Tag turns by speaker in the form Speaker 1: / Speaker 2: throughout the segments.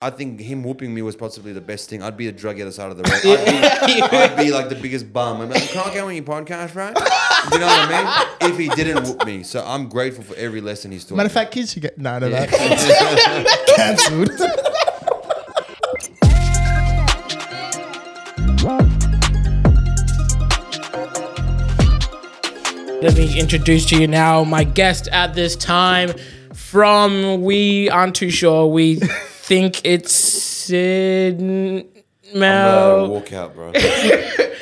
Speaker 1: I think him whooping me was possibly the best thing. I'd be a drug the other side of the road. I'd, be, I'd be like the biggest bum. I'm like, "You can't go on your podcast, right? Do you know what I mean? If he didn't whoop me, so I'm grateful for every lesson he's taught.
Speaker 2: Matter
Speaker 1: me.
Speaker 2: of fact, kids should get no, no, no. cancelled.
Speaker 3: Let me introduce to you now my guest at this time from We Aren't Too Sure. We think it's Sid
Speaker 1: I'm uh,
Speaker 3: Mel.
Speaker 1: about to walk out, bro.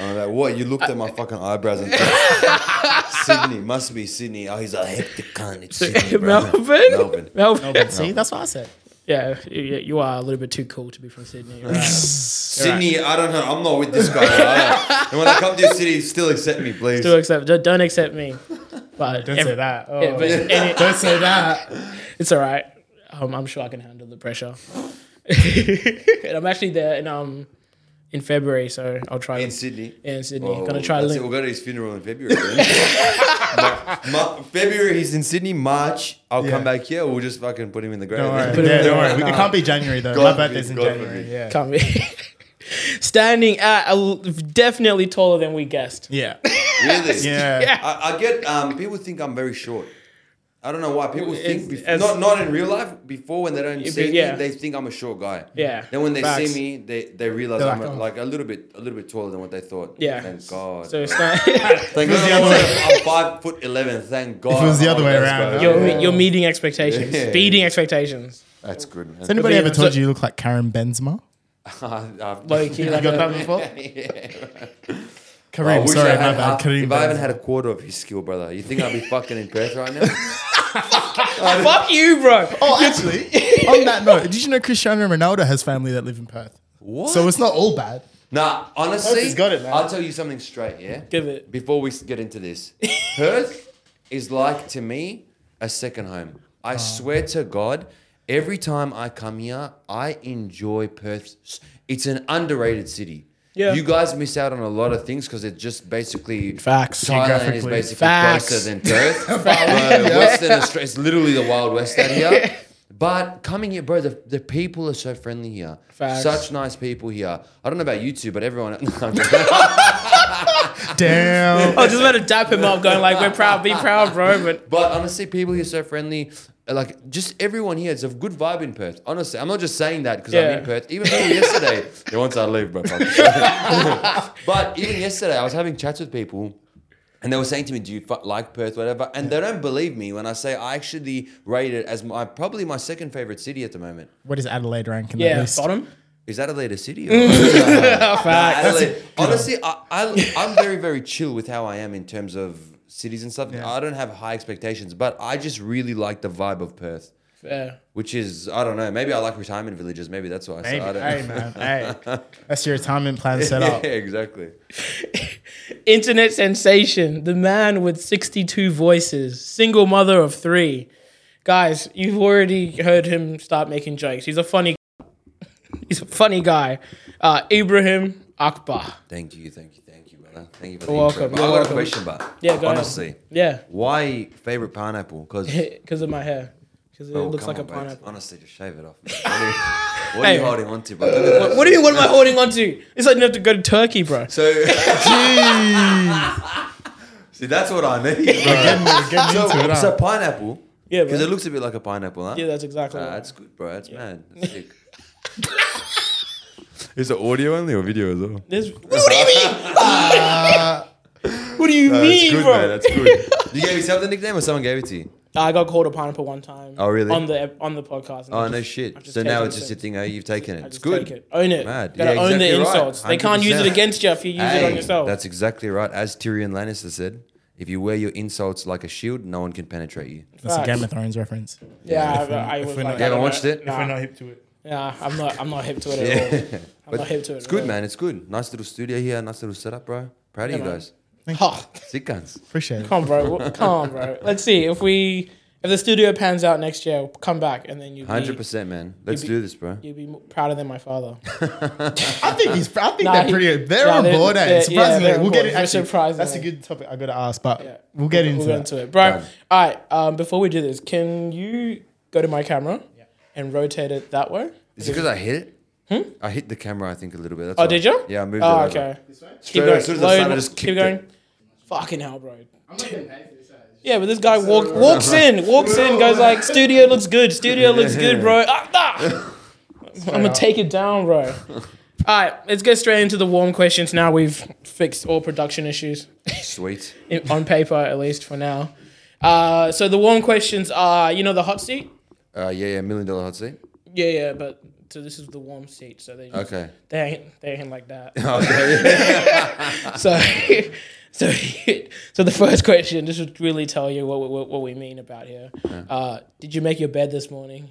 Speaker 1: I'm like, what? You looked at my fucking eyebrows and thought, Sydney must be Sydney. Oh, he's a hectic cunt. It's Sydney, bro.
Speaker 3: Melbourne?
Speaker 1: Melbourne.
Speaker 3: Melbourne.
Speaker 2: See, that's what I said.
Speaker 3: Yeah, you, you are a little bit too cool to be from Sydney. Right?
Speaker 1: Sydney, I don't know. I'm not with this guy. Right? and when I come to your city, still accept me, please.
Speaker 3: Do accept, don't- don't accept me. But
Speaker 2: Don't
Speaker 3: every-
Speaker 2: say that. Oh,
Speaker 3: yeah, but any-
Speaker 2: don't say that.
Speaker 3: it's all right. Um, I'm sure I can handle the pressure. and I'm actually there in um in February, so I'll try
Speaker 1: In
Speaker 3: to-
Speaker 1: Sydney.
Speaker 3: yeah, in Sydney.
Speaker 1: Oh,
Speaker 3: Gonna try to
Speaker 1: that's it.
Speaker 3: link.
Speaker 1: We'll go to his funeral in February. then. Ma- Ma- February, he's in Sydney. March, I'll
Speaker 2: Yeah.
Speaker 1: come back here. We'll just fucking put him in the grave.
Speaker 2: Don't worry.
Speaker 3: Put it
Speaker 2: Yeah,
Speaker 3: in
Speaker 2: don't
Speaker 3: there.
Speaker 2: worry. It can't be January though.
Speaker 1: God
Speaker 2: My birthday's in
Speaker 1: forbid, God
Speaker 2: January.
Speaker 1: forbid.
Speaker 2: Yeah.
Speaker 3: Can't be. Standing at a l definitely taller than we guessed.
Speaker 2: Yeah.
Speaker 1: Really?
Speaker 2: Yeah.
Speaker 3: Yeah.
Speaker 1: I, I get um, people think I'm very short. I don't know why people think
Speaker 3: It's-
Speaker 1: bef-
Speaker 3: as-
Speaker 1: not not in real life. Before when they don't
Speaker 3: It'd
Speaker 1: see
Speaker 3: be-
Speaker 1: me,
Speaker 3: yeah.
Speaker 1: they think I'm a short guy.
Speaker 3: Yeah,
Speaker 1: Then when they
Speaker 3: facts.
Speaker 1: see me, they, they realize
Speaker 2: They're
Speaker 1: I'm
Speaker 2: like,
Speaker 1: a,
Speaker 2: "Oh."
Speaker 1: like a little bit a little bit taller than what they thought.
Speaker 3: Yeah.
Speaker 1: Thank God.
Speaker 3: So sta-
Speaker 1: thank
Speaker 2: was
Speaker 1: God.
Speaker 2: the other way-
Speaker 1: I'm five foot eleven. Thank God.
Speaker 2: was the
Speaker 1: I'm
Speaker 2: other
Speaker 1: one
Speaker 2: way
Speaker 1: of those
Speaker 2: around, uh,
Speaker 1: guys.
Speaker 2: huh?
Speaker 3: you're,
Speaker 2: Yeah.
Speaker 3: you're meeting expectations,
Speaker 1: Yeah.
Speaker 3: beating expectations.
Speaker 1: That's good. Man.
Speaker 2: Has anybody ever
Speaker 3: So-
Speaker 2: told you you look like Karen Benzema?
Speaker 1: I've-
Speaker 3: Low key,
Speaker 2: You
Speaker 3: like
Speaker 2: got
Speaker 3: a-
Speaker 2: that before?
Speaker 1: I
Speaker 2: Kareem,
Speaker 1: wish
Speaker 2: Oh, sorry,
Speaker 1: Oh, I
Speaker 2: my
Speaker 1: had
Speaker 2: bad.
Speaker 1: half-
Speaker 2: Kareem
Speaker 1: if I haven't
Speaker 2: Benzema.
Speaker 1: had a quarter of his skill, brother, you think I'd be fucking in Perth right now?
Speaker 3: fuck you, bro.
Speaker 2: Oh, actually, on that note, did you know Cristiano Ronaldo has family that live in Perth?
Speaker 1: What?
Speaker 2: So it's not all bad.
Speaker 1: Nah, honestly,
Speaker 2: Perth has got it, man.
Speaker 1: I'll tell you something straight, yeah?
Speaker 3: Give it.
Speaker 1: Before we s- get into this, Perth is like, to me, a second home. I
Speaker 2: Oh.
Speaker 1: swear to God, every time I come here, I enjoy Perth. s- It's an underrated city.
Speaker 3: Yeah.
Speaker 1: You guys miss out on a lot of things because it's just basically
Speaker 3: Facts.
Speaker 1: Thailand is
Speaker 2: Geographically.
Speaker 1: basically
Speaker 3: Facts.
Speaker 1: closer than Perth. Uh, Western Australia, it's literally the Wild West out here. But coming here, bro, the, the people are so friendly here.
Speaker 3: Facts.
Speaker 1: Such nice people here. I don't know about you two, but everyone. No,
Speaker 2: Damn.
Speaker 3: I was just about to dap him up, going like, "We're proud, be proud, bro." But
Speaker 1: but honestly, people here are so friendly. Like just everyone here, it's a good vibe in Perth. Honestly, I'm not just saying that because I'm
Speaker 3: Yeah.
Speaker 1: in Perth. Even people yesterday, yeah, once I leave, bro. fuck. but even yesterday, I was having chats with people. And they were saying to me, "Do you fu- like Perth, whatever?" And they don't believe me when I say I actually rate it as my probably my second favorite city at the moment.
Speaker 2: What is Adelaide rank in that
Speaker 3: yeah,
Speaker 2: list?
Speaker 3: bottom. Oh,
Speaker 1: Is Adelaide a city? Or Nah, Adelaide.
Speaker 2: one.
Speaker 1: Honestly, I, I, I'm very, very chill with how I am in terms of cities and stuff.
Speaker 2: Yeah.
Speaker 1: I don't have high expectations, but I just really like the vibe of Perth,
Speaker 3: Yeah.
Speaker 1: which is, I don't know, maybe I like retirement villages. Maybe that's why.
Speaker 2: Maybe.
Speaker 1: So I don't
Speaker 2: Hey, man. Hey. That's your retirement plan set
Speaker 1: yeah,
Speaker 2: up.
Speaker 1: exactly.
Speaker 3: Internet sensation, the man with 62 voices, single mother of three. Guys, you've already heard him start making jokes. He's a funny, he's a funny guy. Uh, Ibrahim Akbar.
Speaker 1: Thank you, thank you, thank you, brother. Thank you for the
Speaker 3: You're
Speaker 1: intro.
Speaker 3: welcome,
Speaker 1: But I got
Speaker 3: you're
Speaker 1: a
Speaker 3: welcome.
Speaker 1: question, but
Speaker 3: Yeah, go ahead.
Speaker 1: honestly,
Speaker 3: Yeah,
Speaker 1: why favorite pineapple? Because
Speaker 3: because of my hair, because
Speaker 1: Oh,
Speaker 3: it looks like a pineapple.
Speaker 1: Honestly, just shave it off. man. What are you, what are
Speaker 3: Hey.
Speaker 1: you holding on to, brother?
Speaker 3: What do you mean? What am I holding on to? It's like you have to go to Turkey, bro.
Speaker 1: So.
Speaker 2: Jeez.
Speaker 1: See, that's what I need. Bro.
Speaker 2: Getting, getting
Speaker 1: so,
Speaker 2: into it,
Speaker 1: so
Speaker 2: huh?
Speaker 1: pineapple.
Speaker 3: Yeah,
Speaker 1: because
Speaker 3: bro.
Speaker 1: it looks a bit like a pineapple, huh?
Speaker 3: Yeah, that's exactly.
Speaker 1: Nah,
Speaker 3: right.
Speaker 1: that's good, bro. That's mad. That's sick. Is it audio only or video as well?
Speaker 3: This- what do you mean? what do you mean, bro?
Speaker 1: good. you gave yourself the nickname, or someone gave it to you?
Speaker 3: I got called a pineapple one time.
Speaker 1: Oh, really?
Speaker 3: On the on the podcast. and I
Speaker 1: Oh
Speaker 3: just-
Speaker 1: no,
Speaker 3: I've
Speaker 1: shit.
Speaker 3: just
Speaker 1: So now
Speaker 3: taken
Speaker 1: it's just
Speaker 3: it.
Speaker 1: a thing. Oh, you've taken it.
Speaker 3: I
Speaker 1: It's
Speaker 3: just
Speaker 1: good.
Speaker 3: Take it. Own it.
Speaker 1: Mad.
Speaker 3: Gotta
Speaker 1: Yeah,
Speaker 3: own the
Speaker 1: exactly right.
Speaker 3: insults. They can't use it
Speaker 1: 100%.
Speaker 3: against you if you use it on
Speaker 1: Hey,
Speaker 3: yourself.
Speaker 1: That's exactly right. As Tyrion Lannister said, if you wear your insults like a shield, no one can penetrate you.
Speaker 2: That's a
Speaker 3: Facts.
Speaker 2: Game of Thrones reference.
Speaker 3: yeah,
Speaker 2: if we're-
Speaker 3: I, I
Speaker 2: if
Speaker 3: was
Speaker 2: we're
Speaker 3: like, I
Speaker 2: not- You
Speaker 1: haven't
Speaker 3: don't
Speaker 1: watched
Speaker 3: know.
Speaker 1: it? If
Speaker 3: Nah,
Speaker 2: hip to it.
Speaker 3: nah, I'm not. I'm not hip to it at all.
Speaker 1: Yeah.
Speaker 3: I'm not hip to it.
Speaker 1: It's good, man. It's good. Nice little studio here. Nice little setup, bro. Proud of you
Speaker 3: man.
Speaker 1: guys.
Speaker 3: Oh,
Speaker 1: Sick guns.
Speaker 2: Appreciate it.
Speaker 3: come on, bro. Wha- Come on, bro. Let's see if we if the studio pans out next year, we'll come back and then you.
Speaker 1: Hundred percent, man. Let's
Speaker 3: be-
Speaker 1: do this, bro.
Speaker 3: You'd be mo- prouder than my father.
Speaker 2: I think he's. I think
Speaker 3: Nah,
Speaker 2: they're
Speaker 3: he-
Speaker 2: pretty. They're
Speaker 3: nah,
Speaker 2: on
Speaker 3: they're-
Speaker 2: board. eh?
Speaker 3: they're- yeah,
Speaker 2: Surprisingly,
Speaker 3: they're on
Speaker 2: we'll get
Speaker 3: board.
Speaker 2: it.
Speaker 3: They're
Speaker 2: Actually,
Speaker 3: surprised,
Speaker 2: That's a
Speaker 3: man.
Speaker 2: good topic. I got to ask, but
Speaker 3: Yeah.
Speaker 2: we'll get into
Speaker 3: We'll get
Speaker 2: it.
Speaker 3: into it, bro.
Speaker 1: Done.
Speaker 3: All right. Um, before we do this, can you go to my camera and rotate it that way?
Speaker 1: Is it because I hit it? I hit the camera, I think, a little bit. That's
Speaker 3: Hmm? Oh,
Speaker 1: why.
Speaker 3: did you?
Speaker 1: Yeah, I moved
Speaker 3: Oh,
Speaker 1: it over.
Speaker 3: okay.
Speaker 1: Straight
Speaker 3: Keep going.
Speaker 1: As soon as I started, I
Speaker 3: Load-
Speaker 1: just
Speaker 3: keep
Speaker 1: kicked
Speaker 3: going.
Speaker 1: it.
Speaker 3: Fucking hell, bro.
Speaker 4: I'm not getting paid for this. eh?
Speaker 3: Yeah, but this guy walk, walks in, walks in, goes like, "Studio looks good. Studio looks good, bro." Ah, ah. I'm gonna take it down, bro. All right, let's get straight into the warm questions. Now we've fixed all production issues
Speaker 1: Sweet.
Speaker 3: in- on paper, at least for now. Uh, so the warm questions are, you know, the hot seat.
Speaker 1: Uh, yeah, yeah, million dollar hot seat.
Speaker 3: Yeah, yeah, but so this is the warm seat. So they just,
Speaker 1: Okay.
Speaker 3: they ain't they ain't like that.
Speaker 1: okay.
Speaker 3: so so so the first question this would really tell you what what, what we mean about here uh, did you make your bed this morning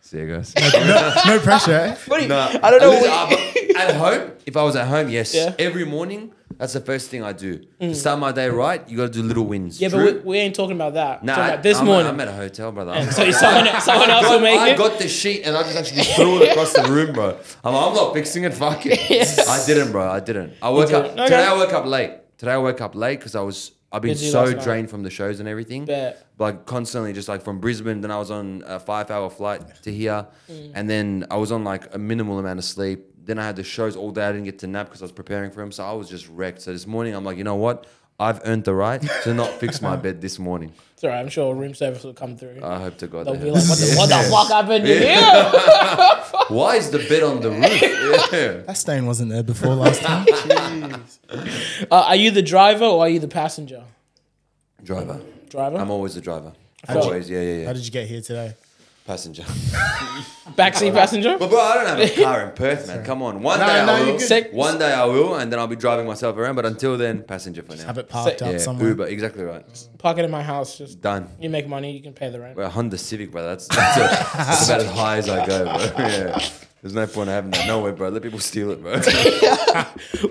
Speaker 1: See you guys.
Speaker 2: No pressure. eh?
Speaker 3: what do you,
Speaker 1: No,
Speaker 3: i don't know
Speaker 1: listen,
Speaker 3: what-
Speaker 1: I- at home, if I was at home, yes.
Speaker 3: Yeah. Mm.
Speaker 1: Every morning, that's the first thing I do. To start my day right, you got to do little wins.
Speaker 3: yeah but
Speaker 1: True?
Speaker 3: we, we ain't talking about that We're
Speaker 1: Nah,
Speaker 3: talking
Speaker 1: I-
Speaker 3: about this
Speaker 1: I'm,
Speaker 3: morning
Speaker 1: I'm at a hotel, brother. I'm-
Speaker 3: so someone, someone else will make
Speaker 1: I
Speaker 3: it
Speaker 1: got the sheet and I just actually threw it across the room, bro. I'm, I'm not fixing it. Fuck it. I didn't, bro. I didn't. I woke up
Speaker 3: didn't.
Speaker 1: today.
Speaker 3: Okay.
Speaker 1: I woke up late. Today I woke up late because I was I've been
Speaker 3: Busy
Speaker 1: so
Speaker 3: last night.
Speaker 1: drained from the shows and everything.
Speaker 3: Bet.
Speaker 1: Like constantly, just like from Brisbane. Then I was on a five-hour flight to here,
Speaker 3: Mm.
Speaker 1: and then I was on like a minimal amount of sleep. Then I had the shows all day. I didn't get to nap because I was preparing for them. So I was just wrecked. So this morning I'm like, you know what? I've earned the right to not fix my bed this morning.
Speaker 3: sorry i'm sure room service will come through
Speaker 1: I hope to God.
Speaker 3: they'll
Speaker 1: they
Speaker 3: be
Speaker 1: have.
Speaker 3: like what the, what the fuck happened here
Speaker 1: Why is the bed on the roof? Yeah.
Speaker 2: That stain wasn't there before last time.
Speaker 3: uh, are you the driver or are you the passenger
Speaker 1: Driver.
Speaker 3: driver
Speaker 1: I'm always the driver.
Speaker 2: did you-
Speaker 1: always, yeah, yeah,
Speaker 2: How
Speaker 1: yeah.
Speaker 2: did you get here today?
Speaker 1: Passenger.
Speaker 3: backseat passenger
Speaker 1: but bro, I don't have a car in Perth, man. Come on. One
Speaker 2: No,
Speaker 1: day
Speaker 2: no,
Speaker 1: I
Speaker 2: you're
Speaker 1: will.
Speaker 2: good.
Speaker 3: Sick.
Speaker 1: One day I will, and then I'll be driving myself around. But until then, passenger for now.
Speaker 2: Have it parked
Speaker 3: Say-
Speaker 2: up
Speaker 1: yeah,
Speaker 2: somewhere.
Speaker 1: Uber, exactly right.
Speaker 3: park it in my house just
Speaker 1: Done.
Speaker 3: you make money you can pay the rent
Speaker 1: We're a Honda Civic, bro. That's, that's, a, that's about as high as I go, bro. Yeah. There's no point in having that. No way, bro. Let people steal it, bro.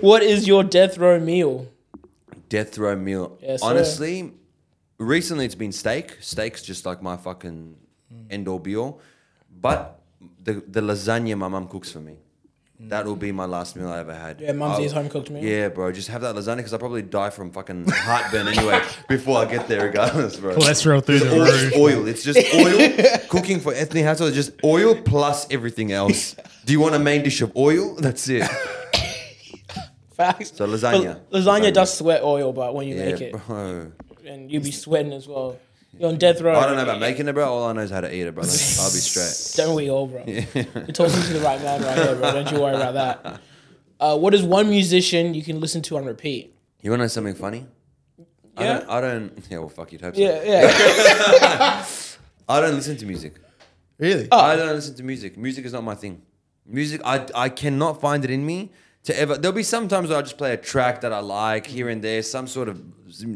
Speaker 3: what is your death row meal
Speaker 1: Death row meal.
Speaker 3: Yes, sir.
Speaker 1: Honestly, recently it's been steak. Steak's just like my fucking
Speaker 3: Mm.
Speaker 1: end all be all. But the, the lasagna my mum cooks for me, that will be my last meal I ever had.
Speaker 3: Mm. yeah mumsy's
Speaker 1: I'll-
Speaker 3: home cooked meal
Speaker 1: Yeah, bro, just have that lasagna because I probably die from fucking heartburn anyway before I get there, regardless, bro.
Speaker 2: Cholesterol through the
Speaker 1: All just
Speaker 2: roof.
Speaker 1: oil. It's just oil. Cooking for Anthony Hassel is just oil plus everything else. Do you want a main dish of oil? That's it.
Speaker 3: Facts.
Speaker 1: So lasagna.
Speaker 3: But lasagna does sweat oil, but when you
Speaker 1: Yeah,
Speaker 3: make it,
Speaker 1: bro.
Speaker 3: and you be sweating as well. You're on death row.
Speaker 1: I don't know about making it, bro. All I know is how to eat it, bro. I'll be straight.
Speaker 3: Don't we all, bro? You're talking to the right man right here, bro. Don't you worry about that. Uh, what is one musician you can listen to on repeat?
Speaker 1: You want to know something funny? I
Speaker 3: Yeah.
Speaker 1: don't, I don't. Yeah, well, fuck, you'd hope so.
Speaker 3: Yeah, yeah.
Speaker 1: I don't listen to music.
Speaker 2: Really?
Speaker 1: I don't listen to music. Music is not my thing. Music, I, I cannot find it in me to ever. There'll be some times where I just play a track that I like here and there, some sort of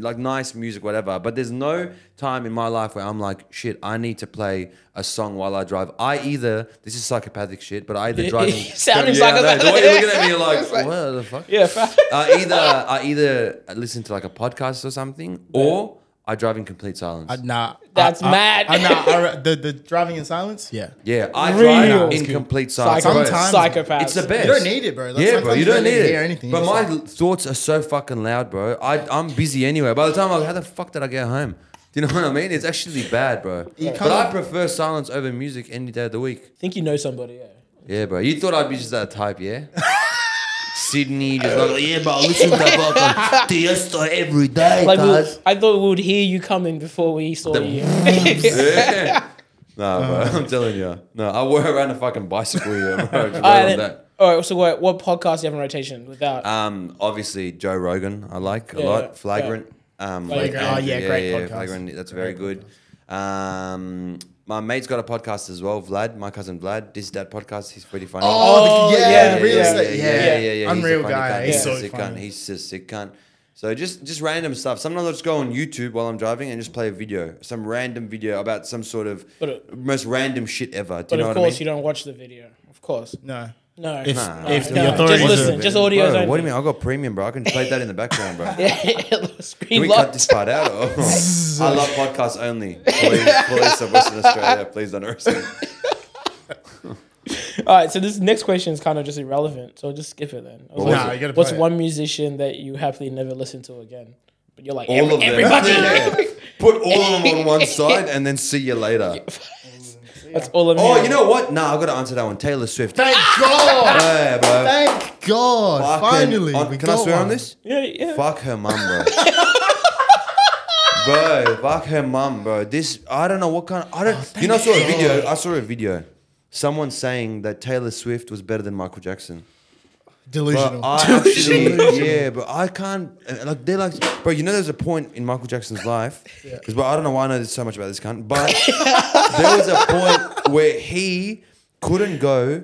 Speaker 1: like nice music, whatever. But there's no time in my life where I'm like, shit, I need to play a song while I drive. I either, this is psychopathic shit, but I either drive.
Speaker 3: you sounding
Speaker 1: Yeah, I know. The way
Speaker 3: psychopathic.
Speaker 1: you're looking at me, you're like, what the fuck?
Speaker 3: yeah, fa-
Speaker 1: I either I either listen to like a podcast or something, or I drive in complete silence.
Speaker 2: I, nah.
Speaker 3: That's
Speaker 2: I, I-
Speaker 3: mad.
Speaker 2: I, nah, I re- the, the driving in silence? Yeah.
Speaker 1: yeah, I
Speaker 3: Real.
Speaker 1: drive in complete silence.
Speaker 3: Psycho-
Speaker 2: Sometimes-
Speaker 3: psychopath.
Speaker 1: It's the best.
Speaker 2: You don't need it, bro. Like,
Speaker 1: yeah, bro,
Speaker 2: sometimes
Speaker 1: you don't need
Speaker 2: to
Speaker 1: it.
Speaker 2: hear anything.
Speaker 1: but
Speaker 2: You're
Speaker 1: my
Speaker 2: just like-
Speaker 1: thoughts are so fucking loud, bro. I, I'm busy anyway. By the time I'm like, how the fuck did I get home? Do you know what I mean? It's actually bad, bro. But
Speaker 2: can't-
Speaker 1: I prefer silence over music any day of the week.
Speaker 3: think you know somebody. Yeah.
Speaker 1: Yeah, bro. You thought I'd be just that type, yeah? Sydney, just like, yeah, bro, I listen to fucking Tiesto every day,
Speaker 3: Like we,
Speaker 1: guys.
Speaker 3: I thought we would hear you coming before we saw you.
Speaker 1: Yeah. Nah, bro, I'm telling you. No, I wear around a fucking bicycle here, bro. Just
Speaker 3: all,
Speaker 1: wait
Speaker 3: right,
Speaker 1: on
Speaker 3: then,
Speaker 1: that.
Speaker 3: all right. So what? What podcast do you have in rotation without?
Speaker 1: Um, obviously Joe Rogan, I like a
Speaker 3: Yeah, yeah,
Speaker 1: lot. Flagrant. Um,
Speaker 3: Flagrant.
Speaker 1: with
Speaker 3: Oh,
Speaker 1: Andrew.
Speaker 2: yeah, great podcast.
Speaker 1: Flagrant, that's very good. Um, my mate's got a podcast as well, Vlad, my cousin Vlad. This dad podcast, he's pretty funny.
Speaker 2: Oh,
Speaker 3: Oh,
Speaker 2: the, yeah,
Speaker 3: yeah,
Speaker 2: the real
Speaker 3: yeah,
Speaker 2: estate. Yeah,
Speaker 1: yeah, yeah, yeah. He's a
Speaker 2: Unreal
Speaker 1: funny
Speaker 2: guy.
Speaker 1: cunt.
Speaker 2: He's
Speaker 1: He's
Speaker 2: so
Speaker 1: a sick cunt.
Speaker 2: funny.
Speaker 1: He's a sick cunt. So just just random stuff. Sometimes I'll just go on YouTube while I'm driving and just play a video, some random video about some sort of
Speaker 3: But it-
Speaker 1: most random shit ever. Do
Speaker 3: but
Speaker 1: you know
Speaker 3: of
Speaker 1: what I
Speaker 3: course,
Speaker 1: mean?
Speaker 3: you don't watch the video. Of course,
Speaker 2: no.
Speaker 3: no.
Speaker 2: If,
Speaker 3: no,
Speaker 2: if
Speaker 3: no.
Speaker 2: the authorities
Speaker 3: just
Speaker 2: are-
Speaker 3: listen, just audio
Speaker 1: Bro,
Speaker 3: only.
Speaker 1: what do you mean? I got premium, bro. I can play that in the background, bro. Can
Speaker 3: Screen
Speaker 1: we cut
Speaker 3: locked.
Speaker 1: this part out? Or? I love podcasts only. Police, police of Western Australia, please don't arrest me.
Speaker 3: All right, so this next question is kind of just irrelevant, so just skip it then. I
Speaker 1: What
Speaker 3: was like,
Speaker 1: was it? Nah,
Speaker 2: you gotta
Speaker 3: what's
Speaker 2: play it.
Speaker 3: one musician that you happily never listen to again? But you're like,
Speaker 1: All
Speaker 3: every,
Speaker 1: of them.
Speaker 3: everybody.
Speaker 1: Yeah. Put all of them on one side and then see you later.
Speaker 3: That's all I'm
Speaker 1: Oh,
Speaker 3: hearing.
Speaker 1: you know what? Nah, I've got to answer that one. Taylor Swift.
Speaker 2: Thank God.
Speaker 1: Yeah, bro.
Speaker 2: Thank God.
Speaker 1: Fucking-
Speaker 2: Finally.
Speaker 1: on-
Speaker 2: we
Speaker 1: can I
Speaker 2: got
Speaker 1: swear on
Speaker 2: one.
Speaker 1: this?
Speaker 3: Yeah, yeah.
Speaker 1: Fuck her mum, bro. bro, fuck her mum, bro. This I don't know what kind. Of, I don't.
Speaker 2: Oh,
Speaker 1: you know, I saw a video. I saw a video. Someone saying that Taylor Swift was better than Michael Jackson.
Speaker 2: Delusional.
Speaker 1: But I actually, yeah, but I can't. uh, Like they're like, bro. You know, there's a point in Michael Jackson's life because, I don't know why I know this so much about this cunt, but there was a point where he couldn't go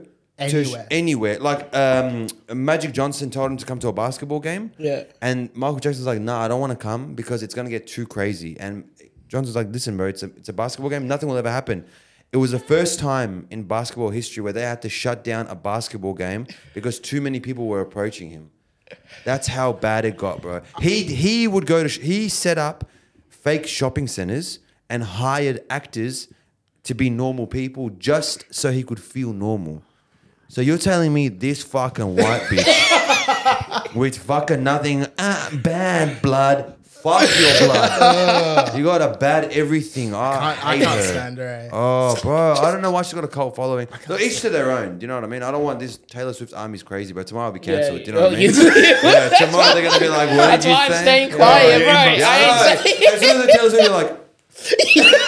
Speaker 1: to
Speaker 2: Anywhere.
Speaker 1: sh- anywhere. Like um, Magic Johnson told him to come to a basketball game.
Speaker 3: Yeah.
Speaker 1: and Michael Jackson's like, nah, I don't want to come because it's gonna get too crazy. And Johnson's like, listen, bro, it's a it's a basketball game. Nothing will ever happen. It was the first time in basketball history where they had to shut down a basketball game because too many people were approaching him. That's how bad it got, bro. He he would go to sh- he set up fake shopping centers and hired actors to be normal people just so he could feel normal. So you're telling me this fucking white bitch with fucking nothing, ah, bad blood, fuck your blood. you got a bad everything. I,
Speaker 2: I, I
Speaker 1: hate
Speaker 2: can't
Speaker 1: her.
Speaker 2: stand her. eh?
Speaker 1: Oh, bro, I don't know why she's got a cult following. Look, each to their own. Do you know what I mean? I don't want this Taylor Swift's army's crazy, but tomorrow I'll be cancelled. Do you know what I mean? Yeah, tomorrow they're gonna be like, "What
Speaker 3: That's
Speaker 1: did you
Speaker 3: why I'm
Speaker 1: say?"
Speaker 3: staying
Speaker 1: Yeah.
Speaker 3: quiet,
Speaker 2: Yeah,
Speaker 3: right?
Speaker 1: Yeah,
Speaker 3: I
Speaker 1: I
Speaker 3: ain't
Speaker 1: know.
Speaker 3: saying.
Speaker 1: As soon as they tell us, you're like,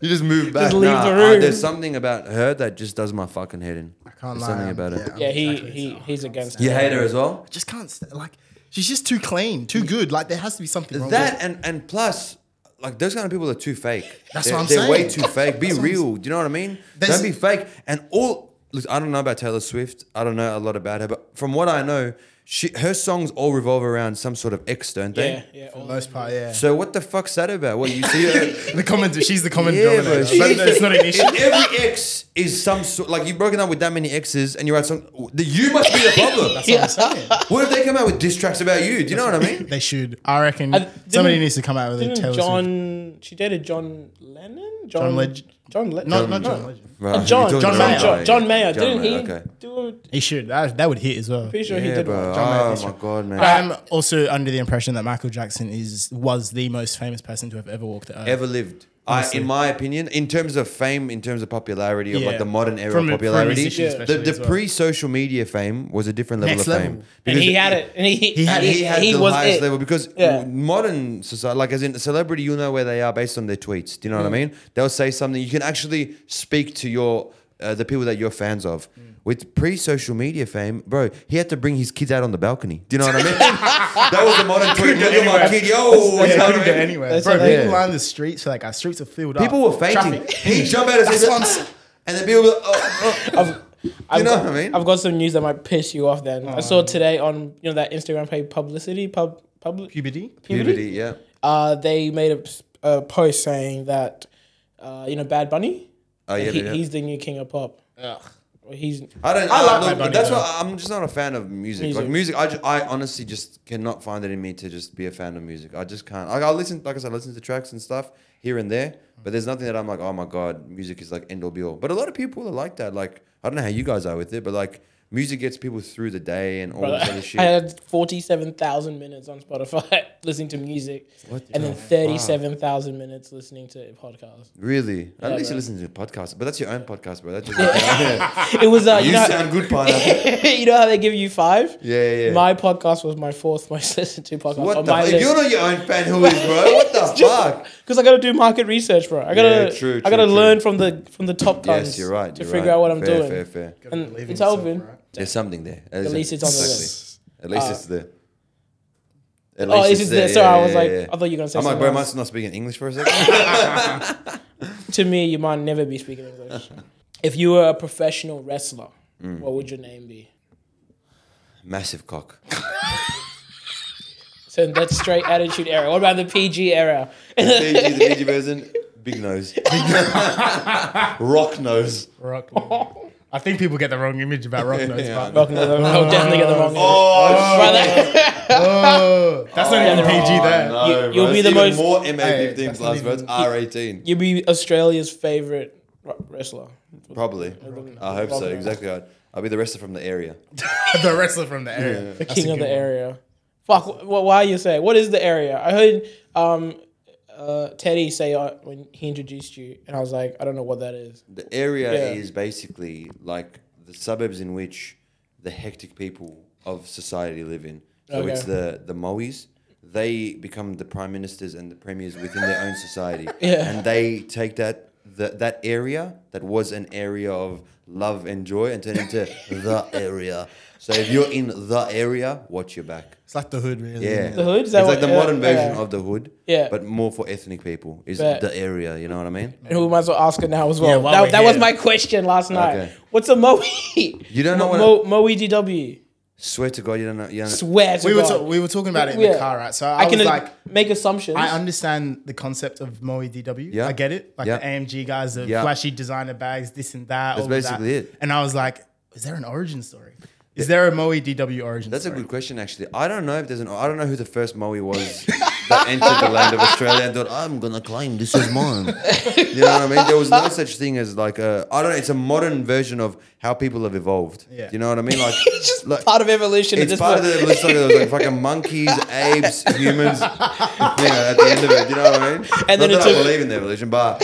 Speaker 1: you just move back.
Speaker 3: Just leave
Speaker 1: Nah,
Speaker 3: the
Speaker 1: I-
Speaker 3: room.
Speaker 1: there's something about her that just does my fucking head in. I
Speaker 2: Can't
Speaker 1: there's
Speaker 2: lie,
Speaker 1: something
Speaker 2: um,
Speaker 1: about it.
Speaker 3: Yeah, he,
Speaker 2: exactly.
Speaker 3: he he's against
Speaker 1: You
Speaker 3: it.
Speaker 1: hate her as well.
Speaker 2: just can't stand. Like she's just too clean, too good. Like there has to be something wrong.
Speaker 1: That and and plus. Like those kind of people are too fake.
Speaker 2: That's
Speaker 1: they're,
Speaker 2: what I'm
Speaker 1: they're way
Speaker 2: saying.
Speaker 1: too fake. Be
Speaker 2: That's what I'm
Speaker 1: real. Do you know what I mean?
Speaker 2: There's-
Speaker 1: Don't be fake. And all look, I don't know about Taylor Swift. I don't know a lot about her, but from what I know, she her songs all revolve around some sort of ex, don't they?
Speaker 3: Yeah, yeah.
Speaker 2: with
Speaker 3: all
Speaker 2: it. most part, yeah.
Speaker 1: So what the fuck's that about? What you see her
Speaker 2: The common, she's the common
Speaker 1: Yeah,
Speaker 2: dominator.
Speaker 1: but
Speaker 2: But it's not an issue.
Speaker 1: If every ex is some sort, like you've broken up with that many exes, and you write some, the you must be the problem.
Speaker 2: That's what I'm saying.
Speaker 1: what if they come out with diss tracks about you? Do you know what I mean?
Speaker 2: They should. I reckon
Speaker 3: Uh,
Speaker 2: somebody
Speaker 3: didn't-
Speaker 2: needs to come out with a
Speaker 3: Didn't
Speaker 2: Taylor
Speaker 3: John?
Speaker 2: Swift.
Speaker 3: She dated John Lennon. John
Speaker 2: Leg-
Speaker 3: John Lennon.
Speaker 2: Not, not John Legend.
Speaker 1: Right, you're
Speaker 3: John,
Speaker 1: Oh, talking
Speaker 3: John,
Speaker 1: to
Speaker 2: Mayer.
Speaker 1: the wrong guy.
Speaker 3: John, John Mayer,
Speaker 1: John
Speaker 3: didn't
Speaker 1: Mayer,
Speaker 3: he?
Speaker 1: okay.
Speaker 3: Do a,
Speaker 2: He should. That, that would hit as well.
Speaker 3: pretty sure he
Speaker 1: Yeah,
Speaker 3: did.
Speaker 1: bro.
Speaker 3: one.
Speaker 2: John Mayer
Speaker 1: Oh
Speaker 2: diss
Speaker 1: my
Speaker 2: track.
Speaker 1: god, man.
Speaker 2: I am also under the impression that Michael Jackson is was the most famous person to have ever walked the earth.
Speaker 1: Ever lived. I, in my opinion, in terms of fame, in terms of popularity of like
Speaker 2: Yeah.
Speaker 1: the modern era
Speaker 2: From
Speaker 1: of
Speaker 2: a- from a
Speaker 1: popularity,
Speaker 2: musician
Speaker 1: the,
Speaker 2: especially
Speaker 1: the
Speaker 2: as well.
Speaker 1: pre-social media fame was a different level
Speaker 2: Next
Speaker 1: of
Speaker 2: level.
Speaker 1: fame.
Speaker 3: And
Speaker 1: Because
Speaker 3: he had it. And he he
Speaker 2: had-
Speaker 1: and he had the
Speaker 3: was
Speaker 1: highest
Speaker 3: it.
Speaker 1: level because
Speaker 3: Yeah.
Speaker 1: modern society, like as in a celebrity, you know where they are based on their tweets. Do you know what I
Speaker 3: Mm.
Speaker 1: mean? They'll say something. You can actually speak to your uh, the people that you're fans of.
Speaker 3: Mm.
Speaker 1: With pre-social media fame, bro, he had to bring his kids out on the balcony. Do you know what I mean? that was the modern tweet. Look at my kid, yo. you know what I
Speaker 2: couldn't go
Speaker 1: mean?
Speaker 2: anywhere.
Speaker 3: That's
Speaker 2: Bro,
Speaker 3: what I-
Speaker 2: people
Speaker 1: Yeah.
Speaker 2: lined the streets. Like our streets are filled up.
Speaker 1: People were fainting.
Speaker 2: Traffic.
Speaker 1: He jumped out of his
Speaker 2: what I'm saying.
Speaker 1: and then people were, oh, oh.
Speaker 3: I've
Speaker 1: know
Speaker 3: got,
Speaker 1: what I mean?
Speaker 3: have got some news that might piss you off. Then I saw today on you know that Instagram page publicity pub public
Speaker 2: Puberty.
Speaker 1: puberty, yeah.
Speaker 3: Uh, they made a, s- a post saying that uh, you know Bad Bunny.
Speaker 1: Oh, yeah,
Speaker 3: he,
Speaker 1: yeah.
Speaker 3: He's the new king of pop. Or He's
Speaker 1: I don't.
Speaker 2: I
Speaker 1: I
Speaker 2: like
Speaker 1: look,
Speaker 2: Bad Bunny,
Speaker 1: That's
Speaker 2: though.
Speaker 1: why I'm just not a fan of music. Like music, I, just, I honestly just cannot find it in me to just be a fan of music. I just can't. Like I listen, like I said, I listen to tracks and stuff here and there, but there's nothing that I'm like, oh my god, music is like end all be all. But a lot of people are like that. Like I don't know how you guys are with it, but like music gets people through the day and all this other shit.
Speaker 3: I had forty-seven thousand minutes on Spotify listening to music,
Speaker 1: What
Speaker 3: and
Speaker 1: the
Speaker 3: then thirty-seven thousand minutes listening to podcasts.
Speaker 1: really, at
Speaker 3: Yeah,
Speaker 1: least you
Speaker 3: bro.
Speaker 1: listen to podcasts, but that's your own podcast, bro. That's just
Speaker 3: It was uh,
Speaker 1: you,
Speaker 3: you, know,
Speaker 1: sound good, partner.
Speaker 3: you know how they give you five.
Speaker 1: Yeah, yeah, yeah.
Speaker 3: My podcast was my fourth most listened to podcast
Speaker 1: What
Speaker 3: on
Speaker 1: the?
Speaker 3: my
Speaker 1: Fuck? If you're
Speaker 3: list
Speaker 1: not your own fan, who is, bro? What the fuck?
Speaker 3: because I got to do market research, bro. I got to
Speaker 1: Yeah, true,
Speaker 3: I got to
Speaker 1: true, true.
Speaker 3: learn from the from the top guns.
Speaker 1: Yes, you're right.
Speaker 3: to
Speaker 1: you're
Speaker 3: figure
Speaker 1: right.
Speaker 3: out what I'm
Speaker 1: Fair,
Speaker 3: doing.
Speaker 1: Fair, fair.
Speaker 3: And
Speaker 2: Believe in
Speaker 3: it's
Speaker 2: yourself,
Speaker 3: Alvin.
Speaker 2: right?
Speaker 1: There's something there. At
Speaker 3: least it's on the list.
Speaker 1: At least it's there. At
Speaker 3: Oh, it's just there. Sorry, I was like, I thought you were gonna say
Speaker 1: I'm like,
Speaker 3: something.
Speaker 1: bro, am I
Speaker 3: else.
Speaker 1: not speaking English for a second?
Speaker 3: To me, you might never be speaking English. if you were a professional wrestler,
Speaker 1: Mm.
Speaker 3: what would your name be?
Speaker 1: Massive cock.
Speaker 3: So that's straight attitude era. What about the PG era?
Speaker 1: BG, the BG version, big nose. Rock nose.
Speaker 2: Rock. I think people get the wrong image about rock nose.
Speaker 1: Yeah.
Speaker 2: but,
Speaker 3: Welcome to the- I'll definitely get the wrong.
Speaker 1: Oh,
Speaker 3: Brother,
Speaker 2: oh, that's not even PG. There.
Speaker 1: no,
Speaker 3: You-
Speaker 1: bro.
Speaker 3: you'll be
Speaker 1: It's
Speaker 3: the
Speaker 1: even
Speaker 3: most-
Speaker 1: more MA15
Speaker 2: Hey, that's not
Speaker 1: plus
Speaker 2: even-
Speaker 1: words. R18.
Speaker 3: you'd be Australia's favorite r- wrestler.
Speaker 1: Probably. I hope so. Exactly right. I'll be the wrestler from the area.
Speaker 2: the wrestler from the area.
Speaker 3: The king of the area. Fuck. Wh- wh- why you say? What is the area? I heard um, uh, Teddy say uh, when he introduced you, and I was like, I don't know what that is.
Speaker 1: The area
Speaker 3: Yeah.
Speaker 1: is basically like the suburbs in which the hectic people of society live in. So
Speaker 3: Okay.
Speaker 1: it's the the Mois. They become the prime ministers and the premiers within their own society,
Speaker 3: Yeah.
Speaker 1: and they take that that that area that was an area of love and joy and turn it into the area. So if you're in the area, watch your back.
Speaker 2: It's like the hood, really.
Speaker 1: Yeah,
Speaker 3: The hood? Is that
Speaker 1: it's
Speaker 3: what-
Speaker 1: like the
Speaker 3: yeah,
Speaker 1: modern version
Speaker 3: yeah.
Speaker 1: of the hood.
Speaker 3: Yeah.
Speaker 1: but more for ethnic people. Is
Speaker 3: Bet.
Speaker 1: the area? You know what I mean?
Speaker 3: And we might as well ask her now as well.
Speaker 2: Yeah, while
Speaker 3: that
Speaker 2: we're
Speaker 3: that was
Speaker 2: here.
Speaker 3: my question last night.
Speaker 1: Okay.
Speaker 3: What's a Moe? You
Speaker 1: don't know what
Speaker 3: Mo, Moe DW.
Speaker 1: Swear to God, you don't know. You don't know.
Speaker 3: Swear to
Speaker 2: We were,
Speaker 3: God.
Speaker 2: ta- we were talking about it in
Speaker 3: Yeah.
Speaker 2: the car, right? So
Speaker 3: I,
Speaker 2: I,
Speaker 3: can
Speaker 2: was
Speaker 3: uh,
Speaker 2: like,
Speaker 3: make assumptions.
Speaker 2: I understand the concept of Moe DW.
Speaker 1: Yeah.
Speaker 2: I get it. Like
Speaker 1: Yeah.
Speaker 2: the AMG guys, the
Speaker 1: Yeah.
Speaker 2: flashy designer bags, this and that. all of
Speaker 1: basically
Speaker 2: that.
Speaker 1: it.
Speaker 2: And I was like, is there an origin story? Is there a Moe DW origin
Speaker 1: That's a
Speaker 2: story?
Speaker 1: good question, actually. I don't know if there's an. I don't know who the first Maui was that entered the land of Australia and thought, "I'm gonna claim this is mine." You know what I mean? There was no such thing as like a. I don't. know. It's a modern version of how people have evolved.
Speaker 2: Yeah.
Speaker 1: You know what I mean? Like, like
Speaker 3: part of evolution. at
Speaker 1: it's
Speaker 3: this
Speaker 1: part of
Speaker 3: point.
Speaker 1: the evolution. It was like fucking monkeys, apes, humans. You know, at the end of it, you know what I mean?
Speaker 3: And then
Speaker 1: Not that
Speaker 3: it
Speaker 1: I
Speaker 3: took-
Speaker 1: believe in the evolution, but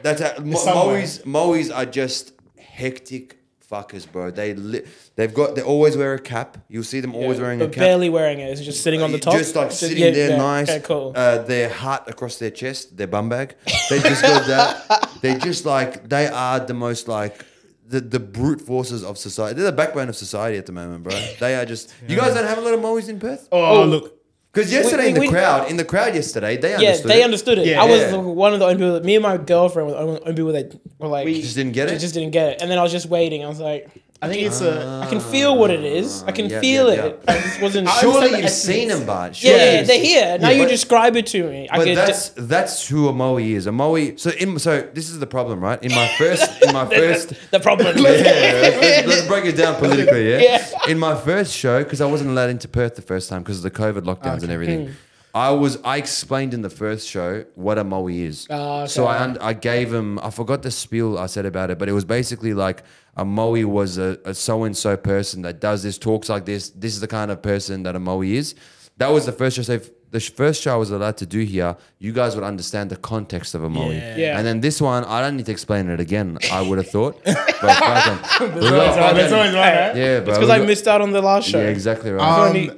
Speaker 1: that's how, Mo-
Speaker 2: somewhere.
Speaker 1: Moe's. Moe's are just hectic fuckers, bro. They li- they've got they always wear a cap. You'll see them always wearing a
Speaker 3: but
Speaker 1: cap.
Speaker 3: barely wearing it. It's just sitting on the top.
Speaker 1: Just like sitting
Speaker 3: yeah,
Speaker 1: there,
Speaker 3: yeah.
Speaker 1: nice.
Speaker 3: Okay, cool.
Speaker 1: Uh, their heart across their chest, their bum bag. They just got that. They're just like they are the most like the, the brute forces of society. They're the backbone of society at the moment, bro. They are just. You guys don't have a lot of Moes in Perth
Speaker 2: Oh,
Speaker 3: Oh.
Speaker 2: look.
Speaker 1: because yesterday
Speaker 3: we-
Speaker 1: in the
Speaker 3: we-
Speaker 1: crowd, in the crowd yesterday, they
Speaker 3: yeah,
Speaker 1: understood.
Speaker 3: they
Speaker 1: it.
Speaker 3: understood it.
Speaker 2: Yeah.
Speaker 3: I was
Speaker 1: Yeah.
Speaker 3: one of the only people. That, me and my girlfriend were the only only people that were like,
Speaker 1: We just didn't get
Speaker 3: they
Speaker 1: it?
Speaker 3: Just didn't get it. And then I was just waiting. I was like,
Speaker 2: I think it's a.
Speaker 3: I can feel what it is. I can
Speaker 1: Ah, yeah,
Speaker 3: feel
Speaker 1: yeah,
Speaker 3: it. I just wasn't sure.
Speaker 1: Surely
Speaker 2: the
Speaker 1: you've seen them, Bart.
Speaker 3: Yeah,
Speaker 1: Surely
Speaker 3: yeah,
Speaker 1: you've
Speaker 3: they're
Speaker 1: seen-
Speaker 3: here. Now
Speaker 1: Yeah,
Speaker 3: you
Speaker 1: but-
Speaker 3: describe it to me. I
Speaker 1: But
Speaker 3: could
Speaker 1: that's that's who a Moe is. A Moe. So in, so this is the problem, right? In my first, in my first.
Speaker 3: the problem.
Speaker 1: Yeah, let's, let's- let's break it down politically. Yeah.
Speaker 3: Yeah.
Speaker 1: In my first show, because I wasn't allowed into Perth the first time because of the COVID lockdowns and everything, I was I explained in the first show what a moe is.
Speaker 3: Ah,
Speaker 1: So
Speaker 3: okay.
Speaker 1: I un- I gave him I forgot the spiel I said about it, but it was basically like a moe was a so and so person that does this, talks like this. This is the kind of person that a moe is. That was the first show. So if the sh- first show I was allowed to do here, you guys would understand the context of a moe.
Speaker 2: Yeah.
Speaker 3: Yeah.
Speaker 1: And then this one, I don't need to explain it again. I would have thought. But fucking- we got
Speaker 2: That's
Speaker 1: fucking-
Speaker 2: always right, right?
Speaker 1: yeah, bro.
Speaker 3: because
Speaker 1: we
Speaker 3: I
Speaker 1: got-
Speaker 3: missed out on the last show.
Speaker 1: Yeah, exactly right.
Speaker 3: I
Speaker 2: Um,
Speaker 3: only-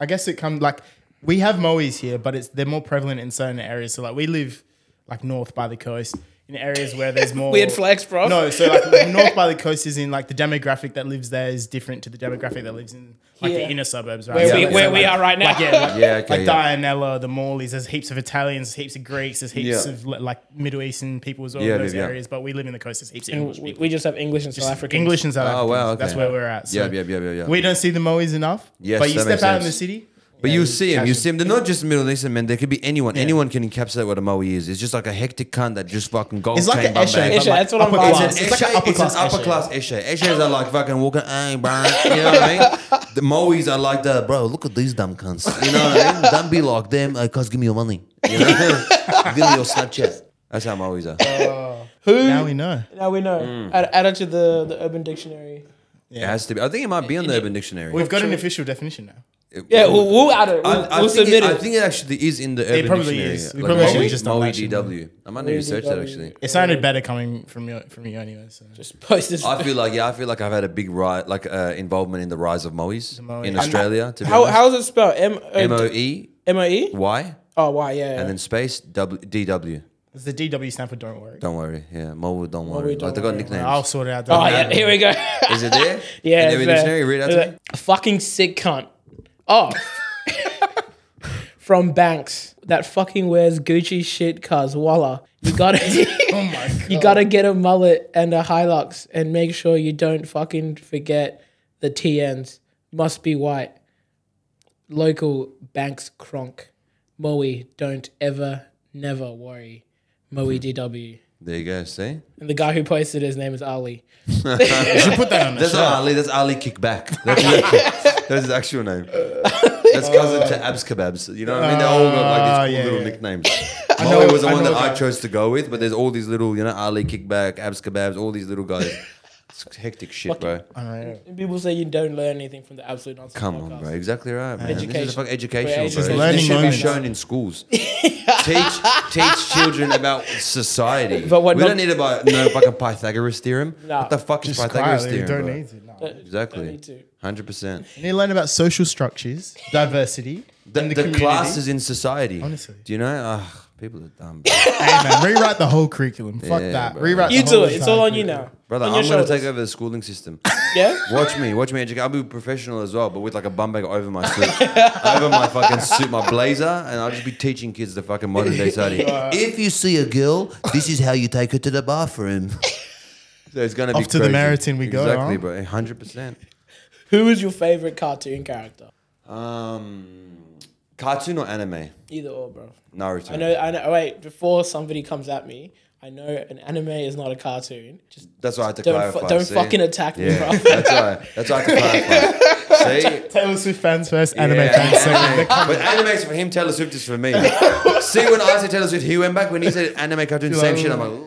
Speaker 2: I guess it comes like we have moes here, but it's they're more prevalent in certain areas. So like we live like north by the coast in areas where there's more
Speaker 3: Weird flex, bro.
Speaker 2: No, so like north by the coast is in like the demographic that lives there is different to the demographic that lives in like
Speaker 3: Yeah.
Speaker 2: the inner suburbs, right?
Speaker 3: Where,
Speaker 2: So
Speaker 3: we,
Speaker 2: like-
Speaker 3: where
Speaker 2: so
Speaker 3: we
Speaker 2: like-
Speaker 3: are right now.
Speaker 2: Like, yeah, like,
Speaker 1: yeah, okay.
Speaker 2: like
Speaker 1: yeah.
Speaker 2: Dianella, the Morleys, there's heaps of Italians, there's heaps of Greeks, there's heaps
Speaker 1: Yeah.
Speaker 2: of li- like Middle Eastern people as well,
Speaker 1: Yeah,
Speaker 2: those
Speaker 1: yeah.
Speaker 2: areas. But we live in the coast, there's heaps of
Speaker 3: And
Speaker 2: English
Speaker 3: we,
Speaker 2: people.
Speaker 3: we just have English and South African.
Speaker 2: English and South
Speaker 1: Oh,
Speaker 2: Africans.
Speaker 1: wow,
Speaker 2: That's
Speaker 1: okay.
Speaker 2: where we're at. So
Speaker 1: Yeah, yeah, yeah, yeah, yeah.
Speaker 2: We don't see the Moes enough.
Speaker 1: Yes,
Speaker 2: but you
Speaker 1: that
Speaker 2: step
Speaker 1: makes
Speaker 2: out in the
Speaker 1: sense.
Speaker 2: city.
Speaker 1: But
Speaker 2: yeah,
Speaker 1: you see him. You
Speaker 2: catch
Speaker 1: see him. They're not just Middle Eastern men. They could be anyone. Anyone can encapsulate what a Moe is. It's just like a hectic cunt that just fucking gold
Speaker 2: It's like
Speaker 1: chain
Speaker 2: an
Speaker 1: bum
Speaker 2: Eshe.
Speaker 1: bag.
Speaker 2: but
Speaker 3: Eshe,
Speaker 2: like
Speaker 3: that's what I'm
Speaker 2: upper
Speaker 3: vibing.
Speaker 2: class.
Speaker 1: It's, like an upper class. Upper class Eshe. Eshes are like fucking walking. Hey, bro. You know what I mean? The Moes are like the bro. Look at these dumb cunts. You know what I mean? Don't be like them. Hey, cuz, give me your money. You know? give me your Snapchat. That's how Moes are.
Speaker 3: Who?
Speaker 2: Now we know.
Speaker 3: Now we know.
Speaker 1: Mm.
Speaker 3: Add, add it to the, the Urban Dictionary.
Speaker 1: It has to be. I think it might be on the Urban Dictionary.
Speaker 2: We've got an official definition now.
Speaker 3: Yeah, we'll, we'll add it. We'll,
Speaker 1: I, I
Speaker 3: we'll
Speaker 1: think
Speaker 3: submit
Speaker 1: it, I
Speaker 3: it.
Speaker 1: think it actually is in the urban
Speaker 2: probably
Speaker 1: dictionary.
Speaker 2: is. We probably
Speaker 3: should
Speaker 2: just
Speaker 1: Moe
Speaker 2: not
Speaker 1: DW. I might need to research that
Speaker 3: DW.
Speaker 1: actually.
Speaker 2: It sounded better coming from you, from you anyway. So.
Speaker 3: Just post this.
Speaker 1: I feel like yeah, I feel like I've had a big ri like uh, involvement in the rise of Moe's
Speaker 2: Moe.
Speaker 1: in
Speaker 2: And-
Speaker 1: Australia. To be
Speaker 3: How,
Speaker 1: honest.
Speaker 3: how is it spelled? M
Speaker 1: M
Speaker 3: O
Speaker 1: O E
Speaker 3: M O E?
Speaker 1: Y
Speaker 3: Oh, wow, yeah. yeah.
Speaker 1: and then space W D W.
Speaker 2: It's the DW stand for don't worry.
Speaker 1: Don't worry, yeah, Moe. Don't worry.
Speaker 3: don't
Speaker 1: like they got
Speaker 3: worry.
Speaker 1: nicknames.
Speaker 2: I'll sort it out.
Speaker 3: oh, yeah, here we go.
Speaker 1: Is it there? In
Speaker 3: yeah.
Speaker 1: the
Speaker 3: it's
Speaker 1: urban
Speaker 3: there.
Speaker 1: dictionary, read out to me.
Speaker 3: Fucking sick cunt. Oh. From Banks. That fucking wears Gucci shit, cuz. Voila. You gotta.
Speaker 2: Oh my god.
Speaker 3: You gotta get a mullet and a Hilux and make sure you don't fucking forget the TNs. Must be white. Local Banks Kronk. Moe, don't ever, never worry. Moe DW.
Speaker 1: There you go. See,
Speaker 3: And the guy who posted his name is Ali.
Speaker 2: should put that on the
Speaker 1: that's
Speaker 2: show.
Speaker 1: not Ali. That's Ali Kickback. That's, his- that's his actual name. That's cousin to Abs Kebabs. You know what I mean? They all got like these
Speaker 2: Ah,
Speaker 1: cool
Speaker 2: yeah,
Speaker 1: little
Speaker 2: yeah.
Speaker 1: nicknames.
Speaker 2: I know-
Speaker 1: Moe was the
Speaker 2: I
Speaker 1: one
Speaker 2: know
Speaker 1: that I
Speaker 2: that.
Speaker 1: chose to go with, but there's all these little, you know, Ali kickback, abs kebabs, all these little guys. It's hectic shit, bro.
Speaker 2: Unreal.
Speaker 3: And people say you don't learn anything from the absolute nonsense.
Speaker 1: Come
Speaker 3: podcast.
Speaker 1: on, bro. Exactly right, man. This
Speaker 3: Education.
Speaker 1: is fucking educational,
Speaker 3: It's just
Speaker 1: bro.
Speaker 2: learning
Speaker 1: This should be
Speaker 2: moments.
Speaker 1: shown in schools. teach teach children about society.
Speaker 3: But what
Speaker 1: we
Speaker 3: not-
Speaker 1: don't need about no fucking Pythagoras theorem.
Speaker 3: No.
Speaker 1: What the fuck is
Speaker 2: Just
Speaker 1: Pythagoras
Speaker 2: quietly, you
Speaker 1: theorem?
Speaker 2: don't
Speaker 1: bro?
Speaker 2: need to. No.
Speaker 3: Don't- don't
Speaker 1: Exactly.
Speaker 3: need to.
Speaker 1: Hundred percent.
Speaker 2: You need to learn about social structures, diversity,
Speaker 1: The,
Speaker 2: and the,
Speaker 1: the
Speaker 2: community.
Speaker 1: classes in society.
Speaker 2: Honestly.
Speaker 1: Do you know? Ugh, people are dumb. Bro.
Speaker 2: Hey, man, rewrite the whole curriculum. Fuck
Speaker 1: Yeah,
Speaker 2: that.
Speaker 1: bro.
Speaker 2: Rewrite.
Speaker 3: You
Speaker 2: the
Speaker 3: do
Speaker 2: whole
Speaker 3: it. It's all
Speaker 2: entire
Speaker 3: on you now.
Speaker 1: Brother,
Speaker 3: on your
Speaker 1: I'm going to
Speaker 3: shoulders.
Speaker 1: take over the schooling system.
Speaker 3: Yeah.
Speaker 1: Watch me, watch me educate. I'll be professional as well, but with like a bum bag over my suit, over my fucking suit, my blazer, and I'll just be teaching kids the fucking modern day study. if you see a girl, this is how you take her to the bathroom. so it's gonna be
Speaker 2: Off to the
Speaker 1: crazy.
Speaker 2: marathon we go,
Speaker 1: Exactly,
Speaker 2: huh?
Speaker 1: bro. Hundred percent.
Speaker 3: Who is your favorite cartoon character?
Speaker 1: Um, cartoon or anime?
Speaker 3: Either or, bro.
Speaker 1: Naruto.
Speaker 3: I know. I know. Wait, before somebody comes at me, I know an anime is not a cartoon. Just
Speaker 1: That's why I had to
Speaker 3: Don't
Speaker 1: clarify.
Speaker 3: fu- don't
Speaker 1: see?
Speaker 3: fucking attack me,
Speaker 1: yeah,
Speaker 3: bro.
Speaker 1: That's why. That's why I had to clarify. See,
Speaker 2: Taylor Swift fans first, anime
Speaker 1: Yeah.
Speaker 2: fans second. They're
Speaker 1: But anime's for him, Taylor Swift is for me. See, when I say Taylor Swift, he went back. When he said anime cartoon, same shit. I'm like, "Ooh."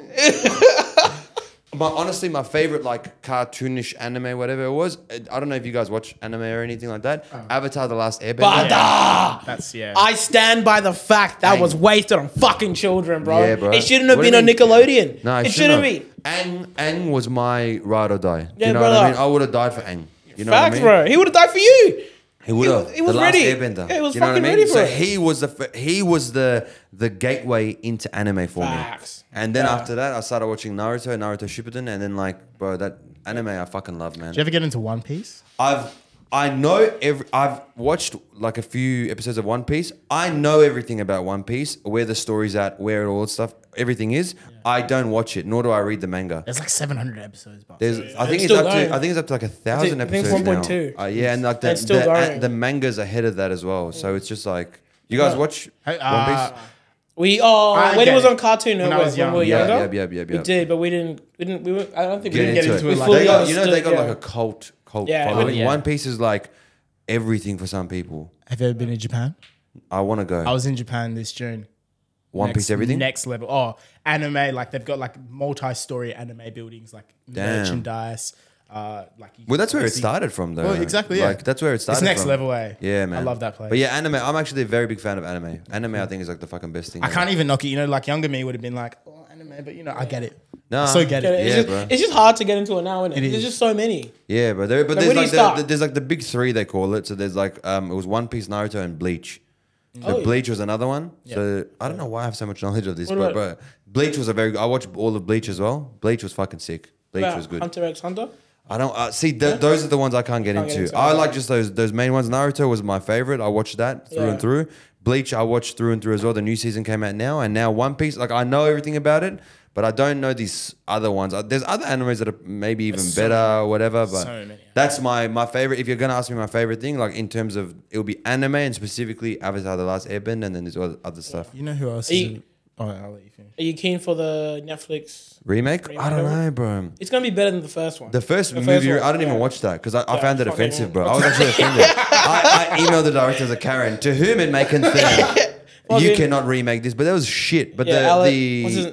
Speaker 1: my honestly, my favorite like cartoonish anime, whatever it was. uh, I I don't know if you guys watch anime or anything like that.
Speaker 3: Oh.
Speaker 1: Avatar: The Last Airbender.
Speaker 3: Bada!
Speaker 2: That's yeah.
Speaker 3: I stand by the fact that
Speaker 1: Dang.
Speaker 3: was wasted on fucking children, bro.
Speaker 1: Yeah, bro.
Speaker 3: It shouldn't have
Speaker 1: What do you
Speaker 3: been on
Speaker 1: mean?
Speaker 3: Nickelodeon.
Speaker 1: No,
Speaker 3: it, shouldn't be.
Speaker 1: Ang Ang was my ride or die. Do
Speaker 3: Yeah,
Speaker 1: you know what I
Speaker 3: brother.
Speaker 1: mean? I would have died for Ang. You know
Speaker 3: Facts,
Speaker 1: what I mean?
Speaker 3: bro. He would have died for you.
Speaker 1: He would have.
Speaker 3: He- he was
Speaker 1: the last
Speaker 3: ready.
Speaker 1: Airbender.
Speaker 3: Yeah, he was
Speaker 1: you know what I
Speaker 3: fucking
Speaker 1: mean?
Speaker 3: ready
Speaker 1: so
Speaker 3: for it.
Speaker 1: he was the f- he was the the gateway into anime for
Speaker 3: Facts.
Speaker 1: me. And then
Speaker 3: Yeah.
Speaker 1: after that, I started watching Naruto, Naruto Shippuden, and then like, bro, that anime I fucking love, man.
Speaker 2: Did you ever get into One Piece?
Speaker 1: I've I know every I've watched like a few episodes of One Piece. I know everything about One Piece, where the story's at, where all the stuff, everything is. I don't watch it, nor do I read the manga.
Speaker 2: There's like 700 episodes, but
Speaker 1: There's, I think it's
Speaker 3: still
Speaker 1: up
Speaker 3: going.
Speaker 1: to, I think it's up to like a thousand
Speaker 3: I think
Speaker 1: episodes
Speaker 3: it's 1.2.
Speaker 1: now. Uh, yeah, and like the,
Speaker 3: It's still
Speaker 1: the,
Speaker 3: going.
Speaker 1: the manga's ahead of that as well. So it's just like you guys watch
Speaker 2: Hey,
Speaker 1: One
Speaker 2: uh,
Speaker 1: Piece.
Speaker 3: We oh
Speaker 2: I
Speaker 3: when it
Speaker 2: get
Speaker 3: was
Speaker 2: it.
Speaker 3: on Cartoon
Speaker 2: Ah, When I
Speaker 3: Network
Speaker 2: was
Speaker 3: when we were
Speaker 2: young.
Speaker 1: Yeah,
Speaker 3: younger.
Speaker 1: yeah, yeah, yeah,
Speaker 3: We
Speaker 1: yeah.
Speaker 3: did, but we didn't. We didn't. We were, I don't think we
Speaker 1: Get
Speaker 3: didn't get
Speaker 1: into
Speaker 3: into it.
Speaker 1: it.
Speaker 3: We
Speaker 2: like-
Speaker 3: fully
Speaker 1: They got, you know, they
Speaker 3: understood,
Speaker 1: got
Speaker 3: yeah.
Speaker 1: like a cult, cult
Speaker 3: Yeah,
Speaker 1: following.
Speaker 2: Oh,
Speaker 3: yeah.
Speaker 1: One Piece is like everything for some people.
Speaker 2: have you ever been in Japan?
Speaker 1: I want to go.
Speaker 2: I was in Japan this June.
Speaker 1: One
Speaker 2: Oh, next,
Speaker 1: Piece, everything.
Speaker 2: next level. Oh, anime like they've got like multi-story anime buildings, like
Speaker 1: Damn.
Speaker 2: merchandise. Uh, like you
Speaker 1: Well,
Speaker 2: can
Speaker 1: that's where it
Speaker 2: see-
Speaker 1: started from, though.
Speaker 2: Well, exactly, yeah.
Speaker 1: Like that's where it started.
Speaker 2: It's next
Speaker 1: from.
Speaker 2: level, eh?
Speaker 1: Yeah, man.
Speaker 2: I love that place.
Speaker 1: But yeah, anime. I'm actually a very big fan of anime. Anime, I think, is like the fucking best thing.
Speaker 2: I can't even knock it. You know, like younger me would have been like, oh, anime, but you know, I get it.
Speaker 1: Nah.
Speaker 2: I so get
Speaker 3: Get
Speaker 2: it.
Speaker 3: it?
Speaker 1: Yeah,
Speaker 3: it's,
Speaker 1: bro.
Speaker 3: just, it's just hard to get into it now, isn't it? There's
Speaker 2: is.
Speaker 3: just so many.
Speaker 1: Yeah, but there, but
Speaker 3: Like,
Speaker 1: there's
Speaker 3: where do you
Speaker 1: like the,
Speaker 3: start?
Speaker 1: the- there's like the big three they call it. So there's like um, it was One Piece, Naruto, and Bleach. So
Speaker 3: Oh, yeah.
Speaker 1: Bleach was another one. So I don't know why I have so much knowledge of this,
Speaker 3: What
Speaker 1: but,
Speaker 3: about-
Speaker 1: but Bleach was a very. I watched all of Bleach as well. Bleach was fucking sick. Bleach
Speaker 3: About
Speaker 1: was good.
Speaker 3: Hunter x Hunter.
Speaker 1: I don't uh, see th- those are the ones I can't get
Speaker 3: Can't get
Speaker 1: into.
Speaker 3: into,
Speaker 1: I
Speaker 3: okay.
Speaker 1: like just those those main ones. Naruto was my favorite. I watched that through
Speaker 3: Yeah.
Speaker 1: and through. Bleach I watched through and through as well. The new season came out now, and now One Piece. Like I know everything about it, but I don't know these other ones. Uh, There's other animes that are maybe even
Speaker 2: There's so
Speaker 1: better or whatever. But
Speaker 2: so many.
Speaker 1: that's my my favorite. If you're gonna ask me my favorite thing, like in terms of it'll be anime and specifically Avatar: The Last Airbender, and then there's other other stuff.
Speaker 2: You know who else?
Speaker 3: Eat.
Speaker 2: Is in- oh, I'll let you finish.
Speaker 3: Are you keen for the Netflix?
Speaker 1: Remake? I don't
Speaker 3: Remake?
Speaker 1: know, bro.
Speaker 3: It's gonna be better than the first one.
Speaker 1: The first
Speaker 3: The
Speaker 1: movie,
Speaker 3: first one,
Speaker 1: I didn't
Speaker 3: yeah.
Speaker 1: even watch that because I, I
Speaker 3: Yeah,
Speaker 1: found it
Speaker 3: fucking-
Speaker 1: offensive, bro. I was actually offended. I, I emailed the director as a Karen, to whom it may concern. you
Speaker 3: dude.
Speaker 1: cannot remake this, but that was shit. But
Speaker 3: yeah,
Speaker 1: the,
Speaker 3: Alec,
Speaker 1: the
Speaker 3: what's, his,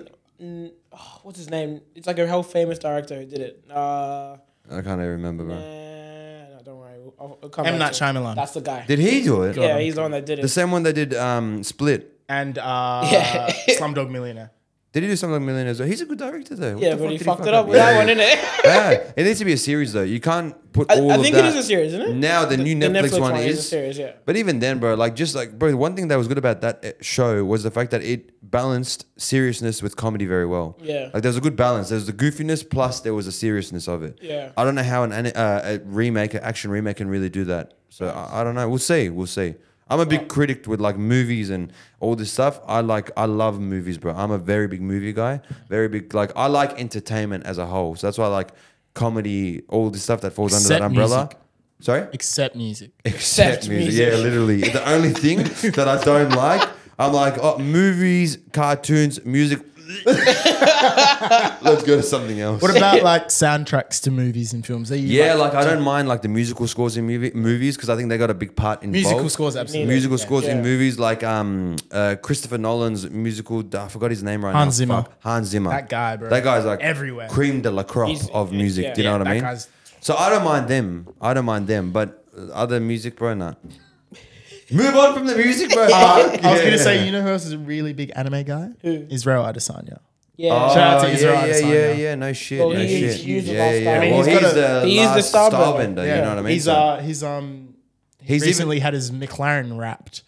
Speaker 3: mm, oh, what's his name? It's like a hell famous director who did it. Uh,
Speaker 1: I can't even remember,
Speaker 3: eh,
Speaker 1: bro.
Speaker 3: no, don't worry. I'll, I'll come
Speaker 2: M.
Speaker 3: back
Speaker 2: Night
Speaker 3: to it.
Speaker 2: Shyamalan.
Speaker 3: That's the guy.
Speaker 1: Did he do it?
Speaker 3: yeah, he's the one that did it.
Speaker 1: The same one that did um, Split.
Speaker 2: And uh,
Speaker 3: Yeah.
Speaker 2: Slumdog Millionaire.
Speaker 1: Did he do something like Millionaires? He's a good director, though. What
Speaker 3: yeah,
Speaker 1: the
Speaker 3: but
Speaker 1: fuck
Speaker 3: he
Speaker 1: did
Speaker 3: fucked
Speaker 1: fuck
Speaker 3: it up
Speaker 1: up?
Speaker 3: with that one, innit?
Speaker 1: Yeah, it needs to be a series though. You can't put all
Speaker 3: I
Speaker 1: of
Speaker 3: think it
Speaker 1: that.
Speaker 3: is a series, isn't it?
Speaker 1: Now the, new
Speaker 3: The
Speaker 1: Netflix, one,
Speaker 3: a
Speaker 1: is.
Speaker 3: series, yeah.
Speaker 1: But even then, bro, like just like bro, one thing that was good about that eh, show was the fact that it balanced seriousness with comedy very well.
Speaker 3: Yeah.
Speaker 1: like there was a good balance. There was the goofiness plus there was the seriousness of it.
Speaker 3: Yeah.
Speaker 1: I don't know how an ani- uh, a remake, an action remake, can really do that. So I, I don't know. We'll see. We'll see. I'm a big critic with like movies and all this stuff. I like, I love movies, bro. I'm a very big movie guy. Very big, like I like entertainment as a whole. So that's why I like comedy, all this stuff that falls under
Speaker 2: Except
Speaker 1: that umbrella.
Speaker 2: music.
Speaker 1: Sorry
Speaker 2: Except music.
Speaker 1: except
Speaker 3: Except
Speaker 1: music.
Speaker 3: music.
Speaker 1: Yeah, literally. the only thing that I don't like, I'm like, oh, movies, cartoons, music. Let's go to something else.
Speaker 2: What about like soundtracks to movies and films? Are you
Speaker 1: yeah, like I don't mind like the musical scores in movie, movies because I think they got a big part in
Speaker 2: musical scores absolutely.
Speaker 1: musical
Speaker 2: Yeah.
Speaker 1: scores in
Speaker 3: Yeah.
Speaker 1: movies like um uh, Christopher Nolan's musical. I forgot his name right now.
Speaker 2: Hans Zimmer.
Speaker 1: Fuck. Hans Zimmer.
Speaker 2: That guy, bro.
Speaker 1: That guy's like
Speaker 2: Everywhere.
Speaker 1: Cream de la crop
Speaker 3: He's-
Speaker 1: of music.
Speaker 3: yeah.
Speaker 1: Do you know
Speaker 3: Yeah,
Speaker 1: what
Speaker 2: that
Speaker 1: I mean?
Speaker 2: guy's-
Speaker 1: so I don't mind them. I don't mind them, but uh, other music, bro, nah. Move on from the music, bro. Fuck
Speaker 2: I was gonna
Speaker 1: yeah.
Speaker 2: say, you know who else is a really big anime guy? Who? Israel Adesanya.
Speaker 3: Yeah.
Speaker 1: Oh,
Speaker 2: Shout out to
Speaker 1: yeah,
Speaker 2: Israel
Speaker 1: yeah,
Speaker 2: Adesanya.
Speaker 1: yeah, yeah, no shit,
Speaker 3: Well,
Speaker 1: no
Speaker 3: he
Speaker 1: shit.
Speaker 3: is huge
Speaker 1: yeah, yeah,
Speaker 3: about
Speaker 1: yeah.
Speaker 3: Starbender. I mean,
Speaker 1: well,
Speaker 2: he's
Speaker 1: he's,
Speaker 2: got
Speaker 1: the
Speaker 2: a-
Speaker 3: he is the
Speaker 1: last
Speaker 3: Starbender.
Speaker 1: Starbender. You know what I mean?
Speaker 2: He's
Speaker 1: So-
Speaker 2: uh, he's um,
Speaker 1: He's
Speaker 2: he's
Speaker 1: even-
Speaker 2: recently had his McLaren wrapped.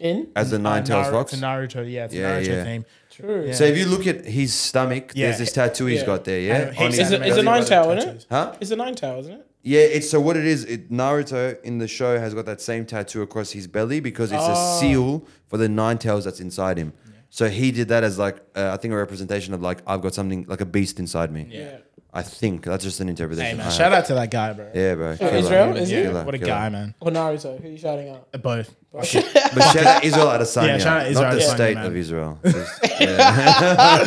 Speaker 3: In?
Speaker 1: as the Nine Tails
Speaker 2: Naruto,
Speaker 1: Fox.
Speaker 2: It's a Naruto, yeah, it's a
Speaker 1: Yeah,
Speaker 2: Naruto
Speaker 1: yeah.
Speaker 2: theme.
Speaker 3: True.
Speaker 1: So if you look at his stomach, there's
Speaker 2: Yeah.
Speaker 1: this tattoo he's
Speaker 3: Yeah.
Speaker 1: got there, yeah.
Speaker 2: Anime-
Speaker 1: On
Speaker 2: he's
Speaker 1: his-
Speaker 3: It's a, it's
Speaker 2: Yeah.
Speaker 3: a nine tail, isn't it?
Speaker 1: huh?
Speaker 3: It's a nine tail, isn't it?
Speaker 1: Yeah, it's so what it is. It, Naruto in the show has got that same tattoo across his belly because it's a
Speaker 3: Oh.
Speaker 1: seal for the nine tails that's inside him. So he did that as like uh, I think a representation of like I've got something like a beast inside me.
Speaker 3: Yeah.
Speaker 1: I think that's just an interpretation.
Speaker 2: Hey man,
Speaker 1: I have.
Speaker 2: shout out to that guy, bro.
Speaker 1: Yeah, bro. Killer.
Speaker 3: Israel, is he?
Speaker 1: Killer,
Speaker 2: what a
Speaker 1: killer.
Speaker 2: guy, man.
Speaker 3: Or Naruto? Who are you shouting out?
Speaker 2: They're both.
Speaker 1: But shout out Israel Adesanya,
Speaker 2: Yeah, shout out Israel
Speaker 1: not the
Speaker 2: Adesanya,
Speaker 1: state
Speaker 2: man.
Speaker 1: of Israel. Just- yeah.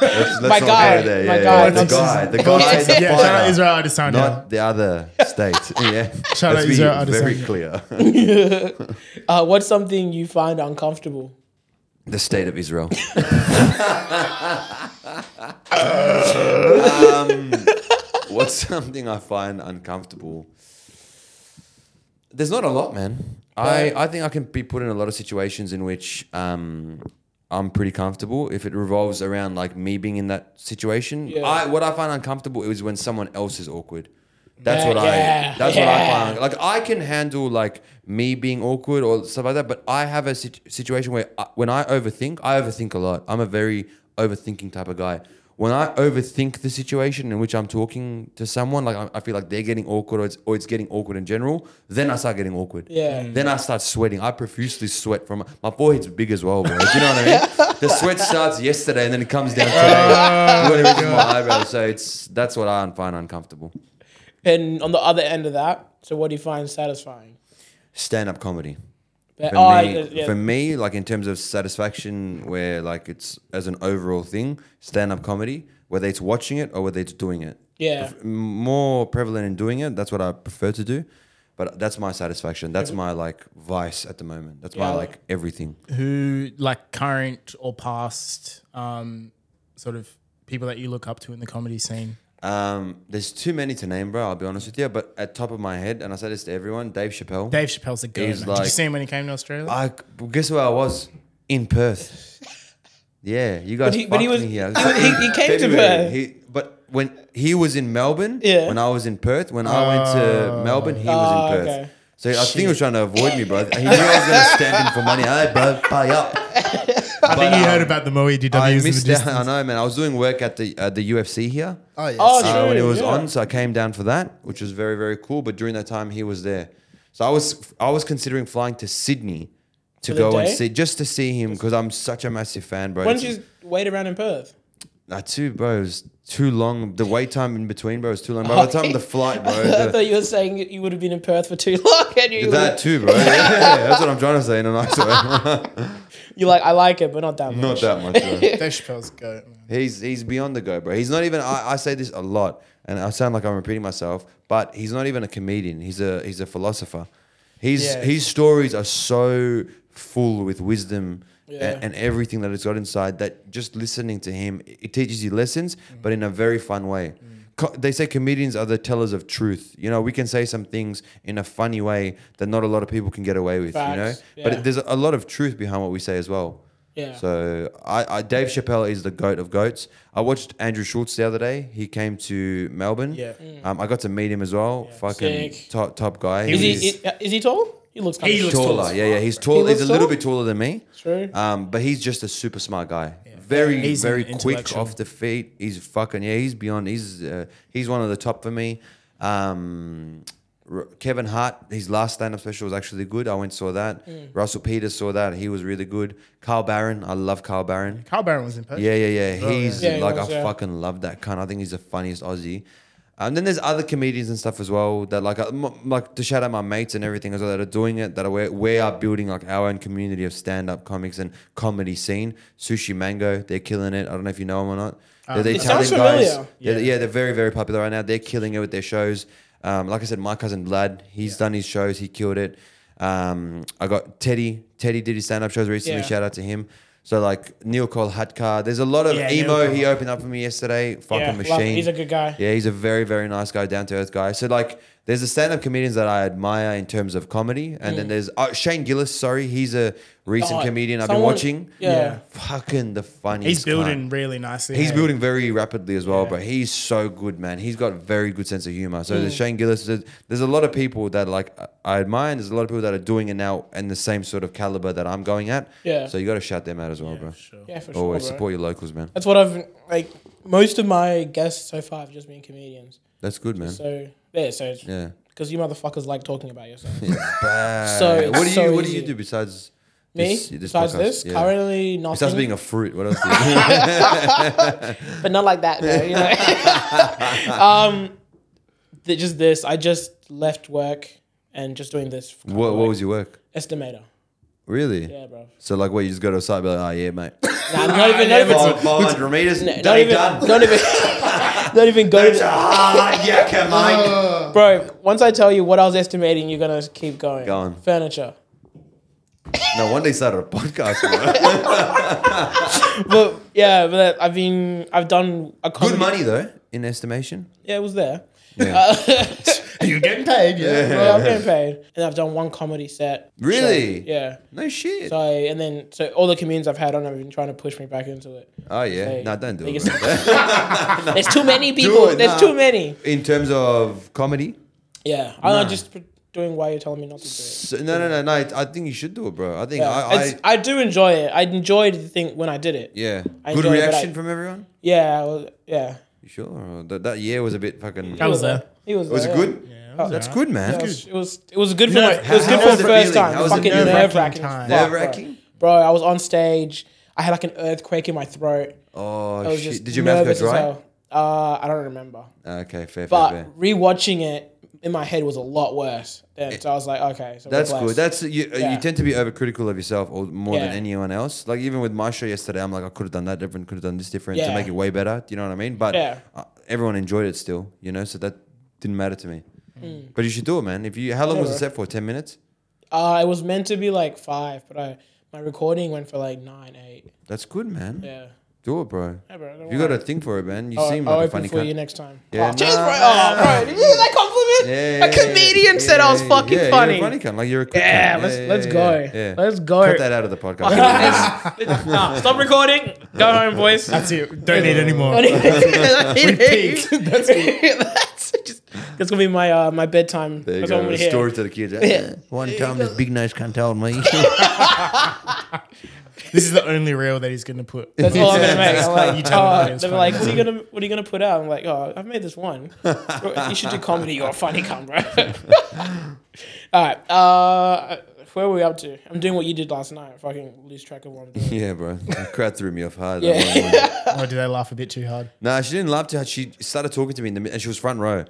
Speaker 1: Let's- let's
Speaker 3: My
Speaker 1: not go
Speaker 3: guy,
Speaker 1: there.
Speaker 3: my
Speaker 1: Yeah,
Speaker 3: guy,
Speaker 1: yeah, the
Speaker 3: not-
Speaker 1: guy, the guy,
Speaker 2: yeah,
Speaker 1: the
Speaker 2: shout
Speaker 1: fighter.
Speaker 2: out Israel Adesanya.
Speaker 1: not the other state. Yeah,
Speaker 2: Shout
Speaker 1: Let's
Speaker 2: out
Speaker 1: be
Speaker 2: Israel
Speaker 1: very
Speaker 2: Adesanya.
Speaker 1: clear.
Speaker 3: Uh, what's something you find uncomfortable?
Speaker 1: the state of Israel. um, Um, what's something I find uncomfortable? There's not a lot, man. I, I think I can be put in a lot of situations in which um, I'm pretty comfortable if it revolves around like me being in that situation.
Speaker 3: Yeah.
Speaker 1: I what I find uncomfortable is when someone else is awkward. That's
Speaker 3: Yeah,
Speaker 1: what
Speaker 3: yeah,
Speaker 1: I that's what I
Speaker 3: yeah.
Speaker 1: find like I can handle like me being awkward or stuff like that, but I have a sit- situation where I, when I overthink, I overthink a lot. I'm a very overthinking type of guy. When I overthink the situation in which I'm talking to someone, like I, I feel like they're getting awkward or it's, or it's getting awkward in general, then I start getting awkward.
Speaker 3: Yeah. Mm.
Speaker 1: Then I start sweating. I profusely sweat from my forehead's big as well, bro. Do you know what I mean? The sweat starts yesterday and then it comes down
Speaker 2: Oh Uh,
Speaker 1: today. When it reaches my eyebrow. So it's that's what I find uncomfortable.
Speaker 3: And on the other end of that, so what do you find satisfying?
Speaker 1: Stand up comedy.
Speaker 3: But-
Speaker 1: for,
Speaker 3: oh,
Speaker 1: me,
Speaker 3: yeah, yeah.
Speaker 1: for me, like in terms of satisfaction, where like it's as an overall thing, stand up comedy, whether it's watching it or whether it's doing it.
Speaker 3: yeah.
Speaker 1: M- More prevalent in doing it. That's what I prefer to do. But that's my satisfaction. That's my like vice at the moment. That's my
Speaker 3: Yeah.
Speaker 1: like everything.
Speaker 2: Who like current or past um, sort of people that you look up to in the comedy scene?
Speaker 1: Um, there's too many to name, bro. I'll be honest with you. But at top of my head, and I say this to everyone, Dave Chappelle.
Speaker 2: Dave Chappelle's a good
Speaker 1: He's
Speaker 2: man. Did
Speaker 1: like-
Speaker 2: you see him when he came to Australia?
Speaker 1: I guess where I was in Perth. Yeah, you guys.
Speaker 3: But he- but he
Speaker 1: fucked
Speaker 3: was-
Speaker 1: me here.
Speaker 3: he- he- he came to
Speaker 1: February.
Speaker 3: Perth.
Speaker 1: He, but when he was in Melbourne,
Speaker 3: Yeah.
Speaker 1: when I was in Perth, when I went to Melbourne, he was
Speaker 3: Oh,
Speaker 1: in Perth.
Speaker 3: okay.
Speaker 1: So I think he was trying to avoid me, bro. He knew I was going to stand in for money. Hey, bro, pay up.
Speaker 2: I think you heard about the Moe DWs
Speaker 1: I
Speaker 2: in the
Speaker 1: missed out.
Speaker 2: distance.
Speaker 1: I know, man. I was doing work at the uh, the UFC here
Speaker 2: Oh, yes.
Speaker 3: Oh,
Speaker 1: uh,
Speaker 3: true.
Speaker 1: when it was
Speaker 3: yeah.
Speaker 1: on. So I came down for that, which was very very cool. But during that time, he was there. So I was I was considering flying to Sydney to
Speaker 3: the
Speaker 1: go and
Speaker 3: day?
Speaker 1: see just to see him because I'm such a massive fan, bro.
Speaker 3: Why don't
Speaker 1: It's-
Speaker 3: you wait around in Perth?
Speaker 1: Nah, too, bro. It was too long. The wait time in between, bro, was too long. By the time the flight, bro.
Speaker 3: I
Speaker 1: the-
Speaker 3: thought you were saying you would have been in Perth for too long, and you
Speaker 1: that
Speaker 3: were,
Speaker 1: too, bro. Yeah, that's what I'm trying to say in a nice way.
Speaker 3: you're like, I like it, but not that
Speaker 1: Not
Speaker 3: much.
Speaker 1: that much. Bro.
Speaker 2: Dave Chappelle's goat, man.
Speaker 1: He's he's beyond the go, bro. He's not even. I, I say this a lot, and I sound like I'm repeating myself, but he's not even a comedian. He's a he's a philosopher. His
Speaker 2: Yeah.
Speaker 1: his stories are so full with wisdom a-
Speaker 3: Yeah.
Speaker 1: and, everything that it's got inside. That just listening to him, it it teaches you lessons,
Speaker 3: Mm.
Speaker 1: but in a very fun way. Co- They say comedians are the tellers of truth. You know, we can say some things in a funny way that not a lot of people can get away with. You know,
Speaker 3: Facts.
Speaker 1: but
Speaker 3: Yeah.
Speaker 1: it, there's a lot of truth behind what we say as well.
Speaker 3: Yeah.
Speaker 1: So I, I Dave Chappelle is the goat of goats. I watched Andrew Schultz the other day. He came to Melbourne.
Speaker 2: Yeah.
Speaker 1: Um, I got to meet him as well. Fucking
Speaker 3: Sick.
Speaker 1: top top guy.
Speaker 3: Is
Speaker 1: He's
Speaker 3: he, i- is he tall? He looks kind
Speaker 2: He
Speaker 3: of
Speaker 2: looks
Speaker 1: taller.
Speaker 2: tall as
Speaker 1: yeah, yeah. He's
Speaker 3: He
Speaker 1: tall.
Speaker 3: looks
Speaker 1: he's a little
Speaker 3: tall?
Speaker 1: bit taller than me.
Speaker 3: True.
Speaker 1: Um, but he's just a super smart guy. Very,
Speaker 2: He's
Speaker 1: very
Speaker 2: an
Speaker 1: quick
Speaker 2: intellectual.
Speaker 1: off the feet. He's fucking yeah. He's beyond. He's uh, he's one of the top for me. Um, R- Kevin Hart, his last stand-up special was actually good. I went and saw that.
Speaker 2: Mm.
Speaker 1: Russell Peters saw that. He was really good. Carl Barron, I love Carl Barron.
Speaker 2: Carl Barron was in person.
Speaker 1: Yeah, yeah, yeah.
Speaker 2: yeah.
Speaker 1: He's
Speaker 3: Oh, Yeah, he
Speaker 1: like
Speaker 3: was,
Speaker 1: I
Speaker 3: yeah.
Speaker 1: fucking love that cunt. I think he's the funniest Aussie. Um, then there's other comedians and stuff as well that like, uh, m- like to shout out my mates and everything as well that are doing it. That are we, we are building like our own community of stand up comics and comedy scene. Sushi Mango, they're killing it. I don't know if you know them or not. They're the
Speaker 3: Uh, It sounds
Speaker 1: Italian guys.
Speaker 3: familiar.
Speaker 1: Yeah. They're, yeah, they're very very popular right now. They're killing it with their shows. Um, like I said, my cousin Vlad, he's done his shows. He killed it. Um, I got Teddy. Teddy did his stand up shows recently.
Speaker 3: Yeah.
Speaker 1: Shout out to him. So like Neil Cole Hatkar, there's a lot of
Speaker 2: Yeah, Neil
Speaker 1: emo.
Speaker 2: Cole.
Speaker 1: He opened up for me yesterday. Fucking
Speaker 3: Yeah,
Speaker 1: machine.
Speaker 3: love- he's a good guy.
Speaker 1: Yeah, he's a very, very nice guy, down to earth guy. So like, there's the stand up comedians that I admire in terms of comedy, and then there's uh, Shane Gillis. Sorry, he's a recent
Speaker 3: Mm. Oh,
Speaker 1: comedian I've been
Speaker 3: someone-
Speaker 1: watching.
Speaker 3: yeah.
Speaker 1: fucking the funniest.
Speaker 2: He's
Speaker 1: cunt.
Speaker 2: building really nicely.
Speaker 1: He's
Speaker 2: hey?
Speaker 1: building very rapidly as well, but he's so good, man. He's got a very good sense of humor. So
Speaker 3: Mm.
Speaker 1: there's Shane Gillis. There's, there's a lot of people that like I admire, and there's a lot of people that are doing it now and the same sort of caliber that I'm going at.
Speaker 3: Yeah.
Speaker 1: So you got to shout them out as well, bro.
Speaker 3: Yeah, for
Speaker 1: Always
Speaker 3: sure. bro.
Speaker 1: support your locals, man.
Speaker 3: That's what I've like. Most of my guests so far have just been comedians.
Speaker 1: That's good, man.
Speaker 3: So yeah, so it's
Speaker 1: Yeah.
Speaker 3: because you motherfuckers like talking about yourself.
Speaker 1: Bad.
Speaker 3: So it's
Speaker 1: what do you
Speaker 3: so
Speaker 1: what do you
Speaker 3: easy.
Speaker 1: do besides
Speaker 3: Me,
Speaker 1: This, this
Speaker 3: besides
Speaker 1: podcast,
Speaker 3: this,
Speaker 1: yeah.
Speaker 3: currently nothing.
Speaker 1: besides being a fruit? What else? Do you do?
Speaker 3: but not like that. Though, you know? um, th- just this. I just left work and just doing this. for
Speaker 1: what What was your work?
Speaker 3: estimator?
Speaker 1: Really?
Speaker 3: Yeah, bro.
Speaker 1: So like, what you just go to a site, and be like, oh yeah, mate,
Speaker 3: Nah, not even, not even,
Speaker 1: five hundred meters,
Speaker 3: no,
Speaker 1: done,
Speaker 3: not even,
Speaker 1: done.
Speaker 3: not even, not even go
Speaker 1: It's a
Speaker 3: to,
Speaker 1: hard yakka, mate.
Speaker 2: Uh,
Speaker 3: bro. Once I tell you what I was estimating, you're gonna keep going.
Speaker 1: Go on.
Speaker 3: Furniture.
Speaker 1: No, one day started a podcast. Bro.
Speaker 3: but yeah, but that- I've been, I've done a comedy.
Speaker 1: Good money though, in estimation. Uh,
Speaker 3: Yeah, it was there.
Speaker 1: Yeah.
Speaker 2: you're getting paid, yeah.
Speaker 3: Well, I'm getting paid, and I've done one comedy set.
Speaker 1: Really?
Speaker 3: Yeah.
Speaker 1: No shit.
Speaker 3: So and then so all the comedians I've had on have been trying to push me back into it.
Speaker 1: oh yeah.
Speaker 3: Hey,
Speaker 1: No, don't do
Speaker 3: they
Speaker 1: it.
Speaker 3: just-
Speaker 1: bro.
Speaker 3: There's too many people.
Speaker 1: it,
Speaker 3: There's
Speaker 1: nah.
Speaker 3: too many.
Speaker 1: in terms of comedy,
Speaker 3: Yeah, I'm not just pr- doing why you're telling me not to do it.
Speaker 1: so, no, no, no, no. I I think you should do it, bro. I think
Speaker 3: Yeah,
Speaker 1: I,
Speaker 3: it's-
Speaker 1: I
Speaker 3: I, do enjoy it. I enjoyed the thing when I did it. Yeah,
Speaker 1: yeah.
Speaker 3: I
Speaker 1: Good
Speaker 3: enjoy it, but I-
Speaker 1: reaction from everyone.
Speaker 3: I was- yeah.
Speaker 1: You sure? That that year was a bit fucking.
Speaker 2: I was there.
Speaker 3: He
Speaker 1: Was
Speaker 3: was. there,
Speaker 1: it
Speaker 3: yeah.
Speaker 1: good?
Speaker 2: Yeah,
Speaker 1: That's good, man.
Speaker 3: Yeah, it, was, it was. It was good for.
Speaker 2: know,
Speaker 3: my, it was
Speaker 1: how-
Speaker 3: good
Speaker 1: how
Speaker 3: for
Speaker 1: was
Speaker 3: the
Speaker 1: it
Speaker 3: first
Speaker 1: feeling?
Speaker 3: time.
Speaker 1: How was it
Speaker 3: Fucking
Speaker 1: feeling?
Speaker 3: nerve wracking.
Speaker 2: Nerve-wracking time.
Speaker 1: Nerve-wracking?
Speaker 3: Bro, I was on stage. I had like an earthquake in my throat. I
Speaker 1: Oh
Speaker 3: was
Speaker 1: shit!
Speaker 3: just
Speaker 1: Did your mouth go
Speaker 3: nervous as
Speaker 1: dry? Ah,
Speaker 3: hell. Uh, I don't remember.
Speaker 1: Okay, fair, fair, fair.
Speaker 3: But rewatching it in my head was a lot worse. Then, so I was like, okay, so we're
Speaker 1: That's
Speaker 3: blessed.
Speaker 1: good. That's you. uh
Speaker 3: Yeah.
Speaker 1: You tend to be overcritical of yourself or more than
Speaker 3: Yeah.
Speaker 1: anyone else. Like even with my show yesterday, I'm like, I could have done that different, could have done this different to
Speaker 3: Yeah.
Speaker 1: make it way better. Do you know what I mean? But
Speaker 3: Yeah.
Speaker 1: uh, everyone enjoyed it still, you know. So that didn't matter to me.
Speaker 3: Mm.
Speaker 1: But you should do it, man. If you, how long was it
Speaker 3: bro.
Speaker 1: set for? Ten minutes.
Speaker 3: Uh, it was meant to be like five, but I my recording went for like nine, eight.
Speaker 1: That's good, man.
Speaker 3: Yeah.
Speaker 1: Do it, bro.
Speaker 3: Hey, bro, don't
Speaker 1: You
Speaker 3: worry.
Speaker 1: got a thing for it, man. You
Speaker 3: I'll-
Speaker 1: seem
Speaker 3: I'll
Speaker 1: like a
Speaker 3: open
Speaker 1: funny
Speaker 3: for you
Speaker 1: guy.
Speaker 3: next time.
Speaker 1: Yeah,
Speaker 3: oh, cheers,
Speaker 1: nah,
Speaker 3: bro.
Speaker 1: nah,
Speaker 3: Oh, bro, did you hear that compliment? a comedian said I was fucking
Speaker 1: yeah,
Speaker 3: funny.
Speaker 1: You're a funny cunt. Like you're a cool
Speaker 3: Yeah,
Speaker 1: cunt.
Speaker 3: let's let's go.
Speaker 1: yeah, yeah.
Speaker 3: Let's go.
Speaker 1: Cut that out of the podcast.
Speaker 3: Nah, stop recording. Go home, boys.
Speaker 2: That's it. Don't need any more.
Speaker 3: we
Speaker 2: peaked.
Speaker 3: That's just that's gonna be my uh, my bedtime.
Speaker 1: There you
Speaker 3: that's
Speaker 1: go.
Speaker 3: what I'm gonna hear.
Speaker 1: Story to the kids.
Speaker 3: Yeah.
Speaker 1: One time, this big nose cunt told me.
Speaker 2: This is the only reel that he's going to put.
Speaker 3: That's all I'm gonna make. I'm like,
Speaker 2: You tell
Speaker 3: oh,
Speaker 2: them it's
Speaker 3: they're
Speaker 2: funny.
Speaker 3: like, what are you gonna what are you gonna put out? I'm like, oh, I've made this one. you should do comedy. You're a funny cunt, bro. all right, uh, where were we up to? I'm doing what you did last night. Fucking lose track of what I'm doing.
Speaker 1: yeah, bro. That crowd threw me off hard.
Speaker 3: Yeah.
Speaker 1: that one morning.
Speaker 2: Or do they laugh a bit too hard?
Speaker 1: nah, she didn't laugh too hard. She started talking to me in the mid- and she was front row.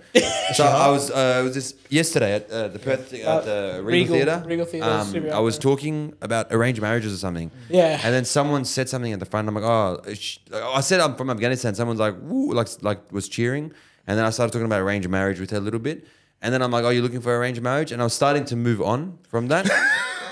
Speaker 1: So I was, uh, it was this yesterday at uh, the Perth thing, at
Speaker 2: Uh,
Speaker 1: the Regal,
Speaker 3: Regal-
Speaker 1: Theatre.
Speaker 3: Regal Theatre,
Speaker 1: Um,
Speaker 3: super
Speaker 1: I was talking about arranged marriages or something.
Speaker 3: Yeah.
Speaker 1: And then someone said something at the front. I'm like, oh, sh-. I said I'm from Afghanistan. Someone's like, woo, like, like was cheering. And then I started talking about arranged marriage with her a little bit. And then I'm like, oh, you're looking for arranged marriage? And I was starting to move on from that.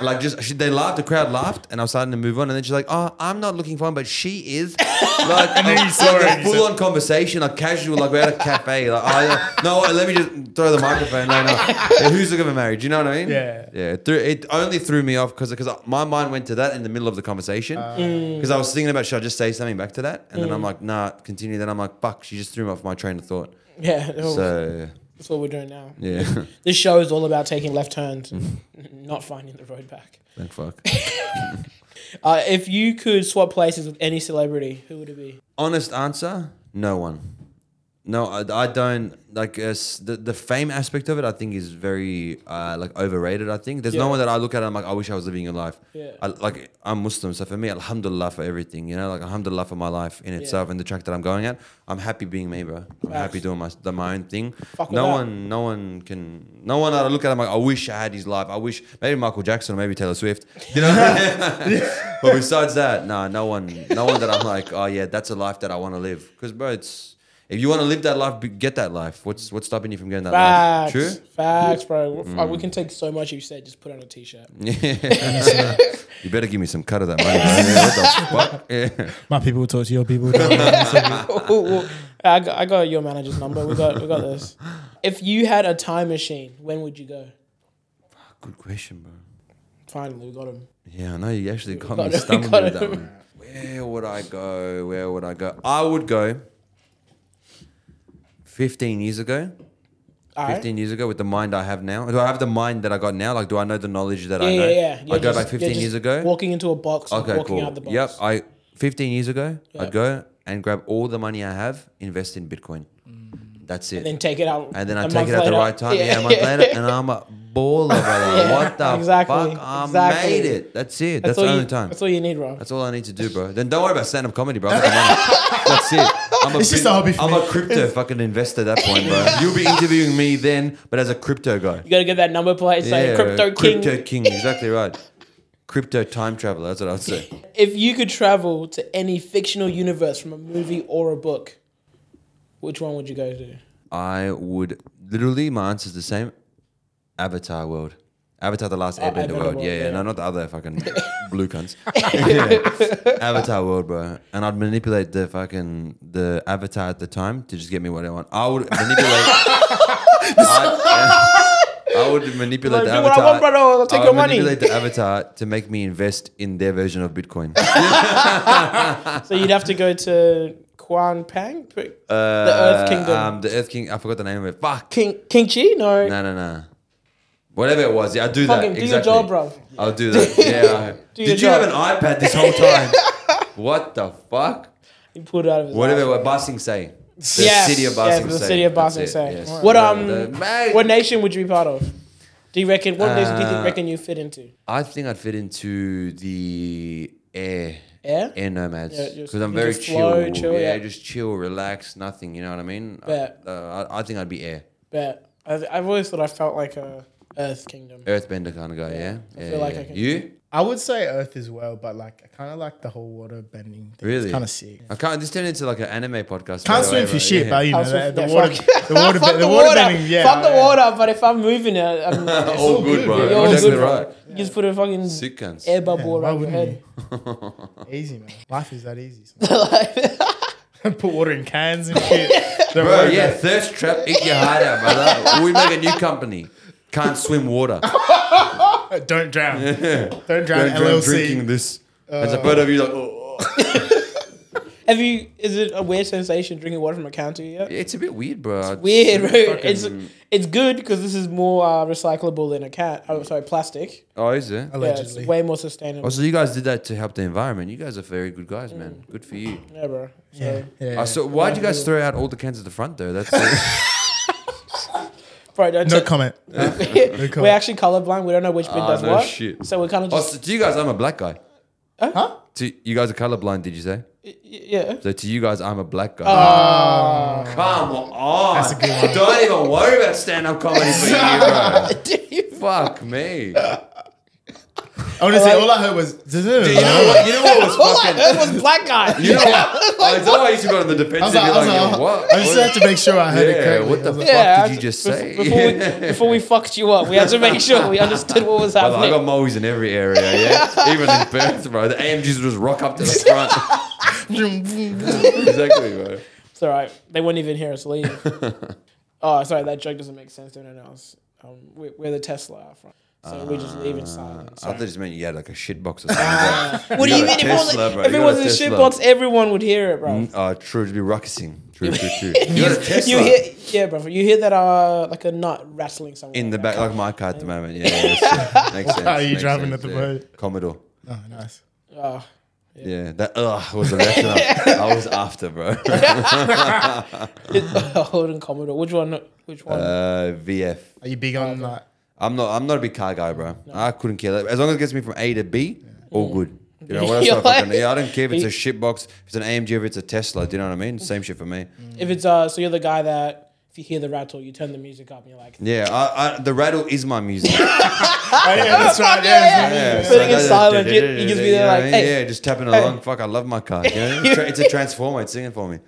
Speaker 1: like, just she, they laughed, the crowd laughed, and I was starting to move on. And then she's like, oh, I'm not looking for one, but she is. Like,
Speaker 2: you saw her and you
Speaker 1: full on conversation, like casual, like we're at a cafe. Like, oh, yeah. no, let me just throw the microphone. No, no. Yeah, who's looking for marriage? You know what I mean?
Speaker 2: Yeah.
Speaker 1: Yeah, it, threw, it only threw me off because because my mind went to that in the middle of the conversation because I was thinking about should I just say something back to that and then I'm like nah continue then I'm like fuck she just threw me off my train of thought
Speaker 3: Yeah,
Speaker 1: so
Speaker 3: that's what we're doing now.
Speaker 1: yeah
Speaker 3: This show is all about taking left turns, and
Speaker 1: Mm-hmm.
Speaker 3: not finding the road back.
Speaker 1: thank fuck
Speaker 3: Uh, if you could swap places with any celebrity, who would it be?
Speaker 1: honest answer no one No, I, I don't like uh, s- the the fame aspect of it. I think is very uh, like overrated. I think there's no
Speaker 3: Yeah.
Speaker 1: one that I look at. and I'm like, I wish I was living your life.
Speaker 3: Yeah.
Speaker 1: I, like I'm Muslim, so for me, Alhamdulillah for everything. You know, like Alhamdulillah for my life in itself and the track that I'm going at. I'm happy being me, bro. I'm happy doing my the, my own thing.
Speaker 3: Fuck
Speaker 1: no
Speaker 3: with that.
Speaker 1: one, no one can, no one. that I look at. I'm like, I wish I had his life. I wish maybe Michael Jackson or maybe Taylor Swift. You know. but besides that, no, no one, no one that I'm like, oh yeah, that's a life that I want to live. Because bro, it's if you want to live that life, be- get that life. What's what's stopping you from getting that
Speaker 3: Facts.
Speaker 1: life? True. Mm.
Speaker 3: Facts, bro. Fuck, We can take so much you said. Just put on a t-shirt.
Speaker 1: Yeah. you better give me some cut of that money. bro. what the fuck? Yeah.
Speaker 2: My people will talk to your people.
Speaker 1: Mm.
Speaker 3: I, got, I got your manager's number. We got we got this. If you had a time machine, when would you go?
Speaker 1: Good question, bro.
Speaker 3: Finally, we got him.
Speaker 1: Yeah, I know you actually got,
Speaker 3: got
Speaker 1: me
Speaker 3: him,
Speaker 1: stumbling
Speaker 3: got
Speaker 1: with that
Speaker 3: him.
Speaker 1: one. Where would I go? Where would I go? I would go 15 years ago.
Speaker 3: All right.
Speaker 1: 15 years ago with the mind I have now? Do I have the mind that I got now? Like, do I know the knowledge that
Speaker 3: Yeah,
Speaker 1: I know?
Speaker 3: yeah, yeah.
Speaker 1: I
Speaker 3: You're
Speaker 1: go
Speaker 3: just-
Speaker 1: back 15
Speaker 3: you're just
Speaker 1: years ago.
Speaker 3: Walking into a box, and
Speaker 1: okay,
Speaker 3: walking
Speaker 1: cool.
Speaker 3: out the box.
Speaker 1: Yep, I 15 years ago,
Speaker 3: Yeah.
Speaker 1: I'd go and grab all the money I have, invest in Bitcoin. That's it.
Speaker 3: Mm. then take it out.
Speaker 1: And then I
Speaker 3: a
Speaker 1: take
Speaker 3: month
Speaker 1: it at the
Speaker 3: later.
Speaker 1: right time. Yeah, a month later, and I'm a baller, brother.
Speaker 3: Yeah,
Speaker 1: what the
Speaker 3: exactly,
Speaker 1: fuck? I
Speaker 3: exactly.
Speaker 1: made it. That's it. That's,
Speaker 3: all
Speaker 1: the
Speaker 3: you-
Speaker 1: only time.
Speaker 3: That's all you need, bro.
Speaker 1: That's all I need to do, bro. Then don't worry about stand up comedy, bro. I've got the money. That's it. I'm a
Speaker 2: It's just a hobby for
Speaker 1: I'm
Speaker 2: me.
Speaker 1: a crypto fucking investor at that point, bro. You'll be interviewing me then, but as a crypto guy.
Speaker 3: You gotta get that number plate. It's like crypto king.
Speaker 1: Crypto king, exactly right. Crypto time traveler. That's what I would say.
Speaker 3: If you could travel to any fictional universe from a movie or a book, which one would you go to?
Speaker 1: I would literally my answer's the same. Avatar world. Avatar the last airbender
Speaker 3: Oh, Airbender
Speaker 1: world.
Speaker 3: world,
Speaker 1: Yeah, yeah,
Speaker 3: yeah.
Speaker 1: No, not the other fucking blue cunts. Yeah. Avatar world, bro. And I'd manipulate the fucking the avatar at the time to just get me what I want. I would manipulate I, I would manipulate
Speaker 3: Like,
Speaker 1: the
Speaker 3: do what I
Speaker 1: avatar.
Speaker 3: want, brother, or I'll take
Speaker 1: I
Speaker 3: your
Speaker 1: would
Speaker 3: money.
Speaker 1: manipulate the avatar to make me invest in their version of Bitcoin.
Speaker 3: So you'd have to go to Quan Pang, P-
Speaker 1: Uh,
Speaker 3: the Earth Kingdom,
Speaker 1: Um, the Earth King. I forgot the name of it. Fuck.
Speaker 3: King King Chi. No,
Speaker 1: No, no, no. Whatever it was, yeah, I do
Speaker 3: Fucking
Speaker 1: that.
Speaker 3: do your
Speaker 1: exactly.
Speaker 3: job, bro.
Speaker 1: I'll do that. Yeah. I-
Speaker 3: Do your
Speaker 1: Did you
Speaker 3: job.
Speaker 1: have an iPad this whole time? what the fuck?
Speaker 3: he pulled it out of his.
Speaker 1: Whatever it
Speaker 3: ass.
Speaker 1: was, Ba Sing Se. The
Speaker 3: Yes,
Speaker 1: city of Ba
Speaker 3: yes,
Speaker 1: Sing
Speaker 3: the
Speaker 1: Se.
Speaker 3: city of Ba
Speaker 1: That's
Speaker 3: Sing
Speaker 1: it,
Speaker 3: Se.
Speaker 1: yes.
Speaker 3: What, um,
Speaker 1: The- mate,
Speaker 3: What nation would you be part of? Do you reckon? What nation do you think
Speaker 1: Uh,
Speaker 3: reckon you fit into?
Speaker 1: I think I'd fit into the air.
Speaker 3: Air?
Speaker 1: Air nomads.
Speaker 3: Yeah, just-
Speaker 1: Because I'm
Speaker 3: you
Speaker 1: very
Speaker 3: just
Speaker 1: chill.
Speaker 3: flow, chill,
Speaker 1: yeah,
Speaker 3: yeah.
Speaker 1: just chill, relax, nothing. You know what I mean? I-
Speaker 3: Bet.
Speaker 1: Uh, I, I think I'd be air.
Speaker 3: But I've, I've always thought I felt like a Earth Kingdom.
Speaker 1: Earthbender kind of guy, yeah?
Speaker 3: I
Speaker 1: Yeah,
Speaker 3: feel like
Speaker 1: yeah.
Speaker 3: I can-
Speaker 1: You?
Speaker 2: I would say Earth as well, but like I kind of like the whole water bending. Thing.
Speaker 1: Really?
Speaker 2: it's kind of sick.
Speaker 1: I can't. This turned into like an anime podcast. by
Speaker 2: Can't
Speaker 1: the way,
Speaker 2: swim for
Speaker 1: bro.
Speaker 2: shit,
Speaker 1: Yeah.
Speaker 2: but you know
Speaker 3: Can't swim
Speaker 2: the,
Speaker 3: for-
Speaker 2: the water, the water,
Speaker 3: Fuck
Speaker 2: the,
Speaker 3: the
Speaker 2: water
Speaker 3: water.
Speaker 2: bending. Yeah,
Speaker 3: Fuck the
Speaker 2: yeah.
Speaker 3: water, but if I'm moving it, I'm
Speaker 1: All,
Speaker 3: you're
Speaker 1: good, bro.
Speaker 2: bro.
Speaker 1: You're
Speaker 3: all
Speaker 1: exactly
Speaker 3: good, bro.
Speaker 1: right.
Speaker 3: You just put a fucking
Speaker 1: Sick cunts.
Speaker 3: air bubble
Speaker 2: Yeah, why
Speaker 3: around your head.
Speaker 2: wouldn't you? easy man. Life is that easy. son. Put water in cans and shit.
Speaker 1: Bro,
Speaker 2: Don't worry
Speaker 1: yeah,
Speaker 2: about it.
Speaker 1: thirst trap, eat your heart out, brother. We make a new company. Can't swim water.
Speaker 2: Uh, Don't drown. Don't drown.
Speaker 1: Don't
Speaker 2: LLC.
Speaker 1: drown drinking this. There's a photo of you like, oh. oh.
Speaker 3: Have you? Is it a weird sensation drinking water from a counter yet?
Speaker 1: It's a bit weird, bro. It's
Speaker 3: Weird, bro.
Speaker 1: fucking-
Speaker 3: It's it's good because this is more uh, recyclable than a cat. Oh, sorry, plastic.
Speaker 1: oh, is it?
Speaker 3: Yeah, it's
Speaker 2: Allegedly.
Speaker 3: way more sustainable.
Speaker 1: Also, you guys did that to help the environment. You guys are very good guys, man. Good for you.
Speaker 3: Yeah, bro. So,
Speaker 2: yeah. yeah.
Speaker 1: Uh, so, why'd you guys throw out all the cans at the front, though? That's
Speaker 3: bro, don't
Speaker 2: no
Speaker 3: t-
Speaker 2: comment. Uh,
Speaker 3: we're actually colorblind. We don't know which bin
Speaker 1: Ah,
Speaker 3: does
Speaker 1: no
Speaker 3: what.
Speaker 1: shit.
Speaker 3: So we're kind of
Speaker 1: oh,
Speaker 3: just
Speaker 1: so to you guys, I'm a black guy.
Speaker 2: Huh?
Speaker 1: To you guys are colorblind, did you say?
Speaker 3: y- yeah.
Speaker 1: So to you guys, I'm a black guy.
Speaker 3: Ah.
Speaker 1: Come on.
Speaker 2: That's a good one.
Speaker 1: Don't even worry about stand up comedy for you, bro.
Speaker 3: Do you-
Speaker 1: Fuck me.
Speaker 2: Honestly,
Speaker 3: Like-
Speaker 2: all I heard was.
Speaker 1: You know
Speaker 2: I
Speaker 1: what, you know what was
Speaker 3: All I
Speaker 1: fucking.
Speaker 3: heard was black guy.
Speaker 1: You know what? I don't know you two got on the
Speaker 2: was
Speaker 1: defensive.
Speaker 2: like, I
Speaker 1: You're
Speaker 2: was
Speaker 1: like,
Speaker 2: like,
Speaker 1: yo, what?
Speaker 2: I just had to make sure I heard it
Speaker 1: yeah,
Speaker 2: correctly.
Speaker 1: what the fuck
Speaker 3: I
Speaker 1: did you just
Speaker 3: bef-
Speaker 1: say?
Speaker 3: Before we, before we fucked you up, we had to make sure we understood what was
Speaker 1: Brother, I
Speaker 3: happening.
Speaker 1: got moles in every area, yeah. Even in Perth, bro. The AMGs would just rock up to the front. exactly, bro.
Speaker 3: It's all right. They wouldn't even hear us leave. oh, sorry. That joke doesn't make sense to anyone else. Um, we, we're the Tesla out front. So we just leave in
Speaker 1: Ah,
Speaker 3: silence.
Speaker 1: I thought it just meant you had like a shit box or something. bro.
Speaker 3: What do you
Speaker 1: uh, got a
Speaker 3: mean? If it was-
Speaker 1: Tesla, bro.
Speaker 3: if it
Speaker 1: You got
Speaker 3: was
Speaker 1: a
Speaker 3: in
Speaker 1: Tesla.
Speaker 3: shitbox, everyone would hear it, bro.
Speaker 1: Uh, true, it'd be ruckusing. True, true, true. you got a Tesla.
Speaker 3: You hear, yeah, bro. You hear that, uh, like a nut rattling somewhere
Speaker 1: In the back, like my car at the moment. Yeah, yeah, that's true. makes sense.
Speaker 2: car are you
Speaker 1: makes
Speaker 2: driving
Speaker 1: sense,
Speaker 2: at the
Speaker 1: yeah.
Speaker 2: moment?
Speaker 1: Commodore.
Speaker 2: Oh, nice.
Speaker 3: Oh,
Speaker 1: Yeah, that ugh was the reaction I, I was after, bro.
Speaker 3: Holden Commodore. Which one? Which one?
Speaker 1: Uh, VF.
Speaker 2: Are you big on like?
Speaker 1: I'm not. I'm not a big car guy, bro. I couldn't care. As long as it gets me from A to B, all good. You know what else? do I,
Speaker 3: You're
Speaker 1: fucking,
Speaker 3: like-
Speaker 1: yeah, I don't care if it's a shit box, if it's an AMG, if it's a Tesla. Do you know what I mean? Same shit for me.
Speaker 3: if it's uh, so you're the guy that if you hear the rattle, you turn the music up and you're like,
Speaker 1: Yeah, I, I, the rattle is my music. Yeah,
Speaker 2: Oh, yeah, that's right. Yeah, yeah.
Speaker 1: yeah,
Speaker 3: Sitting in
Speaker 1: that-
Speaker 3: silent, you- you just be
Speaker 1: know
Speaker 3: there
Speaker 1: what I
Speaker 3: like,
Speaker 1: mean?
Speaker 3: "Hey,
Speaker 1: yeah, just tapping along. Fuck, I love my car. You know? It's tra- it's a transformer. It's singing for me.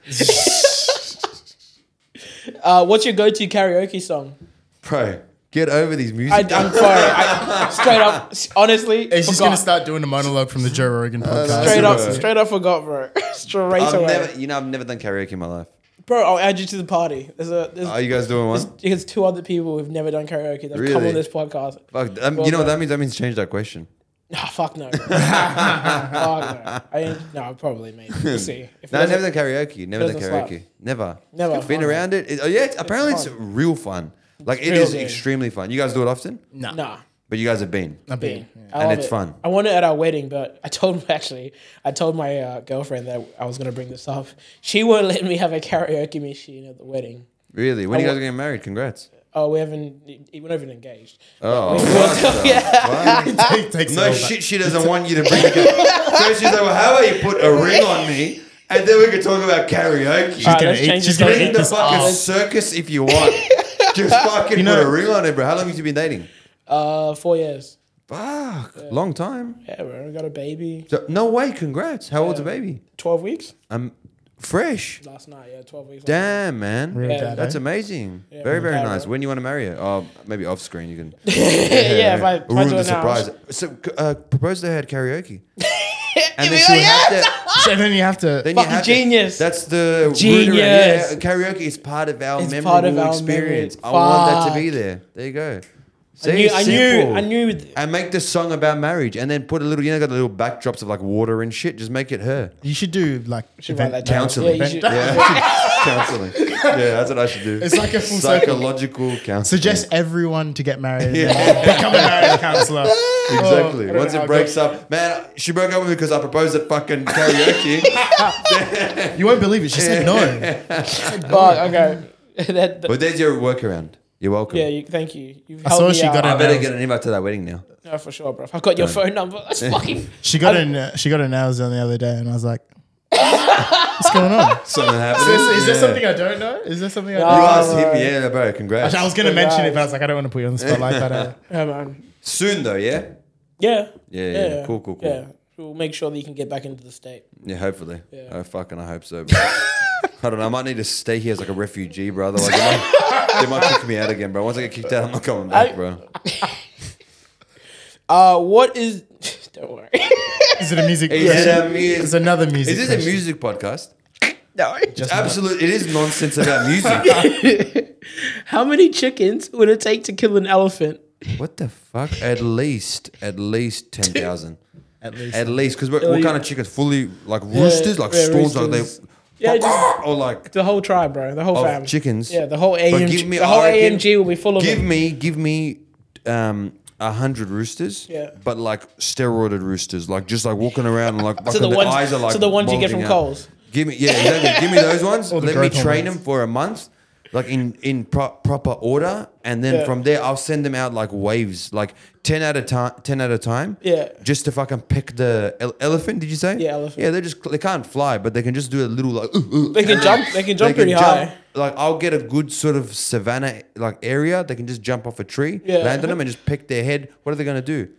Speaker 3: uh, what's your go-to karaoke song?
Speaker 1: Bro, get over these music.
Speaker 3: I, I'm sorry. I, straight up, s- honestly,
Speaker 2: He's just gonna
Speaker 3: forgot. Uh,
Speaker 2: start doing a monologue from the Joe Rogan podcast.
Speaker 3: Straight up,
Speaker 1: Bro.
Speaker 3: straight up forgot, bro. straight
Speaker 1: I've
Speaker 3: away,
Speaker 1: never, you know, I've never done karaoke in my life.
Speaker 3: bro. I'll add you to the party. There's a there's,
Speaker 1: Are you guys doing one?
Speaker 3: there's two other people who've never done karaoke that come
Speaker 1: Really?
Speaker 3: on this podcast.
Speaker 1: Fuck, um, you know what that means? That means change that question.
Speaker 3: Nah, fuck no. fuck no. I ain't, no, probably maybe. We'll see. If
Speaker 1: No,
Speaker 3: it
Speaker 1: I've never
Speaker 3: doesn't-
Speaker 1: done karaoke. Never done
Speaker 3: doesn't slap.
Speaker 1: karaoke. Never.
Speaker 3: Never.
Speaker 1: Been
Speaker 3: Fun.
Speaker 1: around it. It- oh, yeah, it's, apparently it's,
Speaker 3: fun.
Speaker 1: real fun. Like it
Speaker 3: real
Speaker 1: is
Speaker 3: good.
Speaker 1: extremely fun. You guys do it often,
Speaker 2: Nah,
Speaker 3: Nah.
Speaker 1: but you guys have been.
Speaker 2: not big.
Speaker 3: I
Speaker 1: And
Speaker 3: love
Speaker 1: it's
Speaker 3: it.
Speaker 1: fun.
Speaker 3: I won it at our wedding, but I told actually, I told my uh, girlfriend that I was gonna bring this up. She won't let me have a karaoke machine at the wedding.
Speaker 1: Really? When are you
Speaker 3: wa-
Speaker 1: guys getting married? Congrats.
Speaker 3: Oh, we haven't, we're not even engaged.
Speaker 1: Oh,
Speaker 3: yeah.
Speaker 2: Take, takes
Speaker 1: no
Speaker 2: it all back.
Speaker 1: shit. She doesn't want you to bring. it up. so she's like, "Well, how about you put a ring on me, and then we can talk about karaoke."
Speaker 3: Alright,
Speaker 2: gonna
Speaker 3: let's
Speaker 2: eat-
Speaker 3: change
Speaker 2: she's
Speaker 3: the
Speaker 2: gonna
Speaker 1: Get
Speaker 3: subject.
Speaker 1: in the fucking
Speaker 2: off.
Speaker 1: circus if you want. Just fucking
Speaker 2: You know-
Speaker 1: put a ring on it, bro. How long have you been dating?
Speaker 3: Uh, four years.
Speaker 1: Fuck, long time.
Speaker 3: Yeah, bro. I got a baby.
Speaker 1: So, no way. Congrats. How old's the
Speaker 3: Yeah.
Speaker 1: baby?
Speaker 3: Twelve weeks
Speaker 1: I'm fresh.
Speaker 3: last night. Yeah, twelve weeks.
Speaker 1: Damn, man.
Speaker 2: Real
Speaker 3: Yeah.
Speaker 2: dad,
Speaker 1: That's
Speaker 2: eh?
Speaker 1: amazing. very,
Speaker 3: I'm
Speaker 1: very
Speaker 3: glad,
Speaker 1: nice.
Speaker 3: bro.
Speaker 1: When do you want to marry her? Oh, maybe off screen you can
Speaker 3: yeah, if I, if I
Speaker 1: ruin the
Speaker 3: do it now,
Speaker 1: surprise. So c- uh, propose to her at karaoke. and
Speaker 3: You'd be
Speaker 1: she'll
Speaker 3: like,
Speaker 1: have
Speaker 3: "Yes!"
Speaker 1: to-
Speaker 2: So then you have to.
Speaker 1: then you
Speaker 3: Fucking
Speaker 1: have to-
Speaker 3: genius.
Speaker 1: that's the route around-
Speaker 3: Genius.
Speaker 1: Yeah, karaoke is part of our
Speaker 3: It's
Speaker 1: memorable
Speaker 3: part of our
Speaker 1: experience.
Speaker 3: memory.
Speaker 1: I want that
Speaker 3: Fuck.
Speaker 1: to be there. There you go. See,
Speaker 3: I knew, I knew,
Speaker 1: simple.
Speaker 3: I knew. th-
Speaker 1: And make the song about marriage, and then put a little, you know, got the little backdrops of like water and shit. Just make it her
Speaker 2: You should do like
Speaker 3: should
Speaker 2: event
Speaker 3: write that down.
Speaker 1: counseling.
Speaker 3: Yeah, you should-
Speaker 1: Yeah. counseling. Yeah, that's what I should do.
Speaker 2: It's like a full circle.
Speaker 1: psychological counseling.
Speaker 2: Suggest everyone to get married. and Become a married counselor.
Speaker 1: Exactly.
Speaker 2: Oh,
Speaker 1: Once
Speaker 2: I'll
Speaker 1: it
Speaker 2: go-
Speaker 1: breaks up, man, she broke up with me because I proposed at fucking karaoke.
Speaker 2: You won't believe it. She said no.
Speaker 3: Fuck, okay. that, that,
Speaker 1: but there's your workaround. You're welcome.
Speaker 3: yeah, you, thank you. You've
Speaker 2: I
Speaker 3: helped
Speaker 2: saw
Speaker 3: me
Speaker 2: she
Speaker 3: out.
Speaker 2: got
Speaker 1: I
Speaker 2: an.
Speaker 1: better
Speaker 2: uh,
Speaker 1: get an invite to that wedding now.
Speaker 3: No, for sure, bro. I've got your phone number. That's fucking.
Speaker 2: She got an. Uh, she got an hours on the other day, and I was like, "What's going on?
Speaker 1: Something happened. Yeah.
Speaker 2: I don't know? Is there something I
Speaker 1: You
Speaker 3: don't know?
Speaker 1: asked him,
Speaker 3: Alright.
Speaker 1: yeah, bro. Congrats.
Speaker 2: I was gonna mention it, but I was like, I don't want to put you on the spot like that. uh,
Speaker 3: Yeah, man.
Speaker 1: Soon though, yeah.
Speaker 3: Yeah.
Speaker 1: Yeah, yeah, cool, cool, cool.
Speaker 3: Yeah. We'll make sure that you can get back into the state.
Speaker 1: Yeah, hopefully. Oh fucking, I hope so. Bro. I don't know. I might need to stay here as like a refugee, bro. Otherwise, they might, they might kick me out again, bro. Once I get kicked out, I'm not coming back,
Speaker 3: I-
Speaker 1: bro.
Speaker 3: Uh, what is? Don't worry.
Speaker 2: Is it a music?
Speaker 1: Is it a
Speaker 2: question?
Speaker 1: music-
Speaker 2: It's another music.
Speaker 1: Is this a
Speaker 2: question.
Speaker 1: music podcast?
Speaker 3: no.
Speaker 1: It's absolute. It is nonsense about music.
Speaker 3: How many chickens would it take to kill an elephant?
Speaker 1: what the fuck? At least, at least ten thousand.
Speaker 2: At least.
Speaker 1: At least, because what, what
Speaker 3: yeah.
Speaker 1: kind of chickens? Fully like roosters, like
Speaker 3: yeah,
Speaker 1: storms, like
Speaker 3: roosters.
Speaker 1: they,
Speaker 3: Yeah, just-
Speaker 1: or like
Speaker 3: The whole tribe, bro. The whole
Speaker 1: of
Speaker 3: fam.
Speaker 1: Oh, chickens.
Speaker 3: Yeah, the whole AMG.
Speaker 1: give me-
Speaker 3: the whole
Speaker 1: I reckon-
Speaker 3: AMG will be full of
Speaker 1: Give
Speaker 3: them.
Speaker 1: me, give me, um, a hundred roosters.
Speaker 3: Yeah.
Speaker 1: But like steroided roosters, like just like walking around and like
Speaker 3: So the
Speaker 1: fucking
Speaker 3: ones-
Speaker 1: eyes are like.
Speaker 3: so the ones you get
Speaker 1: bulging
Speaker 3: from
Speaker 1: out.
Speaker 3: Coles.
Speaker 1: Give me, yeah, exactly. give me those ones.
Speaker 2: the
Speaker 1: Let me
Speaker 2: growth
Speaker 1: train them
Speaker 2: hormones.
Speaker 1: for a month. Like in in pro- proper order, and then
Speaker 3: Yeah.
Speaker 1: from there I'll send them out like waves, like ten at a time, ten at a time.
Speaker 3: Yeah.
Speaker 1: just to fucking pick the ele- elephant. Did you say?
Speaker 3: Yeah, elephant.
Speaker 1: Yeah, they just they can't fly, but they can just do a little like. "Ooh, ooh,
Speaker 3: They can jump. They can jump
Speaker 1: they can
Speaker 3: pretty
Speaker 1: jump.
Speaker 3: high.
Speaker 1: Like I'll get a good sort of savannah like area. They can just jump off a tree,
Speaker 3: Yeah.
Speaker 1: land on them, and just peck their head. What are they gonna do?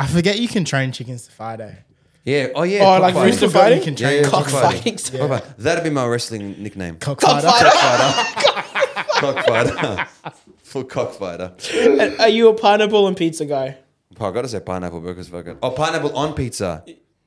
Speaker 2: I forget you can train chickens to fight. Eh?
Speaker 1: Yeah. Oh yeah.
Speaker 3: Oh, like
Speaker 1: cockfighting.
Speaker 3: rooster
Speaker 2: I forgot
Speaker 3: fighting?
Speaker 2: You can
Speaker 1: Yeah,
Speaker 2: train
Speaker 1: yeah,
Speaker 3: Cockfighting.
Speaker 1: cockfighting. Cockfighting. That'd be my wrestling nickname.
Speaker 2: cockfighter.
Speaker 1: cockfighter. Full cockfighter.
Speaker 3: And Are you a pineapple and pizza guy?
Speaker 1: Oh, I gotta say pineapple because fucking. Oh, pineapple on pizza.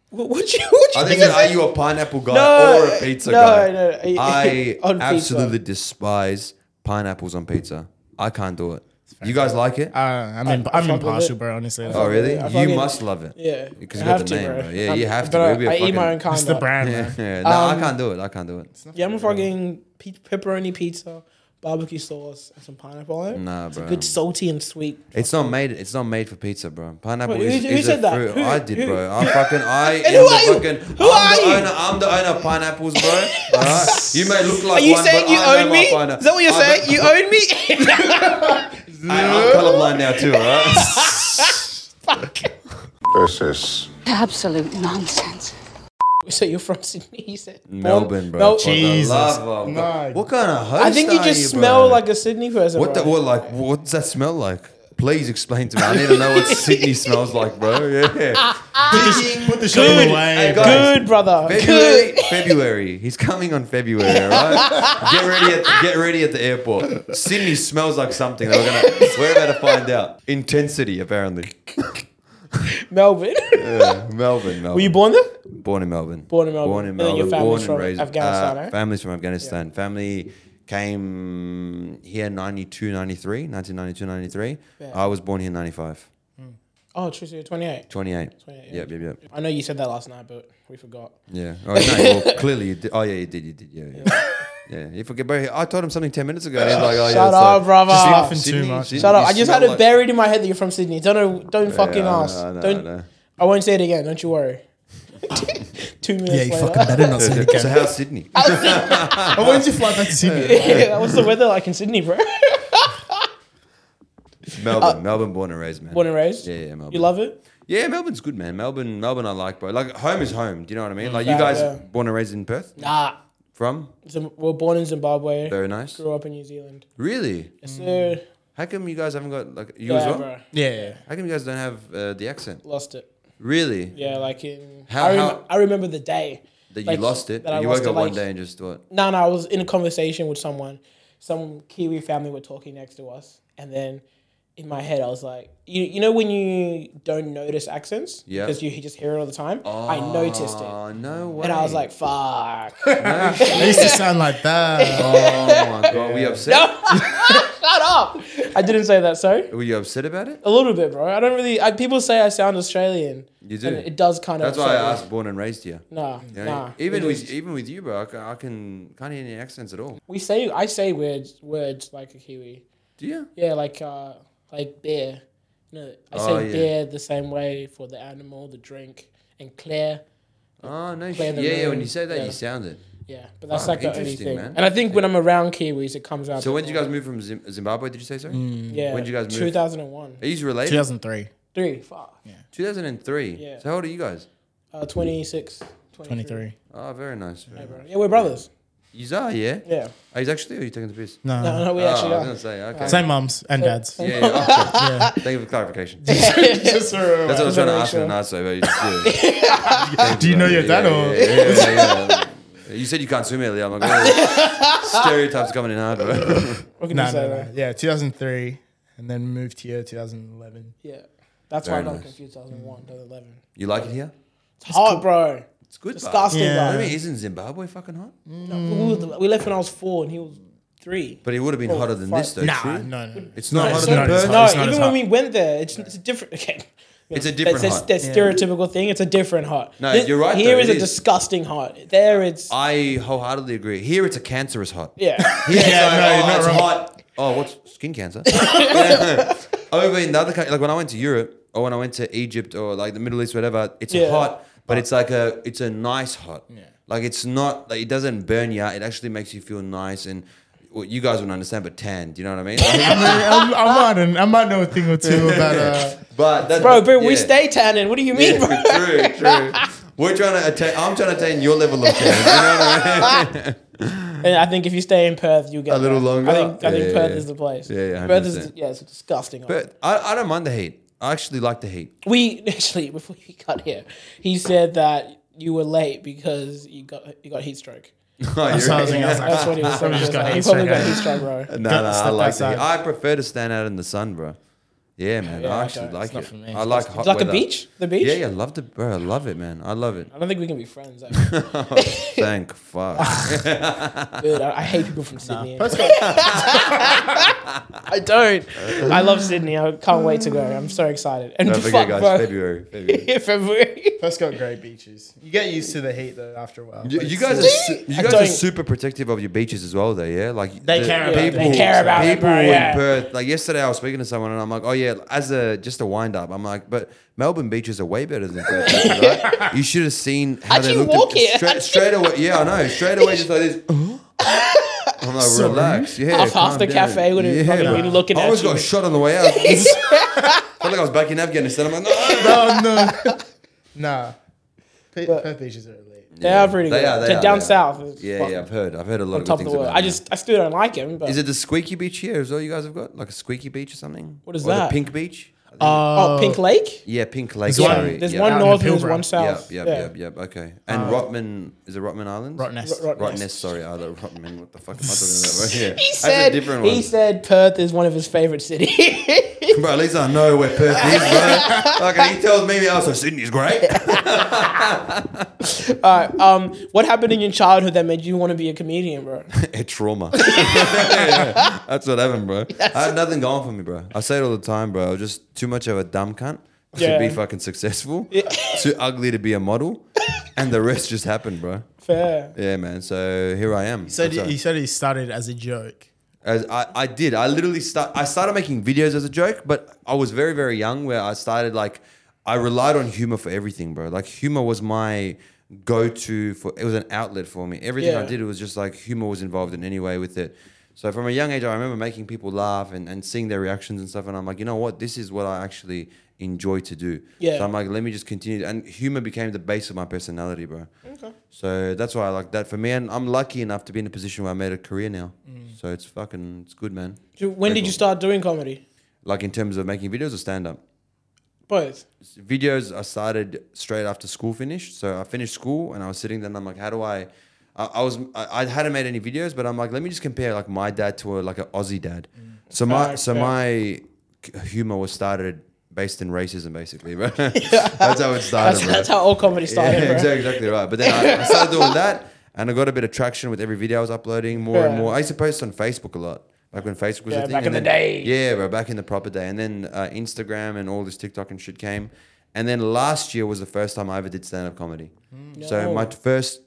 Speaker 3: What would you? What
Speaker 1: I
Speaker 3: you
Speaker 1: think
Speaker 3: think?
Speaker 1: that
Speaker 3: of
Speaker 1: are
Speaker 3: that?
Speaker 1: you a pineapple guy
Speaker 3: No,
Speaker 1: or a pizza
Speaker 3: no,
Speaker 1: guy?
Speaker 3: no, no.
Speaker 1: I
Speaker 3: On pizza.
Speaker 1: absolutely despise pineapples on pizza. I can't do it. You guys like it?
Speaker 2: Uh, I mean,
Speaker 3: I
Speaker 2: I'm
Speaker 3: fuck with
Speaker 2: impartial,
Speaker 3: it.
Speaker 2: bro. Honestly,
Speaker 1: Oh really?
Speaker 3: I
Speaker 1: you
Speaker 3: fucking-
Speaker 1: must love it.
Speaker 3: Yeah,
Speaker 1: Because
Speaker 3: I
Speaker 1: you got
Speaker 3: have
Speaker 1: the
Speaker 3: to,
Speaker 1: name,
Speaker 3: bro.
Speaker 1: bro. Yeah,
Speaker 3: I'm-
Speaker 1: you have to.
Speaker 3: but
Speaker 1: It'd be a
Speaker 3: I, I eat
Speaker 1: fucking-
Speaker 3: my own kind.
Speaker 2: it's the
Speaker 3: bro.
Speaker 2: brand.
Speaker 1: Yeah,
Speaker 3: Um,
Speaker 2: man.
Speaker 1: yeah. No, I can't do it. I can't do it.
Speaker 3: Yeah, I'm a fucking pe- pepperoni pizza, barbecue sauce, and some pineapple on it.
Speaker 1: Nah,
Speaker 3: it's
Speaker 1: bro.
Speaker 3: a good salty and sweet.
Speaker 1: It's not made. It's not made for pizza, bro. Pineapple
Speaker 3: Wait, who-
Speaker 1: is,
Speaker 3: who
Speaker 1: is
Speaker 3: said
Speaker 1: a
Speaker 3: that?
Speaker 1: fruit.
Speaker 3: Who-
Speaker 1: I did,
Speaker 3: who-
Speaker 1: bro. I fucking I
Speaker 3: And
Speaker 1: am
Speaker 3: who
Speaker 1: the
Speaker 3: are you?
Speaker 1: fucking. I'm
Speaker 3: Who are
Speaker 1: the
Speaker 3: you?
Speaker 1: Owner, I'm the owner of pineapples, bro. All right? You may look
Speaker 3: Are
Speaker 1: like
Speaker 3: you
Speaker 1: one,
Speaker 3: saying
Speaker 1: but
Speaker 3: you
Speaker 1: I know
Speaker 3: own
Speaker 1: my
Speaker 3: me?
Speaker 1: pine-
Speaker 3: Is that what you're
Speaker 1: I
Speaker 3: saying?
Speaker 1: don't-
Speaker 3: You own me?
Speaker 1: I, am colorblind now too, all right?
Speaker 4: This is
Speaker 5: Absolute nonsense.
Speaker 3: so you're from Sydney? You said
Speaker 1: Melbourne, bro.
Speaker 3: Mel-
Speaker 1: For the
Speaker 2: Jesus.
Speaker 1: love of
Speaker 2: No.
Speaker 1: God. What kind of host
Speaker 3: I think you
Speaker 1: are
Speaker 3: just
Speaker 1: bro?
Speaker 3: smell like a Sydney person.
Speaker 1: What the,
Speaker 3: bro.
Speaker 1: what like what does that smell like? Please explain to me. I need to know what Sydney smells like, bro. Yeah.
Speaker 2: Put the shovel
Speaker 3: Good.
Speaker 2: away.
Speaker 1: Hey, guys.
Speaker 3: Good brother.
Speaker 1: February,
Speaker 3: Good.
Speaker 1: February. He's coming on February, all right? Get ready at get ready at the airport. Sydney smells like something that we're gonna we're about to find out. Intensity, apparently.
Speaker 3: Melbourne.
Speaker 1: Yeah, Melbourne, Melbourne.
Speaker 3: Were you born there?
Speaker 1: Born in Melbourne.
Speaker 3: Born in Melbourne.
Speaker 1: Born in
Speaker 3: And then
Speaker 1: Melbourne.
Speaker 3: your
Speaker 1: born
Speaker 3: family's
Speaker 1: and
Speaker 3: from
Speaker 1: raised,
Speaker 3: Afghanistan,
Speaker 1: uh,
Speaker 3: eh?
Speaker 1: Families from Afghanistan. Family came here 92, 93, 1992, 93. I was born here 95,
Speaker 3: Oh, true. So you're 28.
Speaker 1: 28.
Speaker 3: 28, yeah.
Speaker 1: Yep, yep, yep.
Speaker 3: I know you said that last night, but we forgot.
Speaker 1: Yeah. Oh, no, well, clearly you did. Oh, yeah, you did. You did. Yeah. Yeah. yeah. You forget, bro. I told him something 10 minutes ago. And he's like, oh, yeah.
Speaker 3: Shut up, brother. Just laughing
Speaker 2: too much.
Speaker 3: Shut up! I
Speaker 1: you
Speaker 3: just
Speaker 1: smell
Speaker 3: had it
Speaker 1: like-
Speaker 3: buried in my head that you're from Sydney. Don't know, don't fucking
Speaker 1: I know,
Speaker 3: ask.
Speaker 1: I know,
Speaker 3: don't.
Speaker 1: I know.
Speaker 3: I won't say it again. Don't you worry. Two minutes
Speaker 2: Yeah, you
Speaker 3: later.
Speaker 2: fucking better not say it
Speaker 1: So,
Speaker 2: again.
Speaker 1: how's Sydney?
Speaker 3: Uh,
Speaker 2: Oh, when did you fly back to Sydney?
Speaker 3: yeah, what's the weather like in Sydney, bro?
Speaker 1: Melbourne. Melbourne, born and raised, man.
Speaker 3: Born and raised.
Speaker 1: Yeah, yeah, Melbourne.
Speaker 3: You love it.
Speaker 1: Yeah, Melbourne's good, man. Melbourne, Melbourne, I like, bro. Like, home is home. Do you know what I mean? Like, you
Speaker 3: fair,
Speaker 1: guys
Speaker 3: yeah.
Speaker 1: born and raised in Perth?
Speaker 3: Nah,
Speaker 1: From?
Speaker 3: Zim- we are born in Zimbabwe.
Speaker 1: Very nice.
Speaker 3: Grew up in New Zealand.
Speaker 1: Really?
Speaker 3: So
Speaker 1: How come you guys haven't got like you as
Speaker 3: yeah,
Speaker 1: well?
Speaker 3: bro,
Speaker 2: Yeah, yeah.
Speaker 1: How come you guys don't have uh, the accent?
Speaker 3: lost it.
Speaker 1: Really?
Speaker 3: Yeah, like in.
Speaker 1: How-
Speaker 3: I, rem-
Speaker 1: how-
Speaker 3: I remember the day.
Speaker 1: That you
Speaker 3: Like,
Speaker 1: lost it.
Speaker 3: that I
Speaker 1: you
Speaker 3: lost
Speaker 1: woke
Speaker 3: it,
Speaker 1: up one
Speaker 3: like-
Speaker 1: day and just thought,
Speaker 3: No, no, I was in a conversation with someone. Some Kiwi family were talking next to us, and then in my head, I was like, you, you know, when you don't notice accents,
Speaker 1: Yeah.
Speaker 3: because you just hear it all the time. I noticed it,
Speaker 1: "Oh no way!"
Speaker 3: and I was like, fuck. Shut
Speaker 2: I used to sound like that.
Speaker 1: "Oh my god, were you upset?
Speaker 3: up! I didn't say that. Sorry.
Speaker 1: Were you upset about it?"
Speaker 3: A little bit, bro. I don't really. I, people say I sound Australian.
Speaker 1: You do.
Speaker 3: And it does kind
Speaker 1: That's
Speaker 3: of.
Speaker 1: why I
Speaker 3: upset me.
Speaker 1: asked, born and raised here.
Speaker 3: Nah,
Speaker 1: You know,
Speaker 3: nah.
Speaker 1: even
Speaker 3: it
Speaker 1: with
Speaker 3: is-
Speaker 1: even with you, bro, I, ca- I can can't hear any accents at all.
Speaker 3: we say, I say words, words like a Kiwi.
Speaker 1: Do you?
Speaker 3: Yeah, like uh, like beer. No, I say
Speaker 1: Oh, yeah.
Speaker 3: beer the same way for the animal, the drink, and clear.
Speaker 1: Oh no,
Speaker 3: Play
Speaker 1: shit.
Speaker 3: the
Speaker 1: yeah, yeah. When
Speaker 3: room.
Speaker 1: you say that,
Speaker 3: Yeah.
Speaker 1: you sound it.
Speaker 3: Yeah, but that's
Speaker 1: Oh,
Speaker 3: like the only
Speaker 1: interesting,
Speaker 3: thing.
Speaker 1: man.
Speaker 3: And I think when I'm around Kiwis, it comes out.
Speaker 1: So when did you
Speaker 3: more.
Speaker 1: guys move from Zim- Zimbabwe? Did you say sorry?
Speaker 3: Yeah,
Speaker 1: when did you guys move?
Speaker 3: 2001,
Speaker 1: Are you related?
Speaker 2: 2003.
Speaker 3: three, fuck,
Speaker 1: Two thousand and three.
Speaker 3: Yeah.
Speaker 1: So how old are you guys?
Speaker 3: uh, 26, 23.
Speaker 2: 23.
Speaker 1: Oh, very nice. Very nice.
Speaker 3: Yeah, we're brothers.
Speaker 1: You are, yeah.
Speaker 3: Yeah,
Speaker 1: Are you actually? Or are you taking the piss?
Speaker 2: No.
Speaker 3: no, no, we
Speaker 1: Oh,
Speaker 3: actually
Speaker 1: I was
Speaker 3: are.
Speaker 1: gonna say okay.
Speaker 2: Same mums and dads.
Speaker 1: Yeah, yeah, okay. Thank you for the clarification. That's
Speaker 2: Just for-
Speaker 1: what I was trying to
Speaker 3: Make
Speaker 1: ask in
Speaker 3: sure.
Speaker 1: an answer, but you just, yeah.
Speaker 2: Do you know your
Speaker 1: Yeah,
Speaker 2: dad or?
Speaker 1: yeah, yeah, yeah, yeah, yeah. You said you can't swim earlier. I'm like, oh, stereotypes coming in hard, bro.
Speaker 3: We can
Speaker 2: No,
Speaker 3: just say
Speaker 2: no, no.
Speaker 3: that.
Speaker 2: Yeah, 2003, and then moved here 2011.
Speaker 3: Yeah, that's
Speaker 1: Very
Speaker 3: why I got
Speaker 1: nice.
Speaker 3: confused. 2001, 2011.
Speaker 1: You like it here?
Speaker 3: It's hard, bro.
Speaker 1: It's good.
Speaker 3: It's
Speaker 1: bro.
Speaker 3: disgusting,
Speaker 2: Yeah.
Speaker 1: I
Speaker 3: bro.
Speaker 1: mean, isn't Zimbabwe fucking hot?
Speaker 3: No, we, were- we left when I was four, and he was three.
Speaker 1: But it would have
Speaker 3: Oh,
Speaker 1: been hotter than this, though.
Speaker 2: Nah,
Speaker 1: true?
Speaker 2: no, no.
Speaker 1: It's not
Speaker 2: No,
Speaker 1: hotter
Speaker 2: it's
Speaker 1: than Perth.
Speaker 2: not as hot.
Speaker 3: No,
Speaker 2: it's not
Speaker 3: even
Speaker 2: as
Speaker 3: when
Speaker 2: hot.
Speaker 3: we went there, it's, it's a different. Okay.
Speaker 1: It's a
Speaker 3: That's
Speaker 1: different
Speaker 3: a
Speaker 1: hot.
Speaker 3: stereotypical thing. It's a different hot.
Speaker 1: No, you're right,
Speaker 3: Here
Speaker 1: though,
Speaker 3: is
Speaker 1: it
Speaker 3: a
Speaker 1: is. Uh,
Speaker 3: disgusting hot. There, it's
Speaker 1: I wholeheartedly agree. Here, it's a cancerous hot.
Speaker 3: yeah.
Speaker 1: Here,
Speaker 2: Yeah,
Speaker 1: it's like,
Speaker 2: no,
Speaker 1: oh,
Speaker 2: you're not
Speaker 1: it's
Speaker 2: wrong.
Speaker 1: hot. Oh, what's skin cancer? Yeah. Over in the other country, like when I went to Europe or when I went to Egypt or like the Middle East, whatever, it's
Speaker 3: Yeah.
Speaker 1: hot, but it's like a it's a nice hot. Like it's not like it doesn't burn you. out. It actually makes you feel nice and. Well, you guys wouldn't understand, but tan. Do you know what I mean?
Speaker 2: I, mean, I, I, might, I might know a thing or two about. Uh,
Speaker 1: but that,
Speaker 3: bro, bro, we
Speaker 1: yeah.
Speaker 3: stay tanning. What do you mean,
Speaker 1: Yeah,
Speaker 3: bro?
Speaker 1: true, true. We're trying to attain. I'm trying to attain your level of tan. You know what I mean?
Speaker 3: And I think if you stay in Perth, you get
Speaker 1: A little
Speaker 3: that.
Speaker 1: longer?
Speaker 3: I think, I think
Speaker 1: Yeah,
Speaker 3: Perth
Speaker 1: yeah.
Speaker 3: is the place.
Speaker 1: Yeah, yeah,
Speaker 3: Perth is
Speaker 1: 100%.
Speaker 3: yeah, it's a disgusting. hot.
Speaker 1: But I, I don't mind the heat. I actually like the heat.
Speaker 3: we actually before you got here, he said that you were late because you got you got heat stroke.
Speaker 1: That's
Speaker 2: so I was thinking, I was
Speaker 3: That's what
Speaker 2: like,
Speaker 3: he was saying. He,
Speaker 2: just
Speaker 3: was
Speaker 2: got
Speaker 3: like,
Speaker 2: heat
Speaker 3: he probably
Speaker 2: stroke,
Speaker 3: got
Speaker 2: eh?
Speaker 3: heat stroke, bro.
Speaker 1: No,
Speaker 2: Don't
Speaker 1: no, I
Speaker 2: step
Speaker 1: like the heat.
Speaker 2: outside.
Speaker 1: I prefer to stand out in the sun, bro. Yeah, man. I
Speaker 3: Yeah, I
Speaker 1: actually
Speaker 3: don't.
Speaker 1: like
Speaker 2: not
Speaker 1: it.
Speaker 2: for me.
Speaker 1: I like hot
Speaker 3: It's like
Speaker 1: weather.
Speaker 3: a beach, the beach.
Speaker 1: Yeah, yeah, love it, bro. I love it, man. I love it.
Speaker 3: I don't think we can be friends. Actually.
Speaker 1: Thank fuck.
Speaker 3: Dude, I, I hate people from Sydney.
Speaker 2: Perth's got,
Speaker 3: I don't. I love Sydney. I can't wait to go. I'm so excited. And
Speaker 1: Don't forget,
Speaker 3: fuck,
Speaker 1: guys,
Speaker 3: bro.
Speaker 1: February. February.
Speaker 3: February.
Speaker 2: Perth's got great beaches. You get used to the heat though after a while.
Speaker 1: You,
Speaker 2: but
Speaker 1: you
Speaker 2: it's
Speaker 1: guys,
Speaker 2: still-
Speaker 1: are, su- you
Speaker 3: I
Speaker 1: guys are
Speaker 3: don't-
Speaker 1: super protective of your beaches as well, though. Yeah, like
Speaker 2: They care about it. They
Speaker 3: care about it,
Speaker 1: people
Speaker 3: bro,
Speaker 1: in
Speaker 3: yeah.
Speaker 1: Perth. Like yesterday, I was speaking to someone, and I'm like, "Oh yeah," as a just a wind up. I'm like, "But Melbourne beaches are way better than Perth." right? You should have seen how
Speaker 3: How'd
Speaker 1: they
Speaker 3: you
Speaker 1: looked.
Speaker 3: walk
Speaker 1: at,
Speaker 3: here?
Speaker 1: Straight,
Speaker 3: How'd
Speaker 1: straight away, yeah, I know. Straight away, just like this. I'm like, relax. Yeah,
Speaker 3: Half- half
Speaker 1: calm
Speaker 3: the
Speaker 1: down.
Speaker 3: cafe would have probably
Speaker 1: bro.
Speaker 3: been looking
Speaker 1: I
Speaker 3: at
Speaker 1: almost
Speaker 3: you.
Speaker 1: got shot on the way out. Felt like I was back in Afghanistan. I'm like, no.
Speaker 2: Oh no, nah. Pe- Perth beaches are elite.
Speaker 3: They are pretty
Speaker 1: They
Speaker 3: good.
Speaker 1: are, they
Speaker 3: To
Speaker 1: are,
Speaker 3: down
Speaker 1: they are.
Speaker 3: south. is
Speaker 1: Yeah,
Speaker 3: fucking
Speaker 1: yeah, I've heard. I've heard a lot of good
Speaker 3: Top of
Speaker 1: things
Speaker 3: the world.
Speaker 1: about.
Speaker 3: I
Speaker 1: it.
Speaker 3: just, I still don't like him. But
Speaker 1: Is it the squeaky beach here as well? You guys have got like a squeaky beach or something? What
Speaker 3: is
Speaker 1: or
Speaker 3: that?
Speaker 1: The pink beach?
Speaker 3: oh, Pink Lake?
Speaker 1: Yeah, pink lake.
Speaker 2: one-
Speaker 1: sorry.
Speaker 3: There's
Speaker 1: yeah.
Speaker 3: one
Speaker 2: Out in
Speaker 3: north Uh, and there's
Speaker 2: Pilbara.
Speaker 3: one
Speaker 1: Yeah,
Speaker 3: south.
Speaker 1: yeah, yeah, yeah, Okay. And Rotman is it Rotman Island?
Speaker 2: Rottnest.
Speaker 3: Rot-
Speaker 1: Rotnest. Sorry, I don't Rotman. What the fuck am I talking about? Yeah.
Speaker 3: He
Speaker 1: That's a
Speaker 3: said,
Speaker 1: different one.
Speaker 3: he said Perth is one of his favorite cities.
Speaker 1: bro, at least I know where Perth is, bro. okay, he tells me also Sydney's great.
Speaker 3: um, what happened in your childhood that made you want to be a comedian, bro?
Speaker 1: a trauma. Yeah, that's what happened, bro. I had nothing going for me, bro. I say it all the time, bro. I was just too much of a dumb cunt
Speaker 3: Yeah.
Speaker 1: to be fucking successful, too ugly to be a model, and the rest just happened, bro.
Speaker 3: Fair.
Speaker 1: Yeah, man. So here I am.
Speaker 2: So
Speaker 1: That's
Speaker 2: you
Speaker 1: all.
Speaker 2: you said he started as a joke.
Speaker 1: As I, I did. I literally start. I started making videos as a joke, but I was very, very young. Where I started like, I relied on humor for everything, bro. Like humor was my go-to for. It was an outlet for me. Everything I
Speaker 3: Yeah.
Speaker 1: did it was just like humor was involved in any way with it. So from a young age, I remember making people laugh and, and seeing their reactions and stuff. And I'm like, you know what? This is what I actually enjoy to do.
Speaker 3: Yeah.
Speaker 1: So I'm like, let me just continue. And humor became the base of my personality, bro. Okay. So that's why I like that for me. And I'm lucky enough to be in a position where I made a career now. So it's fucking, it's good, man.
Speaker 3: When did you start doing comedy?
Speaker 1: Like in terms of making videos or stand up?
Speaker 3: Both.
Speaker 1: videos I started straight after school finished. So I finished school and I was sitting there and I'm like, how do I? I, I was I, I hadn't made any videos, but I'm like, let me just compare like my dad to a, like an Aussie dad.
Speaker 3: Mm.
Speaker 1: So my
Speaker 3: Right,
Speaker 1: so
Speaker 3: yeah.
Speaker 1: my humor was started based in racism, basically, bro. that's how it started.
Speaker 3: That's,
Speaker 1: bro.
Speaker 3: that's how all comedy started,
Speaker 1: Yeah,
Speaker 3: bro.
Speaker 1: exactly, exactly right. But then I, I started doing that, and I got a bit of traction with every video I was uploading more and
Speaker 3: Yeah.
Speaker 1: more. I used to post on Facebook a lot, like when Facebook was
Speaker 3: Yeah,
Speaker 1: a thing.
Speaker 3: back in
Speaker 1: and
Speaker 3: the
Speaker 1: then-
Speaker 3: day.
Speaker 1: Yeah, bro, back in the proper day. And then uh, Instagram and all this TikTok and shit came. And then last year was the first time I ever did stand up comedy. So
Speaker 3: No.
Speaker 1: my first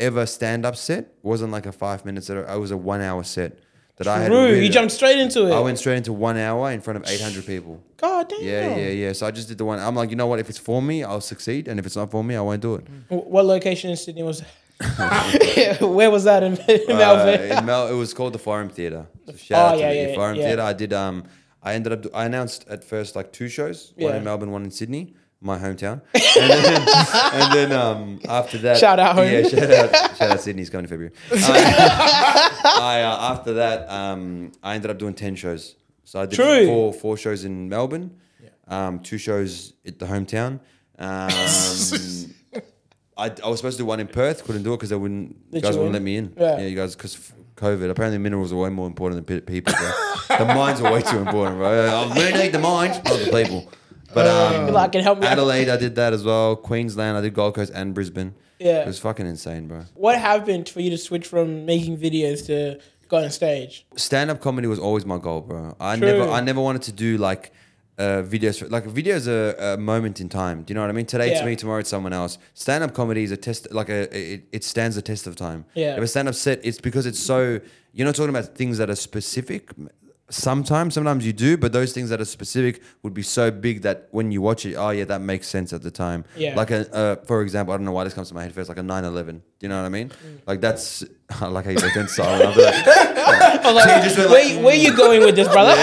Speaker 1: ever stand up set wasn't like a five minute set. It was a one hour set that I had.
Speaker 3: True,
Speaker 1: really-
Speaker 3: you jumped straight into it.
Speaker 1: I went straight into one hour in front of 800 people.
Speaker 3: God damn.
Speaker 1: Yeah, yeah, yeah. So I just did the one. I'm like, you know what? If it's for me, I'll succeed. And if it's not for me, I won't do it.
Speaker 3: Wh- What location in Sydney was? Where was that in, in Melbourne?
Speaker 1: Uh, in Mel- it was called the Forum Theatre. So
Speaker 3: oh,
Speaker 1: shout out
Speaker 3: yeah,
Speaker 1: to the
Speaker 3: yeah,
Speaker 1: Forum
Speaker 3: yeah.
Speaker 1: Theatre. I did. Um, I ended up. I announced at first like two shows, one
Speaker 3: Yeah.
Speaker 1: in Melbourne, one in Sydney, my hometown. And then, and then um, after that,
Speaker 3: Shout out, home.
Speaker 1: Yeah, shout out, shout out Sydney's coming in February. Uh, I uh, after that, um, I ended up doing ten shows. So I did
Speaker 3: True.
Speaker 1: four four shows in Melbourne, um, two shows at the hometown. Um, I, I was supposed to do one in Perth, couldn't do it because they wouldn't. You guys
Speaker 3: you
Speaker 1: wouldn't
Speaker 3: wouldn't.
Speaker 1: let me in.
Speaker 3: Yeah.
Speaker 1: yeah you guys, because COVID. Apparently, minerals are way more important than pe- people. Bro. the mines are way too important, bro. I'm gonna need the mines, not the people. But um,
Speaker 3: Be like, Uh, "Can help me out."
Speaker 1: Adelaide, I did that as well. Queensland, I did Gold Coast and Brisbane.
Speaker 3: Yeah.
Speaker 1: it was fucking insane, bro.
Speaker 3: What happened for you to switch from making videos to going on stage?
Speaker 1: stand up comedy was always my goal, bro. I
Speaker 3: True.
Speaker 1: never I never wanted to do like uh, videos. For, like videos are a moment in time. Do you know what I mean? Today it's
Speaker 3: Yeah.
Speaker 1: me, tomorrow it's someone else. Stand up comedy is a test. Like a it, it stands the test of time.
Speaker 3: Yeah.
Speaker 1: If a stand up set, it's because it's so you're not talking about things that are specific. Sometimes, sometimes you do, but those things that are specific would be so big that when you watch it, oh yeah, that makes sense at the time.
Speaker 3: Yeah.
Speaker 1: Like a, uh, for example, I don't know why this comes to my head first, like a 9-11. Do you know what I mean?
Speaker 3: Mm.
Speaker 1: Like that's, I like how you went silent. I'll be like,
Speaker 3: I was Oh, like,
Speaker 1: you just went
Speaker 3: where,
Speaker 1: like,
Speaker 3: where you going with this, brother?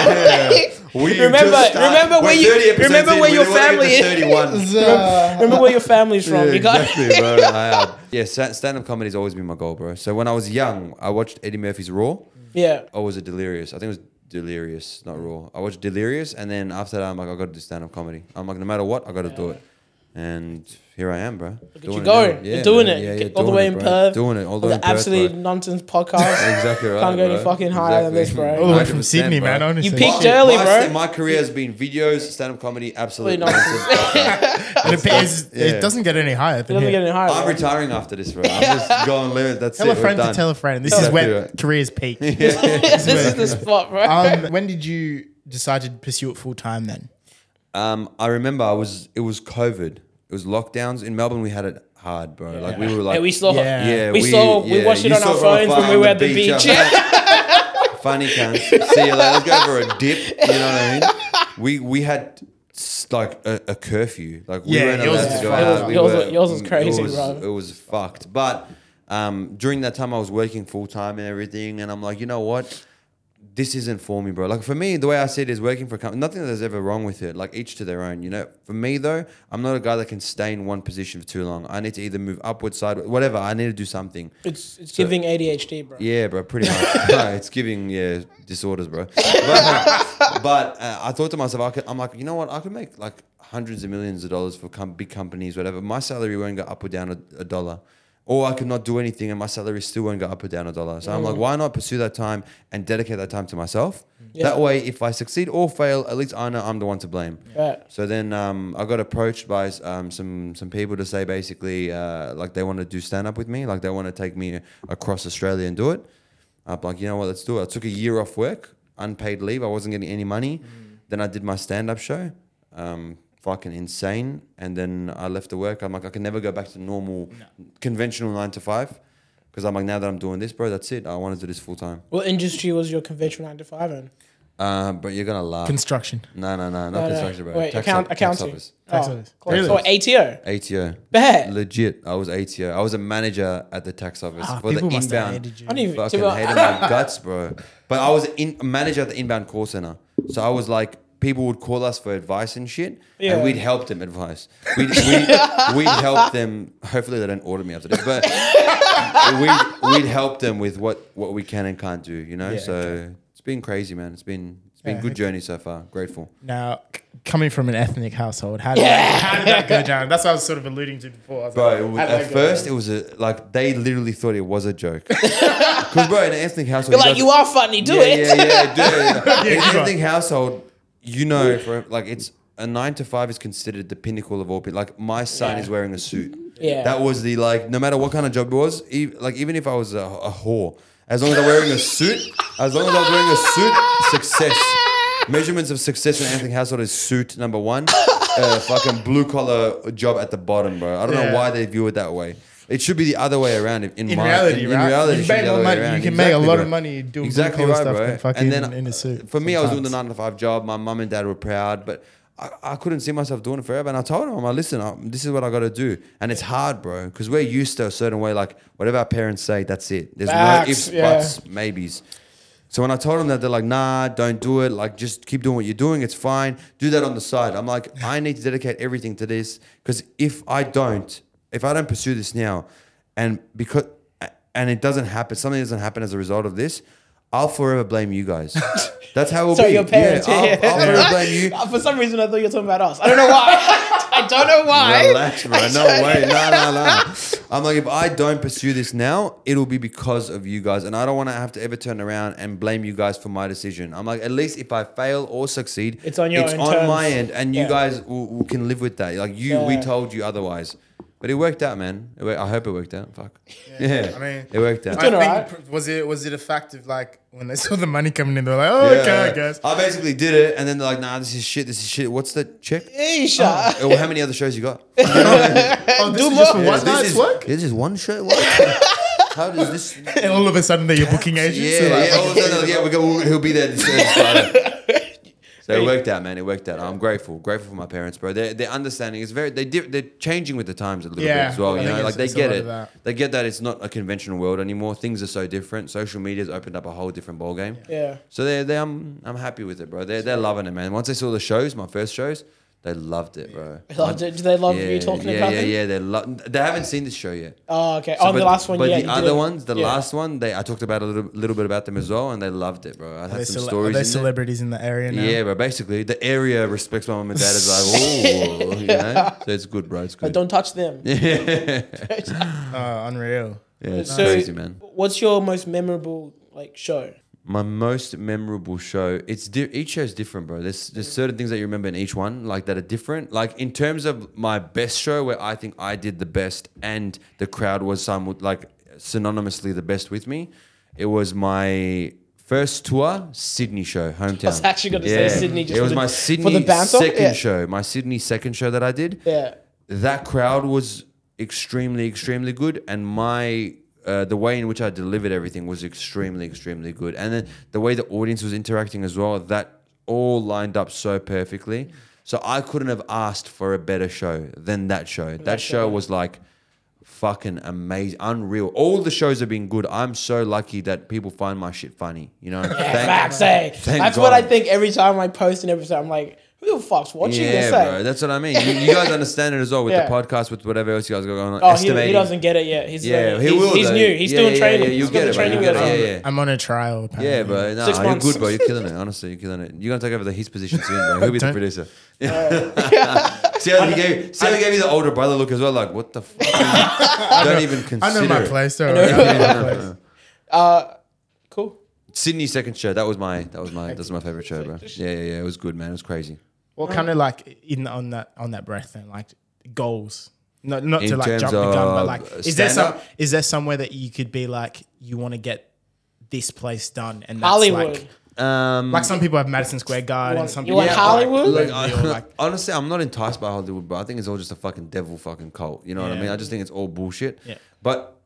Speaker 1: We
Speaker 3: remember,
Speaker 1: just started-
Speaker 3: remember where
Speaker 1: we're 30
Speaker 3: you,
Speaker 1: episodes
Speaker 3: remember
Speaker 1: in,
Speaker 3: where
Speaker 1: we
Speaker 3: your
Speaker 1: don't wanna
Speaker 3: family
Speaker 1: get to
Speaker 3: is.
Speaker 1: 31.
Speaker 3: Remember where your family's from.
Speaker 1: yeah,
Speaker 3: you got
Speaker 1: exactly, bro. I, uh, yeah, stand up comedy's always been my goal, bro. So when I was young, I watched Eddie Murphy's Raw.
Speaker 3: yeah.
Speaker 1: Or was it Delirious? I think it was Delirious, not Raw. I watched Delirious, and then after that, I'm like, I got to do stand up comedy. I'm like, no matter what, I got to do it. And here I am, bro.
Speaker 3: But
Speaker 1: Doing
Speaker 3: you go.
Speaker 1: now.
Speaker 3: You're doing
Speaker 1: man.
Speaker 3: it.
Speaker 1: Yeah, yeah,
Speaker 3: all the
Speaker 1: doing
Speaker 3: way in
Speaker 1: bro.
Speaker 3: Perth.
Speaker 1: Doing it all the way
Speaker 3: on the
Speaker 1: in Perth.
Speaker 3: absolute
Speaker 1: bro.
Speaker 3: nonsense podcast.
Speaker 1: Exactly right.
Speaker 3: Can't go any
Speaker 1: bro.
Speaker 3: fucking higher than this, bro.
Speaker 2: All the way from
Speaker 1: 100%,
Speaker 2: Sydney,
Speaker 1: bro.
Speaker 2: man. Honestly,
Speaker 3: You peaked
Speaker 2: Shit.
Speaker 3: early,
Speaker 1: my,
Speaker 3: bro.
Speaker 1: My career has been videos, stand-up comedy, absolutely.
Speaker 3: Really nonsense.
Speaker 2: And it, pays-
Speaker 1: yeah.
Speaker 2: it doesn't get any higher
Speaker 3: It
Speaker 2: than
Speaker 3: doesn't
Speaker 2: here.
Speaker 3: get any higher.
Speaker 1: I'm
Speaker 3: bro.
Speaker 1: retiring after this, bro. I'm just going live. That's
Speaker 2: tell
Speaker 1: it.
Speaker 2: a
Speaker 1: we're
Speaker 2: friend to
Speaker 1: done.
Speaker 2: tell a friend. This is
Speaker 1: Exactly
Speaker 2: where
Speaker 1: right.
Speaker 2: careers peak.
Speaker 3: this is the spot, bro.
Speaker 2: um, when did you decide to pursue it full time? Then
Speaker 1: Um, I remember I was. It was COVID. It was lockdowns in Melbourne. We had it hard, bro. Like we were like
Speaker 3: Hey, we saw.
Speaker 2: Yeah.
Speaker 1: Yeah,
Speaker 3: we, saw. We
Speaker 1: yeah,
Speaker 3: watched it
Speaker 1: you
Speaker 3: on
Speaker 1: saw
Speaker 3: our
Speaker 1: it on
Speaker 3: phones
Speaker 1: phone
Speaker 3: when we
Speaker 1: on
Speaker 3: were
Speaker 1: the
Speaker 3: at the beach.
Speaker 1: Funny cunt. See you later. Let's go for a dip. You know what I mean? We we had s- like a, a curfew. Like we
Speaker 2: Yeah,
Speaker 1: weren't
Speaker 2: yours
Speaker 1: allowed
Speaker 2: is
Speaker 1: to go
Speaker 2: fucked.
Speaker 1: out. We
Speaker 3: Yours-
Speaker 1: were-
Speaker 3: yours was crazy,
Speaker 1: it was,
Speaker 3: bro.
Speaker 1: It was fucked. But um, during that time, I was working full time and everything, and I'm like, you know what? This isn't for me, bro. Like for me, the way I see it is working for a company. Nothing that's ever wrong with it. Like each to their own, you know. For me though, I'm not a guy that can stay in one position for too long. I need to either move upward, sideways, whatever. I need to do something.
Speaker 3: It's it's giving ADHD, bro.
Speaker 1: Yeah, bro, pretty much. no, it's giving yeah disorders, bro. But, but, uh, I thought to myself, I could, I'm like, you know what? I could make like hundreds of millions of dollars for com- big companies, whatever. My salary won't go up or down a, a dollar. Or I could not do anything and my salary still won't go up or down a dollar. So I'm like, why not pursue that time and dedicate that time to myself? That way, if I succeed or fail, at least I know I'm the one to blame.
Speaker 3: Right.
Speaker 1: So then um, I got approached by um, some some people to say basically uh, like they want to do stand up with me, like they want to take me across Australia and do it. I'm like, you know what, let's do it. I took a year off work, unpaid leave. I wasn't getting any money.
Speaker 3: Mm.
Speaker 1: Then I did my stand up show, um, fucking insane. And then I left the work. I'm like, I can never go back to normal, conventional nine to five. Because I'm like, now that I'm doing this, bro, that's it. I want to do this full time.
Speaker 3: What industry was your conventional nine to five in?
Speaker 1: Uh, but you're gonna laugh.
Speaker 2: construction.
Speaker 1: no, no, no, not
Speaker 3: No, no.
Speaker 1: construction, bro.
Speaker 3: Wait,
Speaker 1: Tax
Speaker 3: account,
Speaker 1: op- tax
Speaker 3: accounting.
Speaker 1: office.
Speaker 2: Tax
Speaker 3: Oh,
Speaker 2: office.
Speaker 3: cool.
Speaker 2: Really?
Speaker 3: Oh, ATO.
Speaker 1: ATO.
Speaker 3: Bet.
Speaker 1: Legit. I was ATO. I was a manager at the tax office
Speaker 2: Ah,
Speaker 1: for the
Speaker 2: people must have
Speaker 1: inbound.
Speaker 2: hated you.
Speaker 3: I don't even.
Speaker 1: Fucking
Speaker 3: to be-
Speaker 1: hated my guts, bro. But I was in, a manager at the inbound call center. So I was like, people would call us for advice and shit.
Speaker 3: Yeah.
Speaker 1: And we'd help them advice. We'd, we'd, we'd help them. Hopefully they don't order me after this. But we'd, we'd help them with what, what we can and can't do, you know?
Speaker 2: Yeah,
Speaker 1: so it's been crazy, man. It's been, it's been
Speaker 2: Yeah,
Speaker 1: a good
Speaker 2: okay.
Speaker 1: journey so far. Grateful.
Speaker 2: Now, c- coming from an ethnic household, how did, that, how did that go down? That's what I was sort of alluding to before. I was
Speaker 1: Bro,
Speaker 2: like,
Speaker 1: it was,
Speaker 2: how did
Speaker 1: at
Speaker 2: that go
Speaker 1: first
Speaker 2: down?
Speaker 1: it was a, like they literally thought it was a joke. Because bro, in an ethnic household,
Speaker 3: You're like,
Speaker 1: guys-
Speaker 3: you are funny. Do
Speaker 1: yeah,
Speaker 3: it.
Speaker 1: Yeah, yeah, do it. Yeah. in
Speaker 2: come
Speaker 1: an
Speaker 2: on.
Speaker 1: ethnic household, you know, for, like it's a nine to five is considered the pinnacle of all. pin- Like my son
Speaker 3: Yeah.
Speaker 1: is wearing a suit.
Speaker 3: Yeah.
Speaker 1: that was the like. No matter what kind of job it was, e- like even if I was a, a whore, as long as I'm wearing a suit, as long as I was wearing a suit, success. Measurements of success in an ethnic household is suit number one. Uh, fucking blue collar job at the bottom, bro. I don't know
Speaker 2: Yeah.
Speaker 1: why they view it that way. It should be the other way around. In, in
Speaker 2: In
Speaker 1: my-
Speaker 2: reality,
Speaker 1: in,
Speaker 2: right?
Speaker 1: in reality,
Speaker 2: You
Speaker 1: it should be the
Speaker 2: make
Speaker 1: other
Speaker 2: more
Speaker 1: way
Speaker 2: money- you
Speaker 1: around.
Speaker 2: can make a lot of
Speaker 1: bro.
Speaker 2: money doing blue collar stuff than fucking in a suit
Speaker 1: For me, I was doing the
Speaker 2: sometimes.
Speaker 1: nine to five job. My mum and dad were proud, but I, I couldn't see myself doing it forever. And I told them, I'm like, listen, I, this is what I got to do, and it's hard, bro, because we're used to a certain way. Like whatever our parents say, that's it. There's
Speaker 3: Facts,
Speaker 1: no ifs,
Speaker 3: yeah.
Speaker 1: buts, maybes. So when I told them that, they're like, nah, don't do it. Like, just keep doing what you're doing. It's fine. Do that on the side. I'm like, I need to dedicate everything to this because if I don't, if I don't pursue this now, and because and it doesn't happen, something doesn't happen as a result of this, I'll forever blame you guys. That's how it will
Speaker 3: So
Speaker 1: be.
Speaker 3: your parents,
Speaker 1: I'll,
Speaker 3: yeah.
Speaker 1: I'll forever blame you.
Speaker 3: For some reason, I thought you were talking about us. I don't know why. I don't know why.
Speaker 1: Relax, bro. No way. No, no, no. I'm like, if I don't pursue this now, it'll be because of you guys. And I don't want to have to ever turn around and blame you guys for my decision. I'm like, at least if I fail or succeed,
Speaker 3: It's on your
Speaker 1: It's
Speaker 3: own
Speaker 1: on
Speaker 3: terms.
Speaker 1: my end. And you
Speaker 3: Yeah.
Speaker 1: guys w- w- can live with that. Like, you, we
Speaker 3: Yeah.
Speaker 1: told you otherwise. But it worked out, man. It wor- I hope it worked out. Fuck. Yeah.
Speaker 2: I mean-
Speaker 1: it worked out.
Speaker 3: doing
Speaker 2: I
Speaker 3: alright.
Speaker 2: think pr- was it was it a fact of like when they saw the money coming in, they're like, oh, okay, I guess.
Speaker 1: I basically did it. And then they're like, nah, this is shit. This is shit. What's that check?
Speaker 3: Hey, Sha.
Speaker 1: Oh, how many other shows you got?
Speaker 2: Oh, this is just for
Speaker 1: Yeah,
Speaker 2: one night's
Speaker 1: is,
Speaker 2: work.
Speaker 1: This is one show. What? How does this?
Speaker 2: And all of a sudden, they're your booking agents.
Speaker 1: Yeah,
Speaker 2: they're like,
Speaker 1: yeah, all of a sudden, yeah, we go, he'll be there. This Friday. so it worked out, man. It worked out. I'm grateful, grateful for my parents, bro. Their, their understanding is very. They di- they're changing with the times a little
Speaker 2: Yeah,
Speaker 1: bit as well.
Speaker 2: I
Speaker 1: You
Speaker 2: think
Speaker 1: know,
Speaker 2: it's-
Speaker 1: like they
Speaker 2: it's a
Speaker 1: get
Speaker 2: lot
Speaker 1: it.
Speaker 2: of that.
Speaker 1: They get that it's not a conventional world anymore. Things are so different. Social media's opened up a whole different ballgame.
Speaker 3: Yeah.
Speaker 1: So they they I'm I'm happy with it, bro. They they're loving it, man. Once they saw the shows, my first shows, They loved it, bro.
Speaker 3: Loved it. Do they love you talking
Speaker 1: yeah,
Speaker 3: about
Speaker 1: yeah,
Speaker 3: them?
Speaker 1: yeah. They lo- They haven't seen the show yet.
Speaker 3: Oh, okay.
Speaker 1: So,
Speaker 3: oh, the
Speaker 1: but-
Speaker 3: last one.
Speaker 1: But
Speaker 3: yeah,
Speaker 1: the
Speaker 3: you
Speaker 1: other
Speaker 3: did.
Speaker 1: ones, the
Speaker 3: Yeah.
Speaker 1: last one, they I talked about a little, little bit about them as well, and they loved it, bro. I
Speaker 2: Are they,
Speaker 1: had some
Speaker 2: cele-
Speaker 1: stories.
Speaker 2: are they
Speaker 1: in there.
Speaker 2: celebrities in the area now?
Speaker 1: Yeah, bro. Basically, the area respects my mom and dad is like, oh, you know. So it's good, bro. It's good.
Speaker 3: But don't touch them.
Speaker 2: Oh, unreal.
Speaker 1: yeah, it's
Speaker 3: So,
Speaker 1: crazy, man.
Speaker 3: what's your most memorable like show?
Speaker 1: My most memorable show. It's di- each show's different, bro. There's there's certain things that you remember in each one, like that are different. Like in terms of my best show, where I think I did the best, and the crowd was some like synonymously the best with me. It was my first tour Sydney show, hometown.
Speaker 3: was actually gonna say Sydney just
Speaker 1: it
Speaker 3: for
Speaker 1: was
Speaker 3: the-
Speaker 1: my
Speaker 3: for the
Speaker 1: Sydney
Speaker 3: banter?
Speaker 1: second
Speaker 3: Yeah.
Speaker 1: show, my Sydney second show that I did.
Speaker 3: Yeah.
Speaker 1: that crowd was extremely extremely good and my uh, the way in which I delivered everything was extremely extremely good and then the way the audience was interacting as well that all lined up so perfectly so I couldn't have asked for a better show than that show that, show was like fucking amazing unreal all the shows have been good I'm so lucky that people find my shit funny you know Thank-
Speaker 3: Facts, eh?
Speaker 1: thank
Speaker 3: That's what I
Speaker 1: God.
Speaker 3: think every time I post and every time I'm like, who the fuck's watching
Speaker 1: yeah,
Speaker 3: this?
Speaker 1: bro.
Speaker 3: eh?
Speaker 1: That's what I mean. You, you guys understand it as well with
Speaker 3: Yeah.
Speaker 1: the podcast, with whatever else you guys got going on.
Speaker 3: Oh, he, he
Speaker 1: Estimating.
Speaker 3: doesn't get it yet. He's
Speaker 1: Yeah,
Speaker 3: learning.
Speaker 1: he
Speaker 3: he's,
Speaker 1: will,
Speaker 3: He's
Speaker 1: though.
Speaker 3: new. He's
Speaker 1: Yeah,
Speaker 3: still in
Speaker 1: yeah,
Speaker 3: training.
Speaker 1: yeah, you'll
Speaker 3: he's got
Speaker 1: get it, bro.
Speaker 3: the training
Speaker 1: You'll
Speaker 3: wheels
Speaker 1: get it.
Speaker 3: on.
Speaker 1: Yeah, yeah.
Speaker 2: I'm on a trial. Apparently.
Speaker 1: Yeah, bro. Nah,
Speaker 3: Six
Speaker 1: you're
Speaker 3: months.
Speaker 1: good, bro. You're killing it. Honestly, you're killing it. You're gonna take over the his position soon, bro. He'll be the
Speaker 2: Don't-
Speaker 1: producer. see how he gave, see how he gave you the older brother look as well. Like, what the fuck? Don't even
Speaker 2: I
Speaker 1: consider.
Speaker 2: know my
Speaker 1: it.
Speaker 2: place, though. I know my place.
Speaker 3: Cool.
Speaker 1: Sydney second show. That was my. That was my. That's my favorite show, bro. Yeah, yeah, yeah. It was good, man. It was crazy.
Speaker 2: What kind of like in on that on that breath then like goals? Not not
Speaker 1: In
Speaker 2: to like
Speaker 1: terms
Speaker 2: jump the gun, but
Speaker 1: of
Speaker 2: like is there some
Speaker 1: stand-up?
Speaker 2: is there somewhere that you could be like you want to get this place done and that's
Speaker 3: Hollywood.
Speaker 2: like like some people have Madison Square Garden, some
Speaker 3: you
Speaker 2: people
Speaker 3: want
Speaker 2: have,
Speaker 3: Hollywood?
Speaker 2: Like,
Speaker 1: Look,
Speaker 2: Lakeview or,
Speaker 1: I-
Speaker 2: like
Speaker 1: honestly, I'm not enticed by Hollywood, but I think it's all just a fucking devil fucking cult. You know what I
Speaker 2: Yeah.
Speaker 1: mean? I just think it's all bullshit.
Speaker 2: Yeah.
Speaker 1: But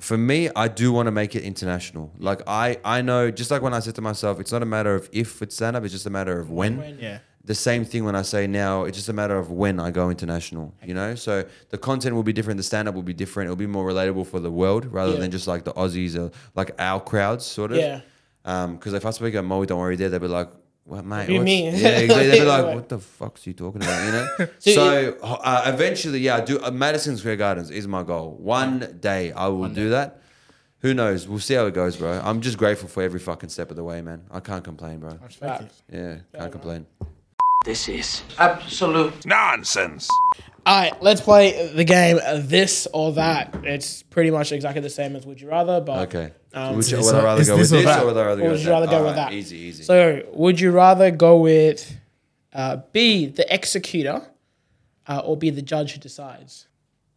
Speaker 1: for me, I do want to make it international. Like I, I know, just like when I said to myself, it's not a matter of if it's stand up; it's just a matter of when.
Speaker 2: yeah.
Speaker 1: The same thing when I say now, it's just a matter of when I go international. You know, so the content will be different, the stand up will be different. It'll be more relatable for the world rather
Speaker 3: Yeah.
Speaker 1: than just like the Aussies or like our crowds, sort of.
Speaker 3: Yeah.
Speaker 1: Because if I speak at Maui, don't worry, there they'd be like, "What, mate?
Speaker 3: do you
Speaker 1: what's-"
Speaker 3: mean?
Speaker 1: Yeah, exactly. They'd be
Speaker 3: Like-
Speaker 1: like, "What the fuck's you talking about?" You know.
Speaker 3: So
Speaker 1: so
Speaker 3: you-
Speaker 1: uh, eventually, yeah, I do. Uh, Madison Square Gardens is my goal. One day I will do that. Who knows? We'll see how it goes, bro. I'm just grateful for every fucking step of the way, man. I can't complain, bro.
Speaker 3: Facts.
Speaker 1: Yeah, can't complain.
Speaker 4: This is absolute
Speaker 6: Nonsense.
Speaker 3: All right, let's play the game uh, this or that. It's pretty much exactly the same as Would You Rather, but
Speaker 1: Okay.
Speaker 3: Um,
Speaker 1: Which,
Speaker 2: Is
Speaker 1: would I
Speaker 2: this-
Speaker 1: rather
Speaker 2: is
Speaker 1: go with
Speaker 2: this or
Speaker 1: this
Speaker 2: that?
Speaker 1: or would I rather
Speaker 3: Or
Speaker 1: go
Speaker 3: would
Speaker 1: with
Speaker 3: you rather
Speaker 1: that?
Speaker 3: go
Speaker 1: All
Speaker 3: with
Speaker 1: right,
Speaker 3: that?
Speaker 1: Easy, easy.
Speaker 3: So, would you rather go with uh, be the executor uh, or be the judge who decides?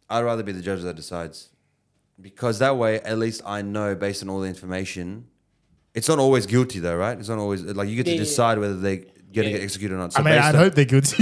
Speaker 1: I'd rather be the judge that decides. Because that way, at least I know based on all the information. It's not always guilty, though, right? It's not always like you get to
Speaker 3: Yeah, yeah.
Speaker 1: decide whether they're going to get executed or not. So
Speaker 2: I mean,
Speaker 1: based
Speaker 2: I'd
Speaker 1: on-
Speaker 2: hope they're good.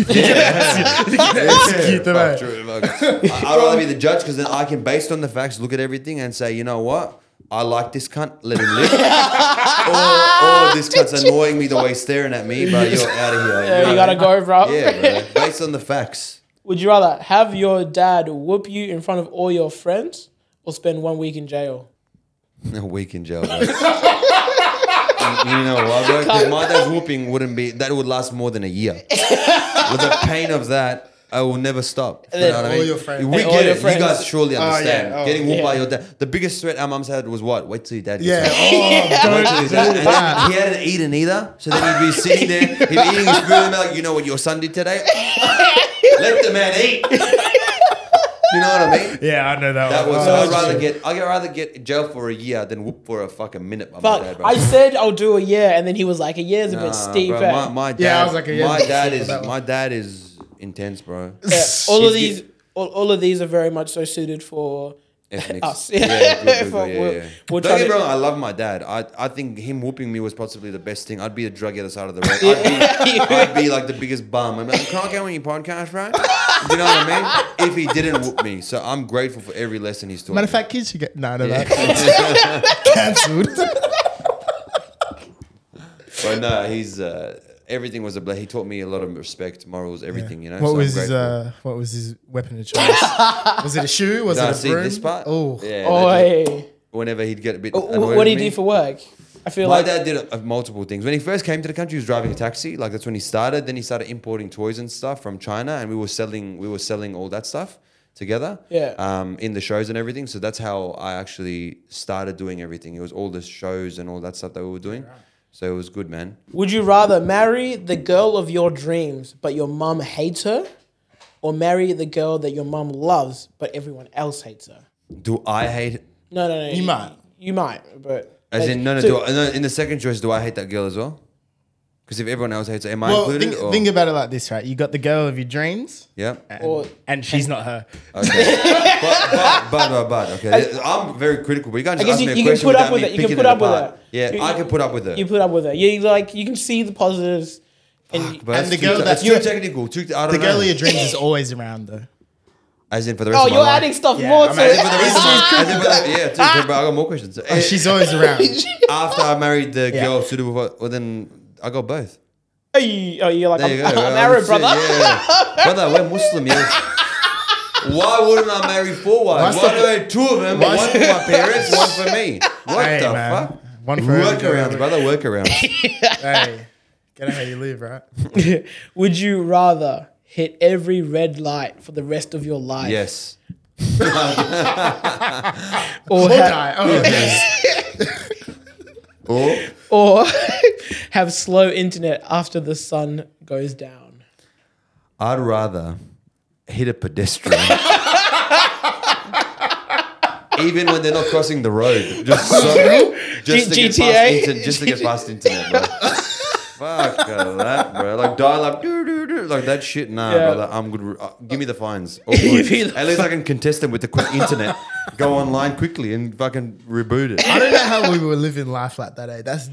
Speaker 2: Execute them, eh?
Speaker 1: Fuck, true, fuck. I- I'd rather be the judge because then I can, based on the facts, look at everything and say, you know what? I like this cunt, let him live. or, or this cunt's annoying me the way he's staring at me, but you're out of here.
Speaker 3: There you gotta go, bro.
Speaker 1: Yeah, bro. Based on the facts.
Speaker 3: Would you rather have your dad whoop you in front of all your friends or spend one week in jail?
Speaker 1: A week in jail. Bro. you know why, bro? 'Cause my dad's whooping wouldn't be that would last more than a year. With the pain of that, I will never stop. You
Speaker 3: then
Speaker 1: know what I
Speaker 2: all
Speaker 1: mean?
Speaker 2: your friends-
Speaker 1: We
Speaker 3: And all
Speaker 1: get
Speaker 3: your
Speaker 1: it.
Speaker 3: friends.
Speaker 1: You guys surely understand.
Speaker 2: oh,
Speaker 1: Getting whooped by
Speaker 3: yeah.
Speaker 1: your dad. The biggest threat our mum's had was what? Wait till your dad. Gets
Speaker 2: Yeah.
Speaker 1: home.
Speaker 2: Oh,
Speaker 1: Wait till
Speaker 2: don't
Speaker 1: his
Speaker 2: do
Speaker 1: dad- and
Speaker 2: that.
Speaker 1: then he hadn't eaten either, so then he'd be sitting there, he'd be eating his food, and be like, "You know what your son did today? Let the man eat." you know what I mean?
Speaker 2: Yeah, I know that.
Speaker 1: That
Speaker 2: one.
Speaker 1: was.
Speaker 2: Oh,
Speaker 1: I'd rather
Speaker 2: shit.
Speaker 1: get. I'd rather get in jail for a year than whoop for a fucking minute by my dad,
Speaker 3: Fuck,
Speaker 1: bro.
Speaker 3: I said I'll do a year, and then he was like, a year's a
Speaker 1: Nah,
Speaker 3: bit steep.
Speaker 1: bro,
Speaker 3: eh?
Speaker 1: my, my dad.
Speaker 2: Yeah, I was like, yeah,
Speaker 1: my
Speaker 2: that's
Speaker 1: dad
Speaker 2: about
Speaker 1: is.
Speaker 2: that one.
Speaker 1: My dad is intense, bro.
Speaker 3: Yeah, all of
Speaker 1: He's
Speaker 3: these, all, all of these are very much so suited for
Speaker 1: Ethnics.
Speaker 3: Us.
Speaker 1: Yeah, good, good,
Speaker 3: For-
Speaker 1: good, yeah,
Speaker 3: we'll-
Speaker 1: yeah.
Speaker 3: we'll try
Speaker 1: Don't get
Speaker 3: to-
Speaker 1: me wrong. I love my dad. I, I think him whooping me was possibly the best thing. I'd be a drug the other side of the road. I'd be, I'd be like the biggest bum. I'm like, can't get on your podcast, bro. Do you know what I mean? If he didn't whoop me, so I'm grateful for every lesson he's taught.
Speaker 2: Matter of
Speaker 1: me.
Speaker 2: fact, kids should get nah, no, that
Speaker 1: fact.
Speaker 2: cancelled.
Speaker 1: But no, he's uh, everything was a blessing. He taught me a lot of respect, morals, everything. You know.
Speaker 2: what
Speaker 1: so
Speaker 2: was
Speaker 1: I'm
Speaker 2: his
Speaker 1: grateful.
Speaker 2: uh, what was his weapon of choice? was it a shoe? Was
Speaker 1: Nah,
Speaker 2: it a
Speaker 1: see
Speaker 2: broom?
Speaker 1: this part.
Speaker 2: Oh,
Speaker 1: yeah.
Speaker 3: Oi.
Speaker 1: Whenever he'd get a bit.
Speaker 3: Wh-
Speaker 1: annoyed
Speaker 3: What do
Speaker 1: with
Speaker 3: you do
Speaker 1: me,
Speaker 3: for work? I feel
Speaker 1: my
Speaker 3: like
Speaker 1: dad did uh, multiple things. When he first came to the country, he was driving a taxi. Like that's when he started. Then he started importing toys and stuff from China, and we were selling we were selling all that stuff together.
Speaker 3: Yeah.
Speaker 1: Um, in the shows and everything. So that's how I actually started doing everything. It was all the shows and all that stuff that we were doing. So it was good, man.
Speaker 3: Would you rather marry the girl of your dreams, but your mum hates her, or marry the girl that your mum loves, but everyone else hates her?
Speaker 1: Do I hate?
Speaker 3: No, no, no.
Speaker 2: You might.
Speaker 3: You might, but
Speaker 1: As in, no, no.
Speaker 3: so-
Speaker 1: Do I, no, in the second choice, do I hate that girl as well? Because if everyone else hates her, am I
Speaker 2: Well,
Speaker 1: included?
Speaker 2: think,
Speaker 1: or-
Speaker 2: think about it like this, right? You got the girl of your dreams,
Speaker 1: yeah.
Speaker 3: or
Speaker 2: and she's not her.
Speaker 1: but, but, but, but, but, okay. I'm very critical, but you can't
Speaker 3: I
Speaker 1: just
Speaker 3: guess
Speaker 1: ask
Speaker 3: you-
Speaker 1: me a
Speaker 3: you can
Speaker 1: question
Speaker 3: put
Speaker 1: without
Speaker 3: up with
Speaker 1: me
Speaker 3: it. You can
Speaker 1: picking
Speaker 3: put
Speaker 1: it
Speaker 3: up with
Speaker 1: apart.
Speaker 3: it.
Speaker 1: Yeah,
Speaker 3: You-
Speaker 1: I can put up with it.
Speaker 3: you put up with her. You like you can see the positives, and
Speaker 1: but
Speaker 2: And
Speaker 1: that's
Speaker 2: the
Speaker 1: too
Speaker 2: girl
Speaker 1: te-
Speaker 2: that's-
Speaker 1: too technical. Too, I don't
Speaker 2: The
Speaker 1: know.
Speaker 2: girl of your dreams is always around, though.
Speaker 1: As in for the rest
Speaker 3: oh,
Speaker 1: of my
Speaker 3: you're
Speaker 1: life.
Speaker 3: adding stuff
Speaker 2: Yeah,
Speaker 3: more
Speaker 2: I'm
Speaker 3: to
Speaker 2: adding
Speaker 1: As in for the
Speaker 3: it.
Speaker 1: rest of my- as in for the- Yeah, dude, but I got more questions.
Speaker 3: Oh,
Speaker 1: Eh,
Speaker 2: She's always around.
Speaker 1: After I married the
Speaker 2: Yeah.
Speaker 1: girl suitable for, well, then I got both.
Speaker 3: Oh, you- oh, you're like
Speaker 1: There you go.
Speaker 3: I'm, I'm
Speaker 1: Well, that's
Speaker 3: Arab,
Speaker 1: it,
Speaker 3: brother.
Speaker 1: yeah. brother, we're Muslim, yeah. Why wouldn't I marry four wives?
Speaker 2: Why
Speaker 1: Why
Speaker 2: stop-
Speaker 1: do I have two of them?
Speaker 2: Why
Speaker 1: One for my parents, one for me. What
Speaker 2: Hey,
Speaker 1: the
Speaker 2: man.
Speaker 1: fuck?
Speaker 2: One for every girl.
Speaker 1: Workarounds, brother, workarounds.
Speaker 2: Hey, get out how you live, right?
Speaker 3: Would you rather hit every red light for the rest of your life,
Speaker 1: Yes.
Speaker 3: or
Speaker 2: Or
Speaker 3: ha-
Speaker 2: die. Oh, yes.
Speaker 1: Or
Speaker 3: or have slow internet after the sun goes down?
Speaker 1: I'd rather hit a pedestrian. Even when they're not crossing the road, just so, just to
Speaker 3: G-
Speaker 1: get past
Speaker 3: GTA?
Speaker 1: internet, just to get past internet, bro. Fuck all that, bro. Like dial up, doo doo doo, like that shit. Nah,
Speaker 3: Yeah.
Speaker 1: brother. I'm good. Uh, give me the fines. All good.
Speaker 3: me the
Speaker 1: At least I can contest them with the quick internet. Go online quickly and fucking reboot it.
Speaker 2: I don't know how we were living life like that, eh? That's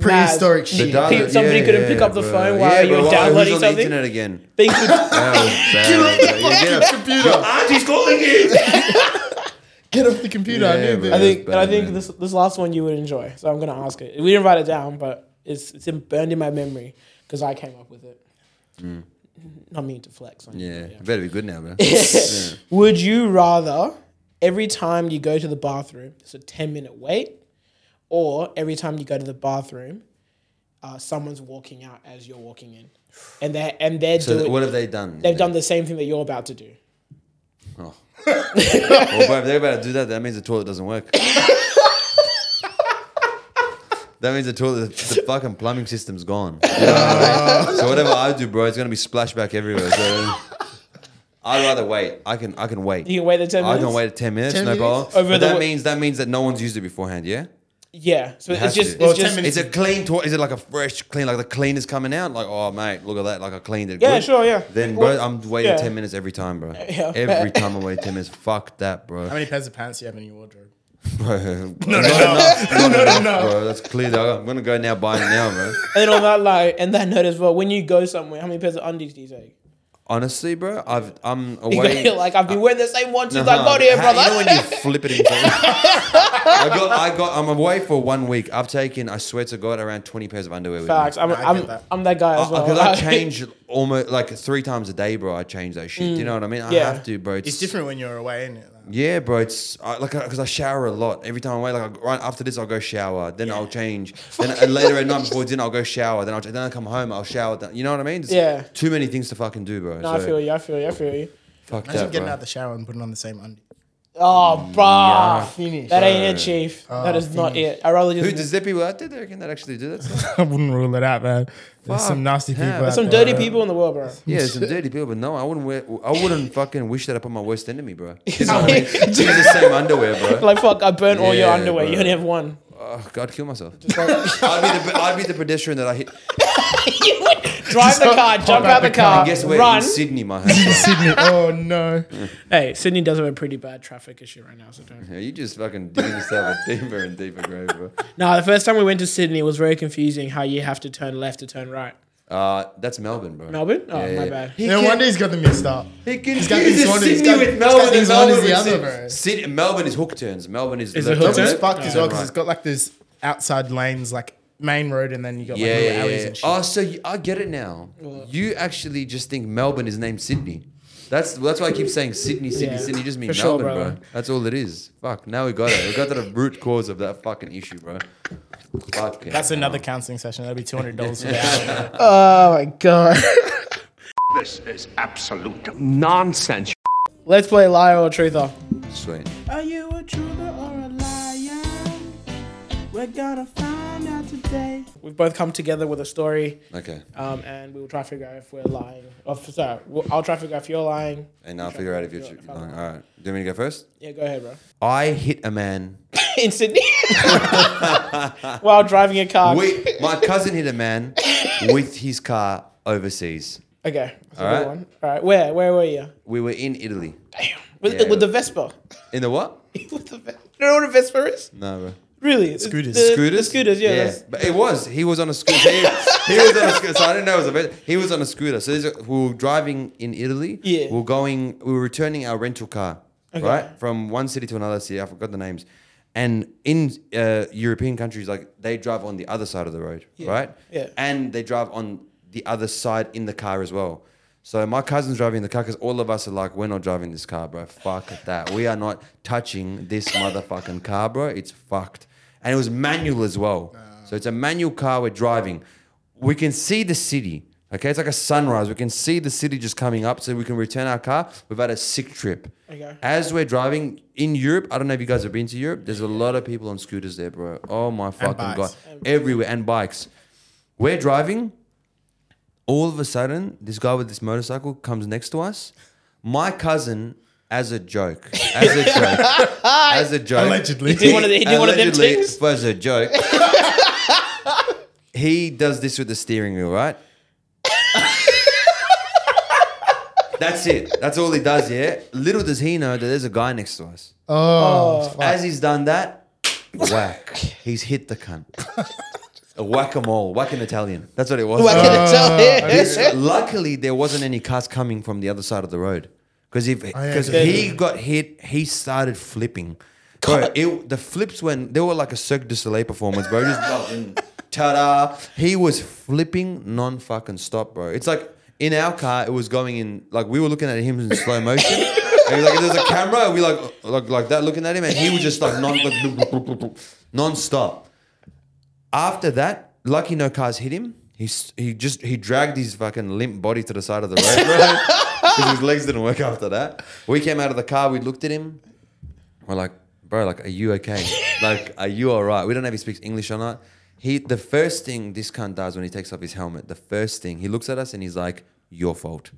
Speaker 2: prehistoric
Speaker 1: The
Speaker 2: shit.
Speaker 1: dial-
Speaker 3: Pe- somebody couldn't pick up the phone while you were
Speaker 1: bro,
Speaker 3: downloading
Speaker 1: who's on
Speaker 3: something?
Speaker 1: The internet again.
Speaker 3: Things would-
Speaker 1: That was bad, bro. You get a- Your auntie's calling you.
Speaker 2: Get off the computer. I
Speaker 1: Yeah,
Speaker 2: knew
Speaker 1: bro.
Speaker 2: this.
Speaker 3: I think,
Speaker 1: That's
Speaker 3: and I
Speaker 1: bad,
Speaker 3: think
Speaker 1: man.
Speaker 3: this this last one you would enjoy. So I'm gonna ask it. We didn't write it down, but it's it's in, burned in my memory because I came up with it. Not mean to flex. On you.
Speaker 1: Mm. Yeah, you better be good now, bro.
Speaker 3: Would you rather every time you go to the bathroom it's a ten minute wait, or every time you go to the bathroom, uh, someone's walking out as you're walking in, and they and they're
Speaker 1: So
Speaker 3: doing
Speaker 1: what have they done?
Speaker 3: they've done the same thing that you're about to do.
Speaker 1: Well, bro, if Oh, they're about to do that, that means the toilet doesn't work. that means the toilet, the fucking plumbing system's gone. You know what I mean? So whatever I do, bro, it's gonna be splashback everywhere. So I'd rather wait. I can, I can wait.
Speaker 3: You can wait the ten
Speaker 1: I
Speaker 3: minutes.
Speaker 1: can wait ten minutes,
Speaker 2: 10
Speaker 1: no problem.
Speaker 2: minutes?
Speaker 3: Over
Speaker 1: But
Speaker 3: the
Speaker 1: that
Speaker 3: wa-
Speaker 1: means that means that no one's used it beforehand, yeah.
Speaker 3: Yeah, so
Speaker 1: has
Speaker 3: it's
Speaker 1: to.
Speaker 3: just it's
Speaker 1: Well,
Speaker 2: 10
Speaker 3: just
Speaker 2: minutes
Speaker 1: Is it clean toilet? Is it like a fresh clean? Like the clean is coming out? Like oh mate, look at that! Like I cleaned it.
Speaker 3: Yeah,
Speaker 1: good.
Speaker 3: sure, yeah.
Speaker 1: Then
Speaker 3: Well,
Speaker 1: bro, I'm waiting
Speaker 3: yeah.
Speaker 1: ten minutes every time, bro.
Speaker 3: Yeah.
Speaker 1: Every time I wait ten minutes. Fuck that, bro.
Speaker 2: How many pairs of pants do you have in your wardrobe?
Speaker 1: bro. No, no, no, no, bro. That's clear. Though. I'm gonna go now. Buy it now, bro.
Speaker 3: And then on that light, and that note as well, when you go somewhere, how many pairs of undies do you take?
Speaker 1: Honestly, bro, I've I'm
Speaker 3: You
Speaker 1: away.
Speaker 3: go, like I've been wearing the same one since
Speaker 1: Uh-huh.
Speaker 3: I got here,
Speaker 1: How-
Speaker 3: brother.
Speaker 1: You know when you flip it in. I got, I got, I'm away for one week. I've taken, I swear to God, around 20 pairs of underwear with me.
Speaker 3: Facts. I'm,
Speaker 2: I get
Speaker 3: I'm,
Speaker 2: that.
Speaker 3: I'm that guy as well.
Speaker 1: Because Uh, I change almost like three times a day, bro. I change that shit. Do you know what I mean? I
Speaker 3: Mm. Yeah.
Speaker 1: have to, bro.
Speaker 2: It's different when you're away, isn't it? Like,
Speaker 1: Yeah, bro. It's I, like because I shower a lot. Every time I wait, like I, right after this, I'll go shower. Then I'll change. Then uh, later at night before dinner, I'll go shower. Then I'll then I come home. I'll shower. Then, you know what I mean? It's
Speaker 3: Yeah.
Speaker 1: Too many things to fucking do, bro.
Speaker 3: No, I
Speaker 1: so,
Speaker 3: feel you. I feel you. I feel you.
Speaker 1: Fuck
Speaker 2: Imagine
Speaker 1: that,
Speaker 2: getting
Speaker 1: bro.
Speaker 2: out the shower and putting on the same undie.
Speaker 3: Oh, bruh.
Speaker 2: Finish.
Speaker 3: That ain't it, Chief. that is not it. I rather just.
Speaker 1: Dude, is there people out there that reckon that actually do that? Stuff?
Speaker 2: I wouldn't rule it out, man. There's
Speaker 1: Fuck.
Speaker 2: some nasty
Speaker 1: Yeah,
Speaker 2: people.
Speaker 1: there's
Speaker 2: out
Speaker 3: some
Speaker 2: there.
Speaker 3: dirty people in the world, bro.
Speaker 1: yeah, there's some dirty people, but no, I wouldn't wear. I wouldn't fucking wish that upon my worst enemy, bro. You know what I mean? Use the same underwear, bro.
Speaker 3: Like, fuck, I burnt all your
Speaker 1: Yeah,
Speaker 3: underwear. You
Speaker 1: bro.
Speaker 3: only have one.
Speaker 1: Oh, God, kill myself. I'd, be the, I'd be the pedestrian that I hit.
Speaker 3: You would drive the car,
Speaker 2: Just pop
Speaker 3: jump
Speaker 2: out
Speaker 3: out the
Speaker 2: the car.
Speaker 3: car,
Speaker 1: And guess where?
Speaker 3: Uh, run.
Speaker 1: In Sydney, my house.
Speaker 2: Sydney. Oh no.
Speaker 3: Hey, Sydney does have a pretty bad traffic issue right now, so don't.
Speaker 1: Yeah, you just fucking digging yourself a deeper and deeper grave, bro.
Speaker 3: No, the first time we went to Sydney, it was very confusing how you have to turn left to turn right.
Speaker 1: Uh, that's Melbourne, bro.
Speaker 3: Melbourne? Oh,
Speaker 1: Yeah,
Speaker 3: my
Speaker 1: yeah.
Speaker 3: bad.
Speaker 2: No wonder he's got them mixed up.
Speaker 1: He
Speaker 2: got these one- he's got- he's got these one is the other, bro.
Speaker 1: Sydney, Melbourne is hook turns. Melbourne is,
Speaker 3: Is
Speaker 1: the
Speaker 3: it hook
Speaker 1: top
Speaker 3: turns?
Speaker 2: It's
Speaker 1: left,
Speaker 2: fucked as well
Speaker 1: turn
Speaker 2: because it's
Speaker 1: right.
Speaker 2: got like this outside lanes, like main road, and then you got like
Speaker 1: yeah,
Speaker 2: little
Speaker 1: yeah, Oh.
Speaker 2: alleys
Speaker 1: yeah.
Speaker 2: and shit.
Speaker 1: Oh, so you, I get it now. You actually just think Melbourne is named Sydney. That's that's why I keep saying Sydney, Sydney,
Speaker 3: Yeah.
Speaker 1: Sydney. You just mean
Speaker 3: For sure,
Speaker 1: Melbourne, bro.
Speaker 3: bro.
Speaker 1: That's all it is. Fuck. Now we got it. We got to the root cause of that fucking issue, bro. Fuck.
Speaker 2: That's another counseling session. That'd be two hundred dollars for that.
Speaker 3: Oh my god.
Speaker 6: This is absolute nonsense.
Speaker 3: Let's play liar or truther.
Speaker 1: Sweet.
Speaker 3: Are you a truther or a liar? We're gonna find out today. We've both come together with a story,
Speaker 1: Okay.
Speaker 3: um, and we will try to figure out if we're lying. Or f- sorry, we'll- I'll try to figure out if you're lying.
Speaker 1: And I'll figure out if you're.
Speaker 3: Yeah,
Speaker 1: All right. Do you want me to go first?
Speaker 3: Yeah, go ahead, bro.
Speaker 1: I hit a man.
Speaker 3: In Sydney, while driving a car.
Speaker 1: We, my cousin hit a man with his car overseas.
Speaker 3: okay, that's a
Speaker 1: All right.
Speaker 3: good one. All right, where where were you?
Speaker 1: We were in Italy.
Speaker 3: Damn, with,
Speaker 1: Yeah.
Speaker 3: with the Vespa.
Speaker 1: In the what?
Speaker 3: with the Vespa. You know what a Vespa is?
Speaker 1: No, bro.
Speaker 3: Really?
Speaker 2: Scooters.
Speaker 3: The, the-
Speaker 1: scooters.
Speaker 3: The scooters, yeah. that's-
Speaker 1: But it was. He was on a scooter. He, he was on a scooter. So I didn't know it was a bit. He was on a scooter. So there's a- we were driving in Italy.
Speaker 3: Yeah.
Speaker 1: We are going. We were returning our rental car.
Speaker 3: Okay.
Speaker 1: Right from one city to another city. I forgot the names. And in uh, European countries, like they drive on the other side of the road, right?
Speaker 3: Yeah.
Speaker 1: And they drive on the other side in the car as well. So my cousin's driving the car because all of us are like, we're not driving this car, bro. Fuck that. We are not touching this motherfucking car, bro. It's fucked. And it was manual as well. So it's a manual car we're driving. We can see the city. Okay, it's like a sunrise. We can see the city just coming up, so we can return our car. We've had a sick trip.
Speaker 3: Okay.
Speaker 1: As we're driving in Europe, I don't know if you guys have been to Europe. There's a lot of people on scooters there, bro. Oh my fucking
Speaker 2: bikes.
Speaker 1: god, everywhere and bikes. We're driving. All of a sudden, this guy with this motorcycle comes next to us. My cousin, as a joke, as a joke, as a joke,
Speaker 2: Allegedly.
Speaker 3: He did one of, the, he did one of them
Speaker 1: Allegedly,
Speaker 3: things.
Speaker 1: Was a joke. he does this with the steering wheel, right? That's it. That's all he does. Yeah. Little does he know that there's a guy next to us.
Speaker 2: Oh,
Speaker 1: As he's done that, whack. He's hit the cunt. A whack a mole, whack an Italian. That's what it was.
Speaker 3: I can tell
Speaker 1: This- luckily, there wasn't any cars coming from the other side of the road. Because if
Speaker 2: Oh, yeah,
Speaker 1: because
Speaker 2: yeah,
Speaker 1: he got hit, he started flipping. Bro, it, the flips when they were like a Cirque du Soleil performance, bro. Just fucking ta-da. He was flipping non fucking stop, bro. It's like in our car, it was going in like we were looking at him in slow motion. And like if there's a camera, we like like like that looking at him, and he was just like non like, non stop after that, lucky no cars hit him. He s- he just he dragged his fucking limp body to the side of the road because his legs didn't work after that. We came out of the car. We looked at him. We're like, bro, like, are you okay? like, are you all right? We don't know if he speaks English or not. He the first thing this cunt does when he takes off his helmet, the first thing he looks at us and he's like, your fault.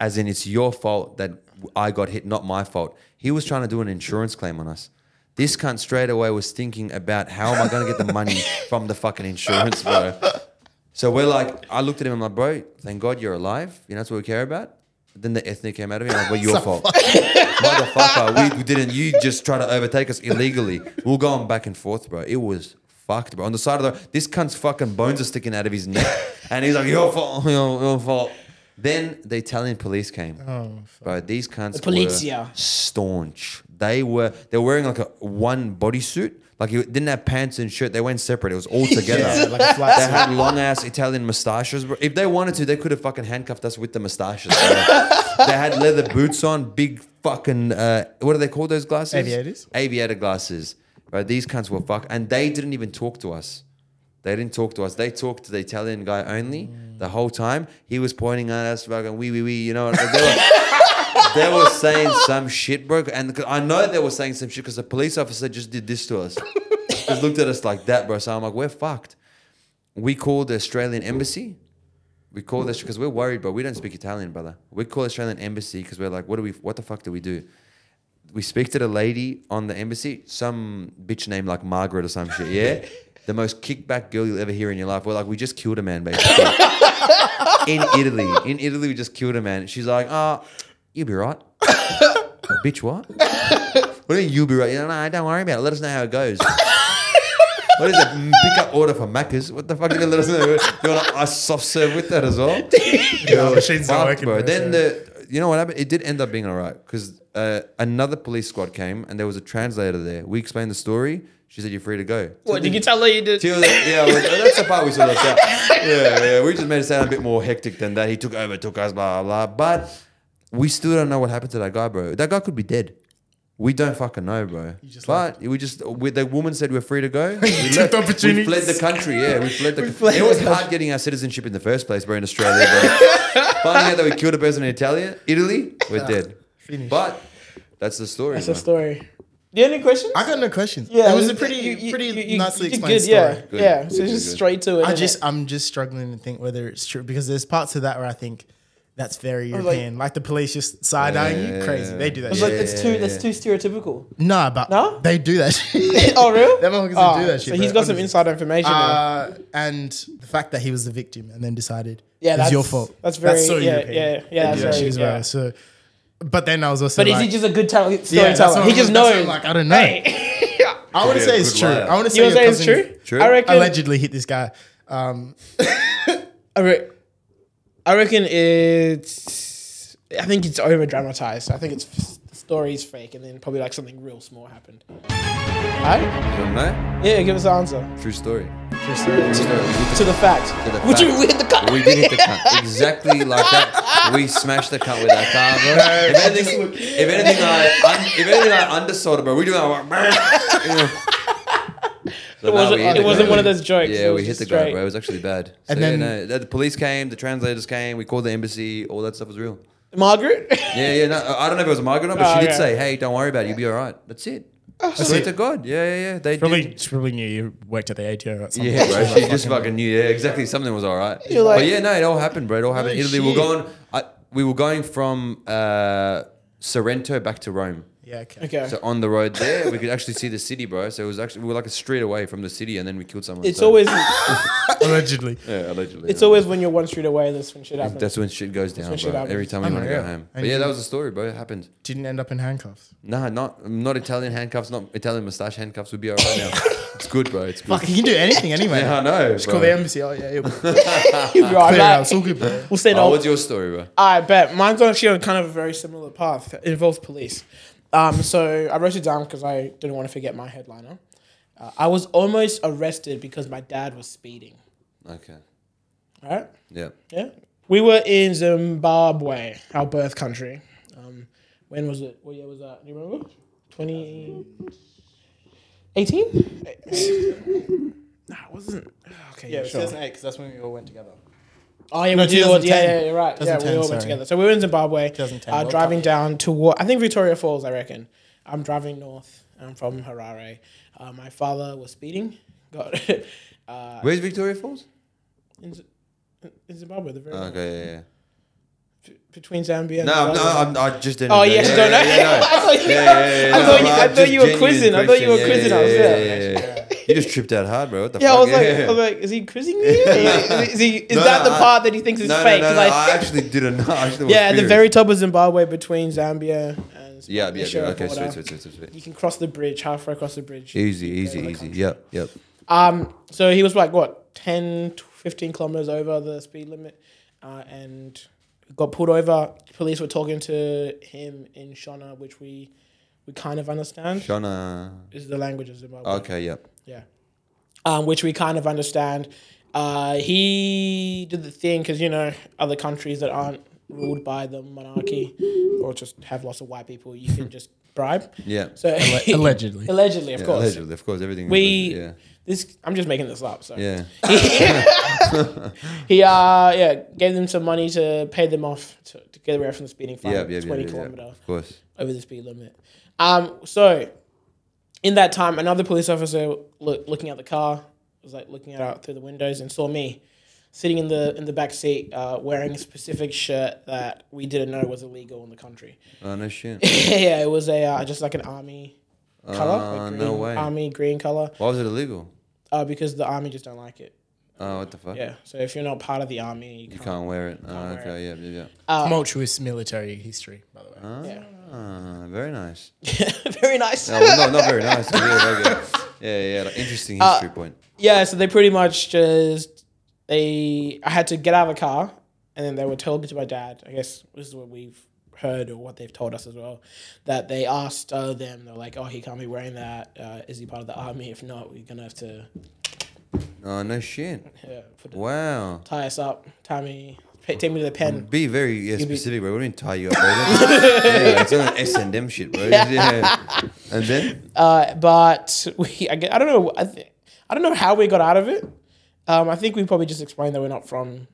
Speaker 1: As in, it's your fault that I got hit, not my fault. He was trying to do an insurance claim on us. This cunt straight away was thinking about how am I going to get the money from the fucking insurance, bro. So we're like, I looked at him, I'm like, bro, thank God you're alive. You know, that's what we care about. Then the ethnic came out of me, I'm like, well, your fault. Motherfucker, we, we didn't, you just try to overtake us illegally. We are going back and forth, bro. It was fucked, bro. On the side of the, this cunt's fucking bones are sticking out of his neck. And he's like, your fault, your, your fault. Then the Italian police came. bro, these cunts the
Speaker 3: polizia.
Speaker 1: staunch. They were, they were wearing like a one bodysuit. Like it didn't have pants and shirt. They went separate. It was all together
Speaker 2: Yeah, like a flat
Speaker 1: they had long ass Italian mustaches. bro. If they wanted to, they could have fucking handcuffed us with the mustaches. bro. they had leather boots on, big fucking uh, what do they call those glasses?
Speaker 2: Aviators?
Speaker 1: Aviator glasses. But these cunts were fuck, and they didn't even talk to us. They didn't talk to us. They talked to the Italian guy only the whole time. He was pointing at us, fucking wee wee wee. You know, like, they were, they were saying some shit, bro. And 'cause I know they were saying some shit because the police officer just did this to us. just looked at us like that, bro. So I'm like, we're fucked we called the Australian embassy. We called this because we're worried, but we don't speak Italian, brother. We call Australian embassy because we're like, what do we? What the fuck do we do? We speak to the lady on the embassy, some bitch named like Margaret or some shit. Yeah, the most kickback girl you'll ever hear in your life. We're like, we just killed a man, basically. in Italy, in Italy, we just killed a man. She's like, ah, you'll be right. bitch, what? What do you mean you'll be right? You know, no, don't worry about it. Let us know how it goes. What is it? Mm, Pick up order for Macca's. What the fuck are you gonna let us know? You want a ice soft serve with that as well?
Speaker 2: the machine's not
Speaker 1: Fuck,
Speaker 2: working.
Speaker 1: bro.
Speaker 2: bro.
Speaker 1: Then the you know what happened? It did end up being all right because uh, another police squad came and there was a translator there. We explained the story. She said, "You're free to go."
Speaker 3: What did you tell her you did?
Speaker 1: She was like, yeah, well, that's the part we sort of left out. Yeah, yeah. We just made it sound a bit more hectic than that. He took over, took us, blah blah. blah. But we still don't know what happened to that guy, bro. That guy could be dead. We don't fucking know, bro. but we just we, the woman said we're free to go. We
Speaker 2: Took the opportunity.
Speaker 1: We fled the country. Yeah, we fled the.
Speaker 3: fled
Speaker 1: it was
Speaker 3: the
Speaker 1: hard getting our citizenship in the first place, bro. In Australia, bro. finding out that we killed a person in Italia, Italy, we're dead. But that's the story.
Speaker 3: Ah, That's the
Speaker 1: bro.
Speaker 3: story. Do you have any questions?
Speaker 2: I got no questions.
Speaker 3: Yeah,
Speaker 2: it was a
Speaker 3: you-
Speaker 2: pretty,
Speaker 3: you- you-
Speaker 2: pretty
Speaker 3: you- you-
Speaker 2: nicely
Speaker 3: you did good,
Speaker 2: explained story.
Speaker 3: Yeah,
Speaker 1: Good.
Speaker 3: yeah. So
Speaker 1: Good,
Speaker 3: just
Speaker 1: good.
Speaker 3: straight to it.
Speaker 2: I
Speaker 3: innit?
Speaker 2: just, I'm just struggling to think whether it's true because there's parts of that where I think that's very
Speaker 3: like-
Speaker 2: European. Like, the police just side eyeing you, crazy. They do
Speaker 3: I
Speaker 2: that.
Speaker 3: was
Speaker 2: Shit.
Speaker 3: like, it's too, that's too stereotypical.
Speaker 2: no, but
Speaker 3: No?
Speaker 2: they do that. Shit.
Speaker 3: oh, real?
Speaker 2: Them motherfuckers
Speaker 3: Ah,
Speaker 2: do that
Speaker 3: So
Speaker 2: shit,
Speaker 3: he's
Speaker 2: bro.
Speaker 3: got some insider information. there.
Speaker 2: Uh, and the fact that he was the victim and then decided
Speaker 3: Yeah,
Speaker 2: it was
Speaker 3: that's
Speaker 2: your fault.
Speaker 3: That's very, yeah, yeah, yeah,
Speaker 2: They do
Speaker 3: that's
Speaker 2: that
Speaker 3: very-
Speaker 2: shit as well.
Speaker 3: yeah.
Speaker 2: So, but then I was also.
Speaker 3: But
Speaker 2: like,
Speaker 3: is he just a good tell-
Speaker 2: Yeah, that's
Speaker 3: storyteller?
Speaker 2: what
Speaker 3: he
Speaker 2: I'm-
Speaker 3: just
Speaker 2: that's what I'm
Speaker 3: knows.
Speaker 2: Like, I don't know. I want to
Speaker 1: be a
Speaker 2: say it's
Speaker 1: good
Speaker 2: true.
Speaker 1: liar.
Speaker 2: I want to say
Speaker 3: you know what
Speaker 2: your
Speaker 3: I'm saying?
Speaker 2: cousin
Speaker 3: It's true.
Speaker 1: True.
Speaker 3: I reckon.
Speaker 2: allegedly hit this guy. Um,
Speaker 3: I, re- I reckon it's. I think it's over dramatized. I think it's the story's fake, and then probably like something real small happened. Right?
Speaker 1: You don't know?
Speaker 3: Yeah, give us the answer
Speaker 1: True story.
Speaker 3: to the fact.
Speaker 1: the
Speaker 3: Would you
Speaker 1: fact.
Speaker 3: we hit the cut?
Speaker 1: We did hit the cunt exactly like that. We smashed the cunt with our car, bro. if anything, if anything, I un, if anything, I undersold it, bro. We do our.
Speaker 3: It wasn't- it wasn't one of those jokes. It
Speaker 1: Yeah,
Speaker 3: was
Speaker 1: we hit
Speaker 3: just
Speaker 1: the guy,
Speaker 3: straight.
Speaker 1: bro. It was actually bad. So,
Speaker 2: And
Speaker 1: and
Speaker 2: then-
Speaker 1: then the police came, the translators came, we called the embassy, all that stuff was real.
Speaker 3: Margaret?
Speaker 1: Yeah, yeah. No, I don't know if it was a migrant or not, but
Speaker 3: Oh,
Speaker 1: she did
Speaker 3: yeah.
Speaker 1: say, "Hey, don't worry about it. You'll be all right." That's it. Swear
Speaker 2: it.
Speaker 1: to God. Yeah, yeah, yeah. They
Speaker 2: probably,
Speaker 1: did.
Speaker 2: she probably knew you worked at the ATO or something.
Speaker 1: Yeah, bro. She just fucking knew. Yeah, exactly. Something was all right.
Speaker 3: You're like-
Speaker 1: but yeah, no, it all happened, bro. It all happened.
Speaker 2: No
Speaker 1: Italy. We're
Speaker 2: shit.
Speaker 1: going. I, we were going from uh, Sorrento back to Rome.
Speaker 2: Yeah, okay.
Speaker 3: Okay.
Speaker 1: So on the road there, we could actually see the city, bro. So it was actually we were like a street away from the city, and then we killed someone.
Speaker 3: it's
Speaker 1: so-
Speaker 3: always
Speaker 2: Allegedly.
Speaker 1: yeah, allegedly.
Speaker 3: it's always when you're one street away that's when shit happens.
Speaker 1: that's when shit goes down,
Speaker 3: when shit
Speaker 1: bro.
Speaker 3: happens.
Speaker 1: Every time we
Speaker 2: Oh my
Speaker 1: want to go
Speaker 2: God.
Speaker 1: home. But
Speaker 2: And
Speaker 1: yeah,
Speaker 2: you-
Speaker 1: that was the story, bro. It happened.
Speaker 2: Didn't end up in handcuffs.
Speaker 1: Nah, not not Italian handcuffs, not Italian mustache handcuffs would be all right now. it's good, bro. It's good.
Speaker 2: Fuck, you can do anything anyway.
Speaker 1: Yeah, I know.
Speaker 2: Just
Speaker 1: bro.
Speaker 2: call the embassy. Oh, yeah, yeah. Clear
Speaker 3: You'll be all
Speaker 2: it out.
Speaker 3: right.
Speaker 2: It's all good, bro.
Speaker 3: We'll say
Speaker 1: Oh,
Speaker 3: no.
Speaker 1: what's your story, bro?
Speaker 3: I bet mine's actually on kind of a very similar path. It involves police. Um, so I wrote it down because I didn't want to forget my headliner. Uh, I was almost arrested because my dad was speeding.
Speaker 1: Okay.
Speaker 3: All right.
Speaker 1: Yeah.
Speaker 3: Yeah. We were in Zimbabwe, our birth country. Um, when was it? What year was that? Do you remember? 2018? nah, it wasn't. Okay, yeah, sure.
Speaker 2: because that's when we all went together.
Speaker 3: Oh yeah,
Speaker 2: No,
Speaker 3: we did. all- Yeah,
Speaker 2: 2010.
Speaker 3: yeah, you're right. Yeah, we
Speaker 2: 2010,
Speaker 3: all
Speaker 2: sorry.
Speaker 3: went together. So we were in Zimbabwe,
Speaker 2: 2010
Speaker 3: uh,
Speaker 2: World
Speaker 3: driving
Speaker 2: Cup.
Speaker 3: down toward I think Victoria Falls. I reckon. I'm driving north. I'm from Harare. Uh, my father was speeding. Got uh,
Speaker 1: Where's Victoria Falls?
Speaker 3: in, Z- in Zimbabwe, the very
Speaker 1: Okay, yeah, yeah.
Speaker 3: between Zambia. And
Speaker 1: No,
Speaker 3: Zimbabwe.
Speaker 1: no, I'm, I just didn't.
Speaker 3: Oh
Speaker 1: know.
Speaker 3: yeah, you don't know.
Speaker 1: yeah,
Speaker 3: I thought you.
Speaker 1: yeah, yeah,
Speaker 3: I thought
Speaker 1: no,
Speaker 3: you.
Speaker 1: I'm
Speaker 3: I thought
Speaker 1: just
Speaker 3: you were
Speaker 1: genuine
Speaker 3: quizzing. I thought you were
Speaker 1: question.
Speaker 3: quizzing
Speaker 1: Yeah,
Speaker 3: us.
Speaker 1: yeah,
Speaker 3: Yeah.
Speaker 1: yeah, yeah, yeah. You just tripped out hard, bro. What the
Speaker 3: Yeah, I
Speaker 1: fuck?
Speaker 3: was like, I was like, is he quizzing me? Is he? Is
Speaker 1: No,
Speaker 3: that
Speaker 1: no,
Speaker 3: the
Speaker 1: I-
Speaker 3: part that he thinks is
Speaker 1: no,
Speaker 3: fake?
Speaker 1: No, no, no,
Speaker 3: Like-
Speaker 1: I actually didn't know. I actually was
Speaker 3: yeah, at the
Speaker 1: curious.
Speaker 3: very top of Zimbabwe between Zambia and
Speaker 1: Yeah, yeah, yeah.
Speaker 3: Malaysia
Speaker 1: Okay,
Speaker 3: border.
Speaker 1: sweet, sweet, sweet, sweet,
Speaker 3: You
Speaker 1: sweet.
Speaker 3: can cross the bridge halfway across the bridge.
Speaker 1: Easy, easy, easy. Yep, yep.
Speaker 3: Um, so he was like what 10, 15 kilometers over the speed limit, uh, and got pulled over. Police were talking to him in Shona, which we we kind of understand.
Speaker 1: Shona.
Speaker 3: is the language of Zimbabwe.
Speaker 1: Okay, yep.
Speaker 3: Yeah. Um, which we kind of understand. Uh, he did the thing because, you know, other countries that aren't ruled by the monarchy or just have lots of white people, you can just bribe.
Speaker 1: Yeah.
Speaker 3: So
Speaker 2: Allegedly.
Speaker 3: allegedly, of
Speaker 1: Yeah,
Speaker 3: course.
Speaker 1: allegedly, of course, everything. is
Speaker 3: We,
Speaker 1: alleged,
Speaker 3: this, I'm just making this up. So
Speaker 1: yeah, yeah.
Speaker 3: he, uh, yeah, gave them some money to pay them off to, to get away from the speeding fine,
Speaker 1: Yeah, yeah, yeah,
Speaker 3: 20
Speaker 1: yeah, yeah,
Speaker 3: kilometer
Speaker 1: Of course.
Speaker 3: over the speed limit. Um, so in that time, another police officer look, looking at the car was like looking at out through the windows and saw me sitting in the in the back seat uh, wearing a specific shirt that we didn't know was illegal in the country.
Speaker 1: Oh no shit.
Speaker 3: yeah, it was a uh, just like an army color,
Speaker 1: Uh,
Speaker 3: like
Speaker 1: no
Speaker 3: green-
Speaker 1: way.
Speaker 3: army green color,
Speaker 1: Why was it illegal?
Speaker 3: uh, because the army just don't like it.
Speaker 1: Oh, what the fuck?
Speaker 3: Yeah, so if you're not part of the army, you
Speaker 1: You
Speaker 3: can't.
Speaker 1: can't wear it. Oh,
Speaker 3: wear
Speaker 1: okay, yeah, yeah, yeah.
Speaker 2: Tumultuous military history, by the way.
Speaker 1: Ah, very nice.
Speaker 3: Very nice.
Speaker 1: No, no, not very nice. but Yeah, very good. yeah, yeah. Like, interesting
Speaker 3: Uh,
Speaker 1: history point.
Speaker 3: Yeah, so they pretty much just they I had to get out of the car and then they were told me to my dad. I guess this is what we've heard or what they've told us as well that they asked uh, them they're like, "Oh, he can't be wearing that. Uh, is he part of the army? If not, we're going to have to
Speaker 1: Oh no shit!
Speaker 3: uh, put the
Speaker 1: Wow.
Speaker 3: tie us up, tie me, pe- take me to the pen.
Speaker 1: Be very yeah,
Speaker 3: be-
Speaker 1: specific, bro. We didn't tie you up, bro. yeah, it's not an S and M shit, bro. Yeah. And then
Speaker 3: Uh, but we, I, gue- I don't know. I, th- I don't know how we got out of it. Um, I think we probably just explained that we're not from.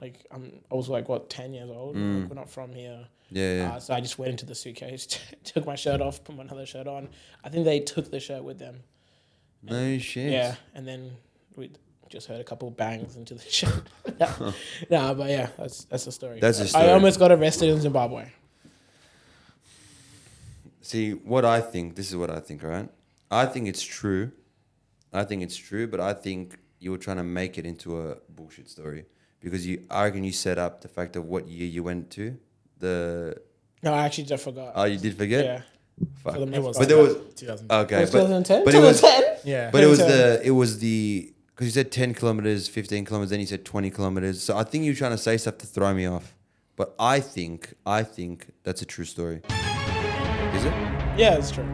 Speaker 3: Like um, I was like what ten years old. Like, we're not from here.
Speaker 1: Yeah, yeah.
Speaker 3: Uh, so I just went into the suitcase, took my shirt off, put another shirt on. I think they took the shirt with them.
Speaker 1: no shit.
Speaker 3: Yeah, and then we just heard a couple bangs into the shirt. nah, nah, but yeah, that's that's the story.
Speaker 1: That's the
Speaker 3: I
Speaker 1: story.
Speaker 3: almost got arrested in Zimbabwe.
Speaker 1: See, what I think, this is what I think, right? I think it's true. I think it's true, but I think you were trying to make it into a bullshit story because you, I reckon you set up the fact of what year you went to. The
Speaker 3: No, I actually just forgot.
Speaker 1: oh, you did forget.
Speaker 3: yeah,
Speaker 1: Fuck.
Speaker 3: for the most
Speaker 1: but
Speaker 3: part.
Speaker 1: there was
Speaker 2: 2000.
Speaker 1: okay,
Speaker 3: was
Speaker 1: but,
Speaker 3: 2010?
Speaker 1: but it was
Speaker 3: 2010?
Speaker 2: yeah.
Speaker 1: But it was
Speaker 3: 10.
Speaker 1: the it was the because you said ten kilometers, fifteen kilometers, then you said twenty kilometers. So I think you were trying to say stuff to throw me off. But I think I think that's a true story. Is it?
Speaker 3: yeah, it's true.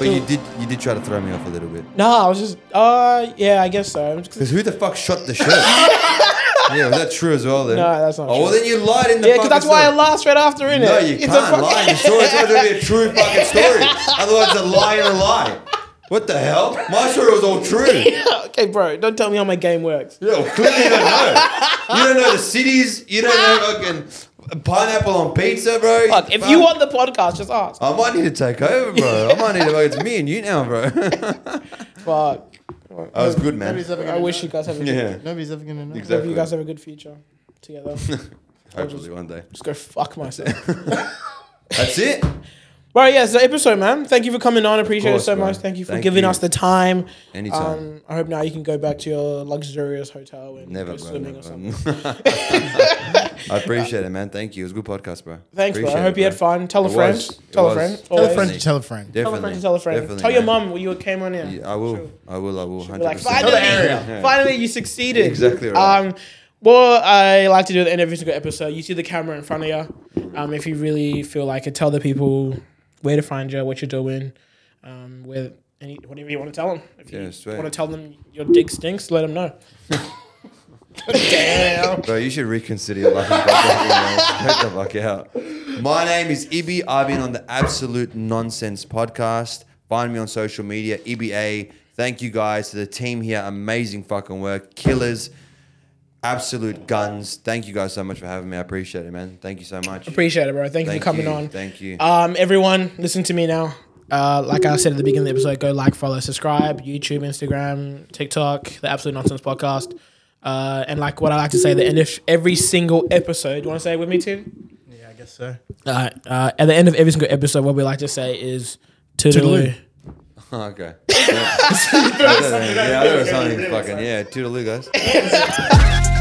Speaker 1: But you did you did try to throw me off a little bit.
Speaker 3: No, I was just uh yeah, I guess so. I'm just-
Speaker 1: Because who the fuck shot the shot? yeah, was that true as well then?
Speaker 3: No, that's not
Speaker 1: Oh well,
Speaker 3: true.
Speaker 1: then you lied in the
Speaker 3: yeah, because that's
Speaker 1: fucking
Speaker 3: why I
Speaker 1: story.
Speaker 3: lost right after in
Speaker 1: No,
Speaker 3: it.
Speaker 1: you
Speaker 3: It's a
Speaker 1: can't
Speaker 3: fuck-
Speaker 1: lie. Your story's not going to be a true fucking story. Otherwise, it's a lie and a lie. What the hell? My story was all true.
Speaker 3: okay, bro, don't tell me how my game works.
Speaker 1: Yeah, well, clearly you don't know. You don't know the cities. You don't know fucking pineapple on pizza, bro.
Speaker 3: Fuck, if you want the podcast, just ask.
Speaker 1: I might need to take over, bro. I might need to. It's me and you now, bro. that
Speaker 3: Fuck,
Speaker 1: was good, man.
Speaker 2: Nobody's ever
Speaker 3: I
Speaker 2: gonna
Speaker 3: wish
Speaker 2: know.
Speaker 3: you guys have a good,
Speaker 1: Yeah,
Speaker 2: Nobody's ever gonna know.
Speaker 3: hope
Speaker 1: exactly.
Speaker 3: you guys have a good future together. just
Speaker 1: Hopefully one day.
Speaker 3: go fuck myself.
Speaker 1: That's it.
Speaker 3: Bro, yeah, it's the episode, man. Thank you for coming on. Appreciate
Speaker 1: course,
Speaker 3: it so
Speaker 1: bro.
Speaker 3: much. Thank you for
Speaker 1: Thank
Speaker 3: giving
Speaker 1: you.
Speaker 3: us the time.
Speaker 1: Anytime.
Speaker 3: Um, I hope now you can go back to your luxurious hotel and
Speaker 1: Never,
Speaker 3: go
Speaker 1: bro.
Speaker 3: swimming
Speaker 1: never.
Speaker 3: or something.
Speaker 1: I appreciate it, man. Thank you. It was a good podcast, bro.
Speaker 3: Thanks, bro.
Speaker 1: Appreciate
Speaker 3: I hope you
Speaker 1: bro.
Speaker 3: had fun. Tell a
Speaker 1: It
Speaker 3: friend.
Speaker 1: was. It
Speaker 3: Tell a
Speaker 1: was.
Speaker 3: friend.
Speaker 1: Tell
Speaker 2: Tell
Speaker 1: a
Speaker 2: a
Speaker 3: Always.
Speaker 2: friend to tell a friend.
Speaker 3: Tell a friend to tell a friend.
Speaker 1: Definitely,
Speaker 3: Tell your
Speaker 1: man.
Speaker 3: mom you came on here.
Speaker 1: Yeah, I will. I will. I will.
Speaker 3: Be Like
Speaker 1: 100%.
Speaker 3: finally, finally you succeeded.
Speaker 1: Exactly right.
Speaker 3: Um, what I like to do at the end of every single episode, you see the camera in front of you. Um, if you really feel like it, tell the people where to find you, what you're doing, um, where any whatever you want to tell them. If
Speaker 1: Yeah,
Speaker 3: you
Speaker 1: straight.
Speaker 3: want to tell them your dick stinks, let them know. Damn.
Speaker 1: Bro, you should reconsider your life. Get the fuck out. My name is Ibby. I've been on the Absolute Nonsense podcast. Find me on social media, IBA. Thank you guys to the team here. Amazing fucking work. Killers. Absolute guns. Thank you guys so much for having me. I appreciate it, man. Thank you so much.
Speaker 3: Appreciate it, bro. Thank you
Speaker 1: Thank
Speaker 3: for coming
Speaker 1: you.
Speaker 3: on.
Speaker 1: Thank you.
Speaker 3: Um, everyone, listen to me now. Uh, like I said at the beginning of the episode, go like, follow, subscribe, YouTube, Instagram, TikTok, the Absolute Nonsense Podcast. Uh, and like what I like to say at the end of every single episode, you want to say it with me, Tim?
Speaker 2: Yeah, I guess so.
Speaker 3: Uh, uh, at the end of every single episode, what we like to say is toodaloo.
Speaker 2: Toodaloo.
Speaker 1: Oh, okay. Yeah, I thought it was something fucking, yeah. Toodaloo, guys.